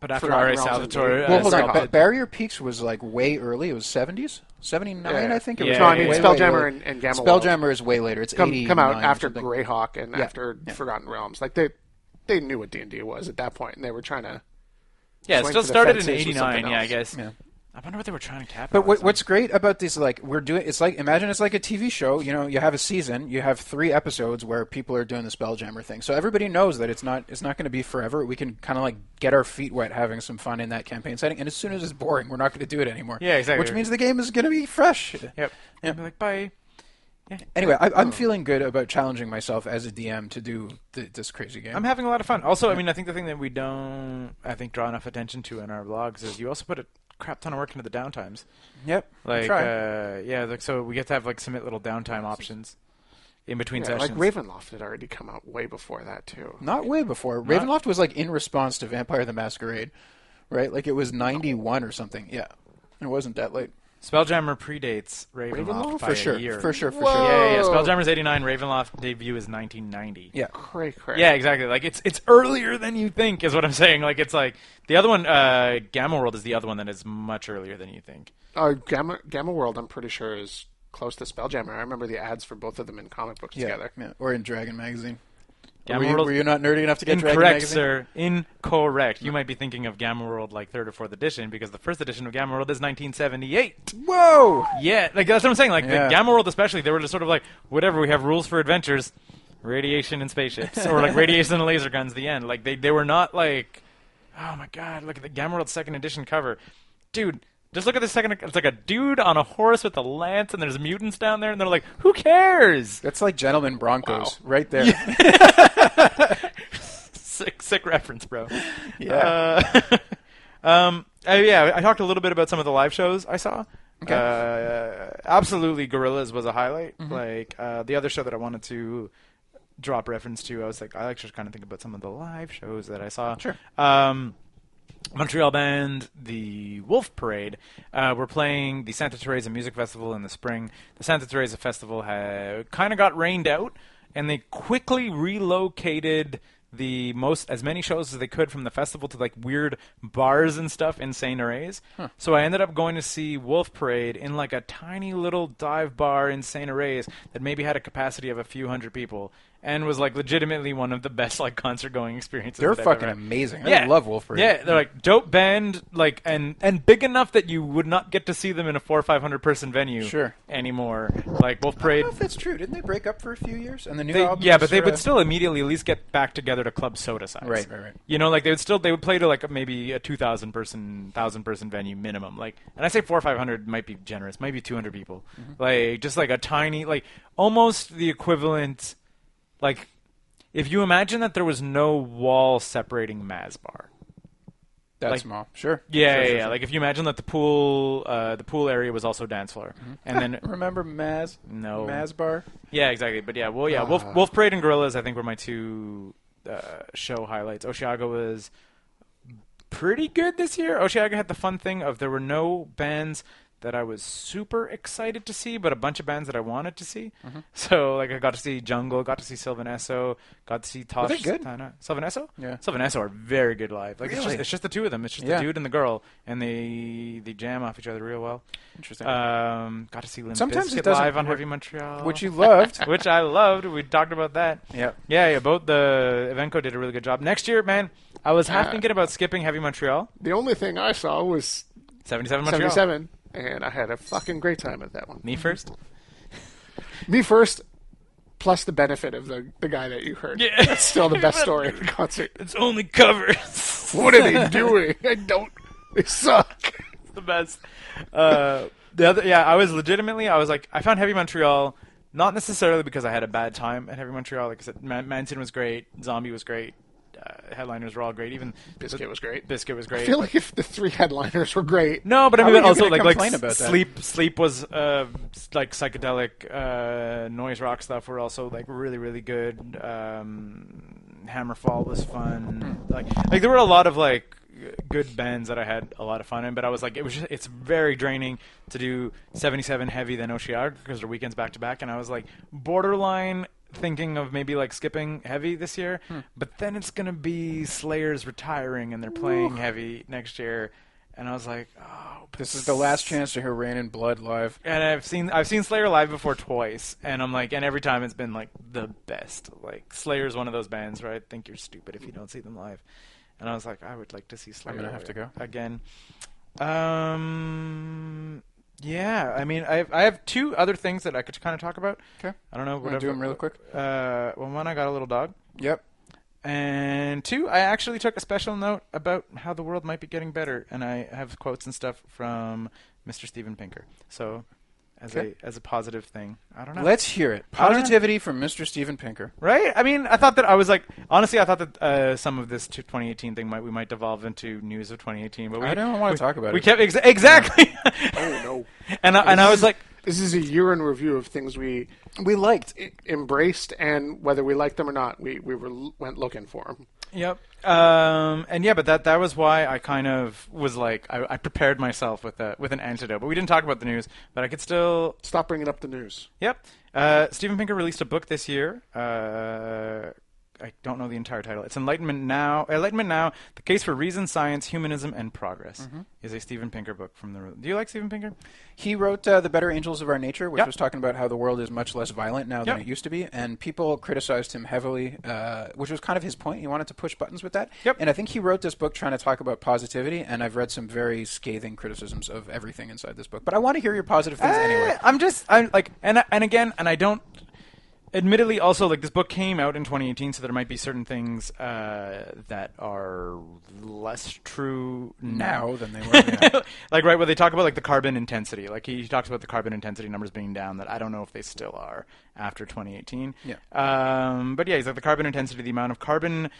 [SPEAKER 2] but after
[SPEAKER 4] Forgotten
[SPEAKER 2] R.A.
[SPEAKER 4] Realms and-
[SPEAKER 2] Salvatore,
[SPEAKER 4] Well,
[SPEAKER 2] uh,
[SPEAKER 4] hold on,
[SPEAKER 2] Sal-
[SPEAKER 3] No,
[SPEAKER 4] Hot.
[SPEAKER 3] but Barrier Peaks was like way early. It was 70s, 79,
[SPEAKER 4] Yeah.
[SPEAKER 3] I think. It
[SPEAKER 2] Yeah,
[SPEAKER 3] was
[SPEAKER 2] No, I
[SPEAKER 3] way,
[SPEAKER 2] mean,
[SPEAKER 3] way,
[SPEAKER 4] Spelljammer
[SPEAKER 3] way-
[SPEAKER 4] and- and Gamma World.
[SPEAKER 3] Spelljammer is way later. It's
[SPEAKER 4] come,
[SPEAKER 3] 89
[SPEAKER 4] come out
[SPEAKER 3] or
[SPEAKER 4] after
[SPEAKER 3] something.
[SPEAKER 4] Greyhawk and after Forgotten Realms. Like they they knew what D and D was at that point, and they were trying to.
[SPEAKER 2] yeah, it
[SPEAKER 4] Swing
[SPEAKER 2] still
[SPEAKER 4] for the
[SPEAKER 2] started in
[SPEAKER 4] fences with
[SPEAKER 2] '89.
[SPEAKER 4] something
[SPEAKER 2] Yeah, I
[SPEAKER 4] else.
[SPEAKER 2] guess.
[SPEAKER 3] Yeah.
[SPEAKER 2] I wonder what they were trying to capture.
[SPEAKER 3] But what, what's great about these, like, we're doing, it's like, imagine it's like a TV show. You know, you have a season, you have three episodes where people are doing the Spelljammer thing. So everybody knows that it's not, it's not going to be forever. We can kind of like get our feet wet having some fun in that campaign setting. And as soon as it's boring, we're not going to do it anymore.
[SPEAKER 2] Yeah, exactly.
[SPEAKER 3] Which means the game is going to be fresh.
[SPEAKER 2] Yep. Oh.
[SPEAKER 3] Yeah.
[SPEAKER 2] I'd be like bye.
[SPEAKER 3] Anyway, I, I'm feeling good about challenging myself as a DM to do th- this crazy game.
[SPEAKER 2] I'm having a lot of fun. Also, I mean, I think the thing that we don't, I think, draw enough attention to in our blogs is you also put a crap ton of work into the downtimes.
[SPEAKER 3] yep.
[SPEAKER 2] Like,
[SPEAKER 3] Try.
[SPEAKER 2] uh, yeah, like so we get to have like submit little downtime options in between
[SPEAKER 4] Yeah, like
[SPEAKER 2] sessions.
[SPEAKER 4] Ravenloft had already come out way before that too.
[SPEAKER 3] Not way before. Ravenloft was like in response to Vampire the Masquerade, right? Like it was 91 or something. Yeah. It wasn't that late.
[SPEAKER 2] Spelljammer predates Ravenloft,
[SPEAKER 4] Ravenloft?
[SPEAKER 2] by
[SPEAKER 3] For
[SPEAKER 2] a
[SPEAKER 3] sure.
[SPEAKER 2] year.
[SPEAKER 3] For sure, for
[SPEAKER 4] Whoa.
[SPEAKER 3] sure.
[SPEAKER 2] Yeah, yeah, yeah.
[SPEAKER 4] Oh.
[SPEAKER 2] Spelljammer's eighty nine. Ravenloft debut is nineteen ninety.
[SPEAKER 3] Yeah.
[SPEAKER 4] Cray cray.
[SPEAKER 2] Yeah, exactly. Like it's it's earlier than you think is what I'm saying. Like it's like the other one, uh, Gamma World is the other one that is much earlier than you think.
[SPEAKER 4] Uh, Gamma Gamma World, I'm pretty sure is close to Spelljammer. I remember the ads for both of them in comic books
[SPEAKER 3] Yeah.
[SPEAKER 4] together.
[SPEAKER 3] yeah. Or in Dragon Magazine.
[SPEAKER 2] Gamma
[SPEAKER 3] were, you,
[SPEAKER 2] World-
[SPEAKER 3] were you not nerdy enough to get Dragon
[SPEAKER 2] Incorrect,
[SPEAKER 3] Magazine?
[SPEAKER 2] sir. Incorrect. You might be thinking of Gamma World like third or fourth edition because the first edition of Gamma World is 1978.
[SPEAKER 3] Whoa!
[SPEAKER 2] Yeah, like that's what I'm saying. Like
[SPEAKER 3] Yeah.
[SPEAKER 2] the Gamma World, especially, they were just sort of like, whatever. We have rules for adventures, radiation and spaceships, or like radiation and laser guns. The end. Like they they were not like, oh my god, look at the Gamma World second edition cover, dude. Just look at the second. It's like a dude on a horse with a lance, and there's mutants down there, and they're like, "Who cares?"
[SPEAKER 3] That's like Gentleman Broncos right
[SPEAKER 2] <laughs>
[SPEAKER 3] there.
[SPEAKER 2] sick, sick reference, bro.
[SPEAKER 3] Yeah.
[SPEAKER 2] Uh, <laughs> um. uh, yeah, I talked a little bit about some of the live shows I saw. Uh, absolutely, Gorillas was a highlight.
[SPEAKER 3] Mm-hmm.
[SPEAKER 2] Like uh, the other show that I wanted to drop reference to, I was like, I like to kind of think about some of the live shows that I saw.
[SPEAKER 3] Sure.
[SPEAKER 2] Um, Montreal band, the Wolf Parade, uh, were playing the Santa Teresa Music Festival in the spring. The Santa Teresa Festival had kind of got rained out, and they quickly relocated the most as many shows as they could from the festival to like weird bars and stuff in Saint Arrays. So I ended up going to see Wolf Parade in like a tiny little dive bar in Saint Arrays that maybe had a capacity of a few hundred people and was like legitimately one of the best like concert going experiences.
[SPEAKER 3] They're
[SPEAKER 2] that I've ever
[SPEAKER 3] fucking
[SPEAKER 2] had.
[SPEAKER 3] amazing. I
[SPEAKER 2] Yeah.
[SPEAKER 3] love Wolford.
[SPEAKER 2] Yeah, they're like dope band, like and and big enough that you would not get to see them in a four or five hundred person venue
[SPEAKER 3] Sure.
[SPEAKER 2] anymore. Like Wolf
[SPEAKER 3] I
[SPEAKER 2] Parade.
[SPEAKER 3] don't know if that's true. Didn't they break up for a few years? And the new
[SPEAKER 2] They-
[SPEAKER 3] album uh,
[SPEAKER 2] yeah,
[SPEAKER 3] was
[SPEAKER 2] but they
[SPEAKER 3] sorta-
[SPEAKER 2] would still immediately at least get back together to club soda size.
[SPEAKER 3] Right, right, right.
[SPEAKER 2] You know, like they would still they would play to like maybe a two thousand person, thousand person venue minimum. Like, and I say four or five hundred might be generous, maybe two hundred people.
[SPEAKER 3] Mm-hmm.
[SPEAKER 2] Like, just like a tiny, like almost the equivalent, like if you imagine that there was no wall separating Mazbar.
[SPEAKER 3] That's
[SPEAKER 2] Like-
[SPEAKER 3] small. Sure.
[SPEAKER 2] Yeah,
[SPEAKER 3] Sure,
[SPEAKER 2] yeah,
[SPEAKER 3] sure,
[SPEAKER 2] yeah.
[SPEAKER 3] sure.
[SPEAKER 2] Like if you imagine that the pool, uh, the pool area was also dance floor,
[SPEAKER 3] Mm-hmm.
[SPEAKER 2] and then
[SPEAKER 3] Remember Maz?
[SPEAKER 2] No.
[SPEAKER 3] Mazbar?
[SPEAKER 2] yeah, exactly. But yeah, well, yeah, Wolf,
[SPEAKER 3] Ah.
[SPEAKER 2] Wolf Parade and Gorillas, I think, were my two uh, show highlights. Oshiaga was pretty good this year. Oshiaga had the fun thing of there were no bands that I was super excited to see, but a bunch of bands that I wanted to see.
[SPEAKER 3] Mm-hmm.
[SPEAKER 2] <laughs> So like I got to see Jungle, got to see Sylvanesso, got to see Tosh.
[SPEAKER 3] they good?
[SPEAKER 2] Santana. Sylvanesso?
[SPEAKER 3] Yeah.
[SPEAKER 2] Sylvanesso are very good live. Like it's
[SPEAKER 3] Really?
[SPEAKER 2] just it's just the two of them. It's just
[SPEAKER 3] Yeah.
[SPEAKER 2] the dude and the girl, and they they jam off each other real well.
[SPEAKER 3] Interesting.
[SPEAKER 2] Um, got to see Limp
[SPEAKER 3] Sometimes it
[SPEAKER 2] Bizkit
[SPEAKER 3] doesn't
[SPEAKER 2] live on
[SPEAKER 3] work-
[SPEAKER 2] Heavy Montreal,
[SPEAKER 3] Which you
[SPEAKER 2] <laughs>
[SPEAKER 3] loved.
[SPEAKER 2] which I loved. We talked about that.
[SPEAKER 3] Yeah.
[SPEAKER 2] yeah, yeah. Both the Evenco did a really good job. Next year, man, I was half
[SPEAKER 4] Uh,
[SPEAKER 2] thinking about skipping Heavy Montreal,
[SPEAKER 4] The only thing I saw was
[SPEAKER 2] seventy-seven Montreal.
[SPEAKER 4] 77, and I had a fucking great time at that one.
[SPEAKER 2] Me first.
[SPEAKER 4] Me first, plus the benefit of the, the guy that you heard.
[SPEAKER 2] Yeah.
[SPEAKER 4] That's still the
[SPEAKER 2] <laughs>
[SPEAKER 4] best story of the concert.
[SPEAKER 2] It's only covers. <laughs>
[SPEAKER 4] What are they doing? I don't. They suck.
[SPEAKER 2] the best. Uh, the other, yeah, I was legitimately, I was like, I found Heavy Montreal not necessarily because I had a bad time at Heavy Montreal. Like I said, Man- Manson was great, Zombie was great, uh, headliners were all great. Even
[SPEAKER 4] Biscuit was great.
[SPEAKER 2] Biscuit was great.
[SPEAKER 4] I feel like if the three headliners were great,
[SPEAKER 2] no, but I
[SPEAKER 3] How
[SPEAKER 2] mean,
[SPEAKER 3] are you
[SPEAKER 2] also
[SPEAKER 3] gonna
[SPEAKER 2] like like
[SPEAKER 3] complain
[SPEAKER 2] s-
[SPEAKER 3] about that?
[SPEAKER 2] sleep. Sleep was uh, s- like psychedelic uh, noise rock stuff. Were also like really really good. Um, Hammerfall was fun. Like like there were a lot of like g- good bands that I had a lot of fun in. But I was like, it was just, it's very draining to do seventy seven heavy then Oceaga because they're weekends back to back. And I was like borderline thinking of maybe like skipping heavy this year.
[SPEAKER 3] Hmm.
[SPEAKER 2] But then it's gonna be Slayer's retiring and they're playing heavy next year. And I was like, oh,
[SPEAKER 3] This is the last chance to hear Rain and Blood live.
[SPEAKER 2] and I've seen I've seen Slayer live before twice, and I'm like, and every time it's been like the best. Like Slayer's one of those bands where I think you're stupid if you don't see them live. And I was like, I would like to see Slayer.
[SPEAKER 3] gonna have to go.
[SPEAKER 2] again. Um, yeah. I mean, I have, I have two other things that I could kind of talk about.
[SPEAKER 3] Okay.
[SPEAKER 2] I don't know.
[SPEAKER 3] Wanna
[SPEAKER 2] Whatever.
[SPEAKER 3] do them real quick?
[SPEAKER 2] Uh, well, one I got a little dog.
[SPEAKER 3] Yep.
[SPEAKER 2] And two, I actually took a special note about how the world might be getting better, and I have quotes and stuff from Mr. Steven Pinker. So, as
[SPEAKER 3] Okay.
[SPEAKER 2] a as a positive thing, I don't know.
[SPEAKER 3] Let's hear it.
[SPEAKER 2] I don't know.
[SPEAKER 3] Positivity from Mr. Steven Pinker.
[SPEAKER 2] right? I mean, I thought that I was like, honestly, I thought that uh, some of this t- 2018 thing might we might devolve into news of 2018, but we
[SPEAKER 3] I don't want
[SPEAKER 2] we-
[SPEAKER 3] to talk about
[SPEAKER 2] We
[SPEAKER 3] it.
[SPEAKER 2] kept ex- exactly.
[SPEAKER 4] oh no.
[SPEAKER 2] <laughs> and I, and I was like,
[SPEAKER 4] This is a year in review of things we
[SPEAKER 3] we liked.
[SPEAKER 4] e- embraced, and whether we liked them or not, we, we were went looking for them.
[SPEAKER 2] Yep. Um, and yeah, but that that was why I kind of was like I, I prepared myself with a with an antidote. But we didn't talk about the news, but I could still
[SPEAKER 4] Stop bringing up the news.
[SPEAKER 2] Yep. Uh, Steven Pinker released a book this year. Uh, I don't know the entire title. It's Enlightenment Now. Enlightenment Now: The Case for Reason, Science, Humanism, and Progress is a Steven Pinker book from the. Do you like Steven Pinker?
[SPEAKER 3] He wrote uh, The Better Angels of Our Nature, which
[SPEAKER 2] Yep.
[SPEAKER 3] was talking about how the world is much less violent now than
[SPEAKER 2] Yep.
[SPEAKER 3] it used to be. And people criticized him heavily, uh, which was kind of his point. He wanted to push buttons with that.
[SPEAKER 2] Yep.
[SPEAKER 3] And I think he wrote this book trying to talk about positivity. And I've read some very scathing criticisms of everything inside this book. But I want to hear your positive things anyway.
[SPEAKER 2] Eh, I'm just I'm like and and again and I don't admittedly also like this book came out in 2018 so there might be certain things uh, that are less true now
[SPEAKER 3] Now
[SPEAKER 2] <laughs>
[SPEAKER 3] than they were. Yeah.
[SPEAKER 2] like right where they talk about like the carbon intensity like he, he talks about the carbon intensity numbers being down that i don't know if they still are after 2018
[SPEAKER 3] Yeah.
[SPEAKER 2] um, but yeah he's like the carbon intensity the amount of carbon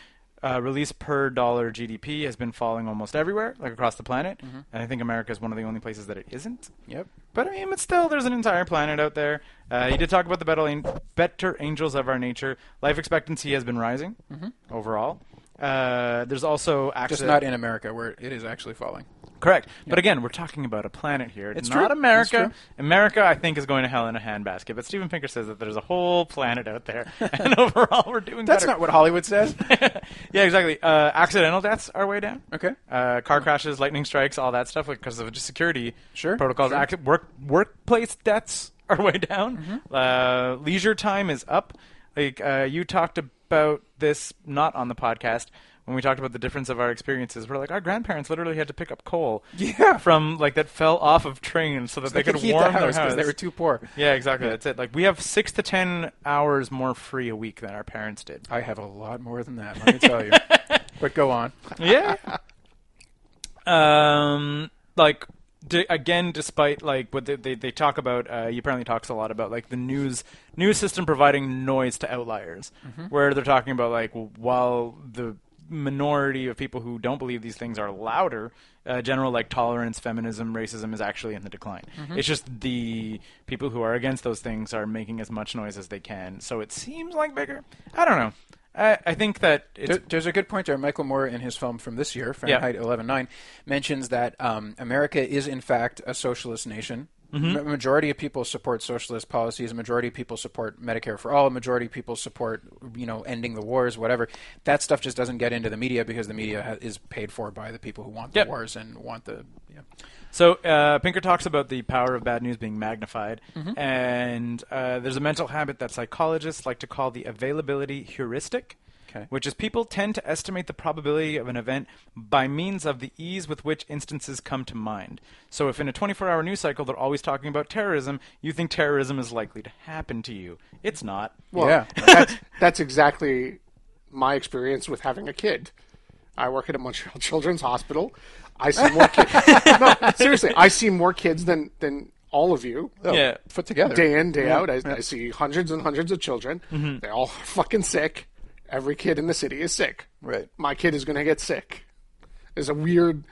[SPEAKER 2] uh, release per dollar gdp has been falling almost everywhere like across the planet
[SPEAKER 3] Mm-hmm.
[SPEAKER 2] and i think america is one of the only places that it isn't
[SPEAKER 3] yep.
[SPEAKER 2] but I mean, but still, there's an entire planet out there. Uh, you did talk about the better, an- better angels of our nature. Life expectancy has been rising overall. Uh, there's also access.
[SPEAKER 3] Just not in America, where it is actually falling.
[SPEAKER 2] Correct. But again, we're talking about a planet here.
[SPEAKER 3] It's
[SPEAKER 2] not
[SPEAKER 3] true. It's
[SPEAKER 2] America.
[SPEAKER 3] true.
[SPEAKER 2] America, I think, is going to hell in a handbasket. But Steven Pinker says that there's a whole planet out there, <laughs> and overall, we're doing <laughs>
[SPEAKER 3] That's
[SPEAKER 2] better.
[SPEAKER 3] not what Hollywood says.
[SPEAKER 2] yeah, exactly. Uh, accidental deaths are way down.
[SPEAKER 3] Okay.
[SPEAKER 2] Uh, car crashes, lightning strikes, all that stuff, because of just security
[SPEAKER 3] Sure,
[SPEAKER 2] protocols.
[SPEAKER 3] sure.
[SPEAKER 2] Acc- work workplace deaths <laughs> are way down.
[SPEAKER 3] Mm-hmm.
[SPEAKER 2] Uh, leisure time is up. Like uh, you talked about this not on the podcast when we talked about the difference of our experiences. We're like our grandparents literally had to pick up coal
[SPEAKER 3] <laughs> Yeah.
[SPEAKER 2] from like that fell off of trains so that they,
[SPEAKER 3] They could heat
[SPEAKER 2] warm
[SPEAKER 3] the house
[SPEAKER 2] their
[SPEAKER 3] because
[SPEAKER 2] house.
[SPEAKER 3] they were too poor.
[SPEAKER 2] yeah, exactly. That's it. Like we have six to ten hours more free a week than our parents did.
[SPEAKER 3] I have a lot more than that, let
[SPEAKER 2] <laughs>
[SPEAKER 3] me tell you. But go on.
[SPEAKER 2] yeah. Um, like d- again, despite like what they they, they talk about, uh, he apparently talks a lot about like the news news system providing noise to outliers, where they're talking about like while the minority of people who don't believe these things are louder, uh, general like tolerance, feminism, racism is actually in the decline. It's just the people who are against those things are making as much noise as they can. So it seems like bigger. I don't know. I, I think that it's
[SPEAKER 3] There, there's a good point there. Michael Moore, in his film from this year, Fahrenheit 11.9, mentions that um, America is, in fact, a socialist nation.
[SPEAKER 2] Mm-hmm.
[SPEAKER 3] Ma- majority of people support socialist policies. majority of people support Medicare for all. A majority of people support, you know, ending the wars, whatever. That stuff just doesn't get into the media because the media ha- is paid for by the people who want
[SPEAKER 2] Yep.
[SPEAKER 3] the wars and want the. Yeah.
[SPEAKER 2] So uh, Pinker talks about the power of bad news being magnified, and uh, there's a mental habit that psychologists like to call the availability heuristic,
[SPEAKER 3] Okay.
[SPEAKER 2] which is people tend to estimate the probability of an event by means of the ease with which instances come to mind. So if in a 24-hour news cycle they're always talking about terrorism, you think terrorism is likely to happen to you. It's not.
[SPEAKER 4] Well,
[SPEAKER 3] Yeah.
[SPEAKER 2] <laughs>
[SPEAKER 4] that's, that's exactly my experience with having a kid. I work at a Montreal <laughs> Children's Hospital. I see more kids. no, seriously, I see more kids than than all of you.
[SPEAKER 2] Yeah.
[SPEAKER 3] Put together.
[SPEAKER 4] Day in, day out, I, I see hundreds and hundreds of children.
[SPEAKER 3] Mm-hmm.
[SPEAKER 4] They're all fucking sick. Every kid in the city is sick.
[SPEAKER 3] Right.
[SPEAKER 4] My kid is going to get sick. There's a weird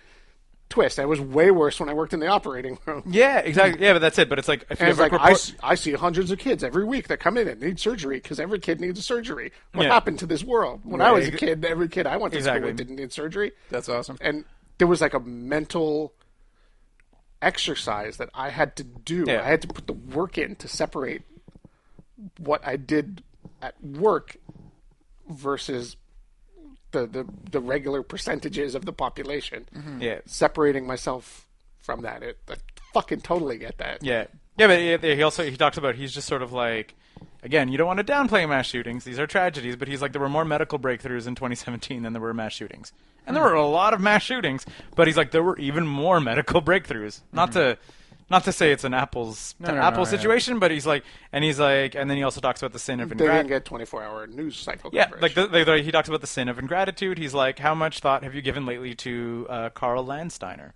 [SPEAKER 4] twist. I was way worse when I worked in the operating room.
[SPEAKER 2] Yeah, exactly. Yeah, but that's it. But it's like I feel
[SPEAKER 4] And it's like
[SPEAKER 2] like
[SPEAKER 4] I, s- I see hundreds of kids every week that come in and need surgery because every kid needs a surgery. What
[SPEAKER 2] Yeah.
[SPEAKER 4] happened to this world? When I
[SPEAKER 2] Right.
[SPEAKER 4] was a kid, every kid I went to
[SPEAKER 2] Exactly.
[SPEAKER 4] school with didn't need surgery,
[SPEAKER 3] That's awesome.
[SPEAKER 4] and there was like a mental exercise that I had to do.
[SPEAKER 2] Yeah.
[SPEAKER 4] I had to put the work in to separate what I did at work versus the the, the regular percentages of the population.
[SPEAKER 2] Mm-hmm. yeah.
[SPEAKER 4] Separating myself from that, it, I fucking totally get that.
[SPEAKER 2] Yeah, yeah, but yeah, he also he talks about he's just sort of like, again, you don't want to downplay mass shootings; these are tragedies. But he's like, there were more medical breakthroughs in 2017 than there were mass shootings, and
[SPEAKER 3] Hmm.
[SPEAKER 2] there were a lot of mass shootings. But he's like, there were even more <laughs> medical breakthroughs. Not to, not to say it's an apples to
[SPEAKER 3] Hmm. no, no,
[SPEAKER 2] apple
[SPEAKER 3] yeah.
[SPEAKER 2] situation, but he's like, and he's like, and then he also talks about the sin of
[SPEAKER 4] They
[SPEAKER 2] ingratitude.
[SPEAKER 4] didn't get 24 hour news cycle
[SPEAKER 2] Yeah,
[SPEAKER 4] coverage.
[SPEAKER 2] like the, the, the, he talks about the sin of ingratitude. He's like, how much thought have you given lately to uh, Carl Landsteiner?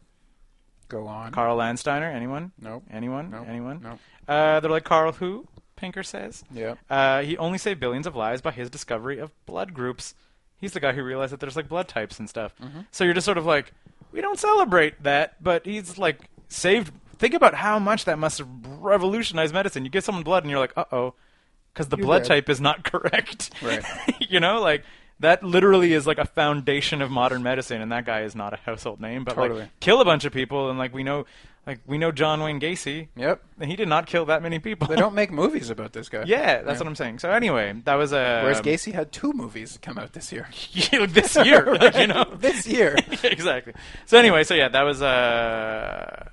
[SPEAKER 3] Go on.
[SPEAKER 2] Carl Landsteiner? Anyone?
[SPEAKER 3] Nope.
[SPEAKER 2] Anyone?
[SPEAKER 3] Nope.
[SPEAKER 2] Anyone?
[SPEAKER 3] Nope.
[SPEAKER 2] Uh, they're like Carl who? Pinker says.
[SPEAKER 3] Yeah.
[SPEAKER 2] Uh, he only saved billions of lives by his discovery of blood groups. He's the guy who realized that there's like blood types and stuff.
[SPEAKER 3] Mm-hmm.
[SPEAKER 2] So you're just sort of like, we don't celebrate that, but he's like saved. Think about how much that must have revolutionized medicine. You give someone blood and you're like, uh oh, because the blood
[SPEAKER 4] dead.
[SPEAKER 2] type is not <laughs> correct.
[SPEAKER 3] Right.
[SPEAKER 2] you know, like that literally is like a foundation of modern medicine, and that guy is not a household name, but
[SPEAKER 3] Totally.
[SPEAKER 2] like kill a bunch of people, and like we know, like we know John Wayne Gacy.
[SPEAKER 3] Yep.
[SPEAKER 2] And he did not kill that many people.
[SPEAKER 3] They don't make movies about this guy.
[SPEAKER 2] <laughs> Yeah, Um, that's what I'm saying. So anyway, that was a
[SPEAKER 3] Whereas Gacy had two movies come out this year.
[SPEAKER 2] <laughs> this year, like, you know, <laughs>
[SPEAKER 3] this year.
[SPEAKER 2] exactly. So anyway, so yeah, that was uh,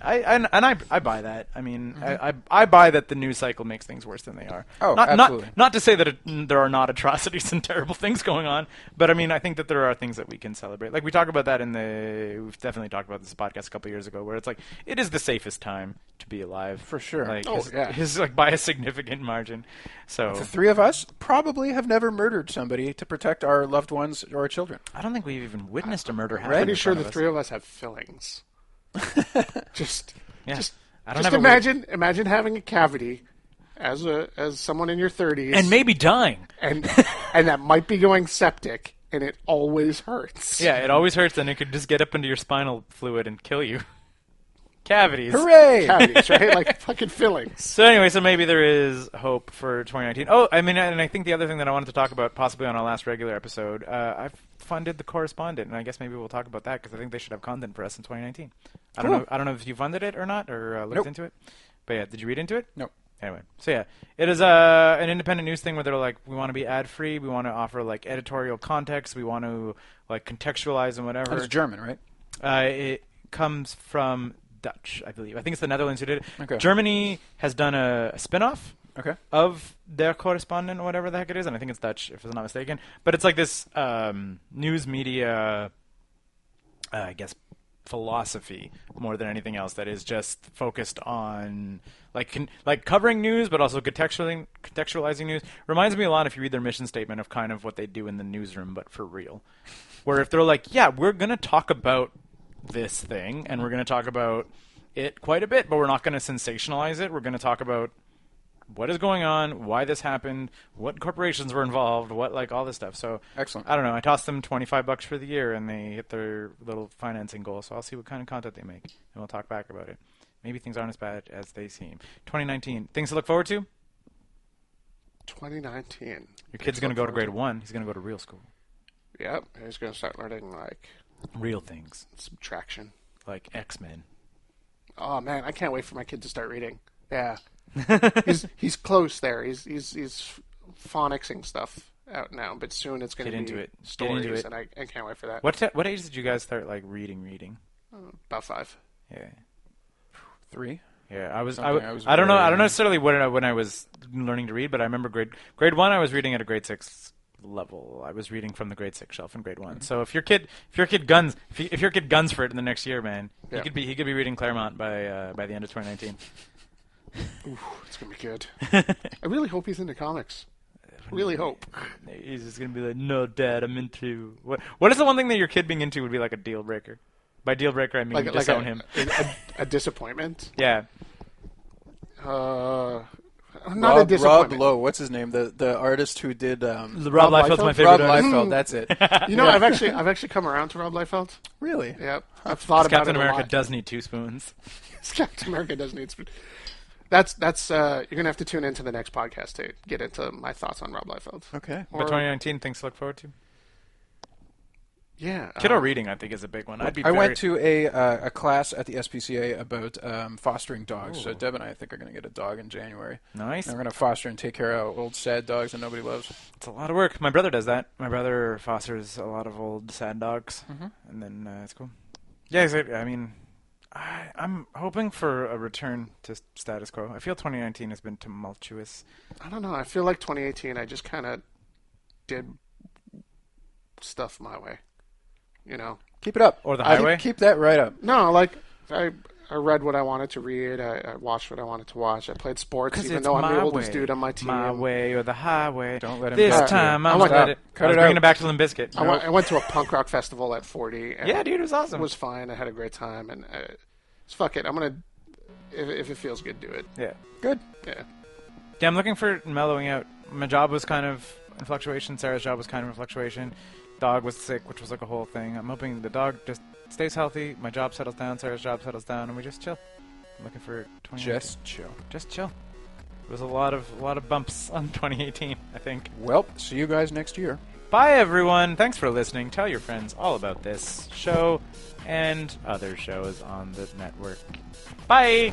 [SPEAKER 2] I, I and I I buy that. I mean, I, I I buy that the news cycle makes things worse than they are.
[SPEAKER 3] Oh,
[SPEAKER 2] not,
[SPEAKER 3] absolutely.
[SPEAKER 2] Not, not to say that it, there are not atrocities <laughs> and terrible things going on, but I mean, I think that there are things that we can celebrate. Like we talk about that in the we've definitely talked about this podcast a couple years ago, where it's like it is the safest time to be alive for
[SPEAKER 3] sure.
[SPEAKER 2] Like,
[SPEAKER 4] Oh,
[SPEAKER 2] his,
[SPEAKER 4] yeah.
[SPEAKER 2] his, like by a significant margin. So
[SPEAKER 3] The three of us probably have never murdered somebody to protect our loved ones or our children.
[SPEAKER 2] I don't think we've even witnessed a murder happen.
[SPEAKER 4] pretty
[SPEAKER 2] in
[SPEAKER 4] sure
[SPEAKER 2] front of
[SPEAKER 4] the
[SPEAKER 2] us.
[SPEAKER 4] three of us
[SPEAKER 2] <laughs>
[SPEAKER 4] have fillings. just,
[SPEAKER 2] Yeah.
[SPEAKER 4] just,
[SPEAKER 2] I don't have
[SPEAKER 4] just
[SPEAKER 2] a
[SPEAKER 4] imagine, imagine having a cavity as a as someone in your thirties,
[SPEAKER 2] and maybe dying.
[SPEAKER 4] and and that might be going septic, and it always hurts.
[SPEAKER 2] Yeah, it always hurts, and it could just get up into your spinal fluid and kill you. <laughs> Cavities.
[SPEAKER 3] <laughs> Hooray!
[SPEAKER 2] <laughs>
[SPEAKER 4] cavities, right? Like fucking fillings.
[SPEAKER 2] So anyway, so maybe there is hope for 2019. Oh, I mean, and I think the other thing that I wanted to talk about, possibly on our last regular episode, uh, I've funded the correspondent, and I guess maybe we'll talk about that because I think they should have content for us in 2019. I don't
[SPEAKER 3] Cool.
[SPEAKER 2] know. I don't know if you funded it or not, or uh, looked
[SPEAKER 3] Nope.
[SPEAKER 2] into it. But yeah, did you read into it?
[SPEAKER 3] Nope.
[SPEAKER 2] Anyway, so yeah, it is uh, an independent news thing where they're like, we want to be ad free, we want to offer like editorial context, we want to like contextualize and whatever.
[SPEAKER 3] It's German, right?
[SPEAKER 2] Uh, it comes from Dutch, I believe. I think it's the Netherlands who did it.
[SPEAKER 3] Okay.
[SPEAKER 2] Germany has done a, a spin off
[SPEAKER 3] Okay.
[SPEAKER 2] of their correspondent or whatever the heck it is, and I think it's Dutch, if I'm not mistaken. But it's like this um, news media, uh, I guess, philosophy more than anything else that is just focused on like con- like covering news, but also contextualizing contextualizing news. Reminds me a lot if you read their mission statement of kind of what they do in the newsroom, but for real. Where if they're like, yeah, we're gonna talk about this thing, and we're going to talk about it quite a bit, but we're not going to sensationalize it. We're going to talk about what is going on, why this happened, what corporations were involved, what like all this stuff. So
[SPEAKER 3] Excellent.
[SPEAKER 2] I don't know. I tossed them twenty five bucks for the year, and they hit their little financing goal. So I'll see what kind of content they make, and we'll talk back about it. Maybe things aren't as bad as they seem. 2019 things to look forward to.
[SPEAKER 4] 2019.
[SPEAKER 2] Your kid's going to go to grade one. He's going to go to real school,
[SPEAKER 4] Yep, he's going to start learning like
[SPEAKER 2] real things
[SPEAKER 4] subtraction.
[SPEAKER 2] like X Men.
[SPEAKER 4] Oh man, I can't wait for my kid to start reading.
[SPEAKER 2] <laughs>
[SPEAKER 4] Yeah, he's he's close there. He's he's he's phonicsing stuff out now, but soon it's going to
[SPEAKER 2] Get
[SPEAKER 4] be
[SPEAKER 2] into it. Get
[SPEAKER 4] stories,
[SPEAKER 2] into it.
[SPEAKER 4] and I, I can't wait for that. Mm,
[SPEAKER 2] What t- what age did you guys start like reading? Reading?
[SPEAKER 4] About five.
[SPEAKER 2] Yeah.
[SPEAKER 3] Three.
[SPEAKER 2] Yeah, I was. I,
[SPEAKER 3] Something
[SPEAKER 2] w-
[SPEAKER 3] I was
[SPEAKER 2] I don't know. I don't
[SPEAKER 3] very-
[SPEAKER 2] necessarily when I, when I was learning to read, but I remember grade grade one. I was reading at a grade six level. I was reading from the grade six shelf in grade
[SPEAKER 4] Mm-hmm.
[SPEAKER 2] one. So if your kid, if your kid guns, if, you, if your kid guns for it in the next year, man,
[SPEAKER 4] Yeah.
[SPEAKER 2] he could be he could be reading Claremont by uh, by the end of
[SPEAKER 4] <laughs>
[SPEAKER 2] 2019.
[SPEAKER 4] It's going to be good. <laughs> I really hope he's into comics.
[SPEAKER 2] Uh,
[SPEAKER 4] Really hope.
[SPEAKER 2] <laughs> He's just gonna be like, no, dad, I'm into what? What is the one thing that your kid being into would be like a deal breaker? By deal breaker, I mean you disown
[SPEAKER 4] a,
[SPEAKER 2] him.
[SPEAKER 4] A, a, a disappointment.
[SPEAKER 2] <laughs> Yeah, <laughs>
[SPEAKER 4] Uh, not a
[SPEAKER 3] Rob, Rob
[SPEAKER 4] disappointment.
[SPEAKER 3] Lowe. What's his name? The the artist who did um,
[SPEAKER 2] Rob,
[SPEAKER 4] Rob
[SPEAKER 2] Liefeld's
[SPEAKER 4] Liefeld?
[SPEAKER 2] my favorite.
[SPEAKER 3] Rob
[SPEAKER 2] artist.
[SPEAKER 3] Liefeld. That's
[SPEAKER 2] <laughs>
[SPEAKER 3] it.
[SPEAKER 4] You know, I've actually I've actually come around to Rob Liefeld.
[SPEAKER 3] really?
[SPEAKER 4] Yep, I've thought about
[SPEAKER 2] Captain
[SPEAKER 4] it a
[SPEAKER 2] America
[SPEAKER 4] lot.
[SPEAKER 2] does need two spoons.
[SPEAKER 4] Captain America does need. Sp- that's that's uh, you're gonna have to tune into the next podcast to get into my thoughts on Rob Liefeld.
[SPEAKER 3] Okay.
[SPEAKER 2] But
[SPEAKER 4] Or-
[SPEAKER 2] 2019 things to look forward to.
[SPEAKER 4] Yeah,
[SPEAKER 2] Kiddo
[SPEAKER 4] uh,
[SPEAKER 2] reading, Um, I think, is a big one. I'd be.
[SPEAKER 3] I
[SPEAKER 2] very-
[SPEAKER 3] went to a uh, a class at the SPCA about um, fostering dogs. So Deb and I think are going to get a dog in January.
[SPEAKER 2] Nice.
[SPEAKER 3] And we're going to foster and take care of old sad dogs that nobody loves.
[SPEAKER 2] It's a lot of work. My brother does that. My brother fosters a lot of old sad dogs, and then uh, it's cool. Yeah, so, I mean, I, I'm hoping for a return to s- status quo. I feel 2019 has been tumultuous.
[SPEAKER 4] I don't know. I feel like 2018. I just kind of did stuff my way. You know,
[SPEAKER 3] Keep it up.
[SPEAKER 2] Or the
[SPEAKER 3] I-
[SPEAKER 2] highway?
[SPEAKER 3] keep that right up.
[SPEAKER 4] no, like I I read what I wanted to read. I, I watched what I wanted to watch. I played sports, even
[SPEAKER 2] it's
[SPEAKER 4] though I'm
[SPEAKER 2] my
[SPEAKER 4] the oldest
[SPEAKER 2] way,
[SPEAKER 4] dude on my team.
[SPEAKER 2] My way or the highway.
[SPEAKER 3] Don't let him
[SPEAKER 2] This
[SPEAKER 3] cut you.
[SPEAKER 2] time
[SPEAKER 4] I
[SPEAKER 2] I'm
[SPEAKER 4] want-
[SPEAKER 2] about it.
[SPEAKER 3] Cut
[SPEAKER 2] I was
[SPEAKER 3] it
[SPEAKER 2] bringing
[SPEAKER 3] out.
[SPEAKER 2] it back to Limp Bizkit.
[SPEAKER 4] I, went, I went to a punk rock festival at 40. And
[SPEAKER 2] Yeah, dude, it was awesome.
[SPEAKER 4] It was fine. I had a great time, and uh, fuck it. I'm gonna if, if it feels good, do it.
[SPEAKER 2] yeah.
[SPEAKER 3] Good.
[SPEAKER 2] Mm.
[SPEAKER 4] Yeah.
[SPEAKER 2] Yeah, I'm looking for mellowing out. My job was kind of in fluctuation. Sarah's job was kind of in fluctuation. Dog was sick, which was like a whole thing. I'm hoping the dog just stays healthy. My job settles down. Sarah's job settles down, and we just chill. I'm looking for 20.
[SPEAKER 3] Just chill.
[SPEAKER 2] just chill. It was a lot of a lot of bumps <laughs> on 2018. I think.
[SPEAKER 3] Well, see you guys next year.
[SPEAKER 2] Bye everyone. Thanks for listening. Tell your friends all about this show and other shows on the network. Bye.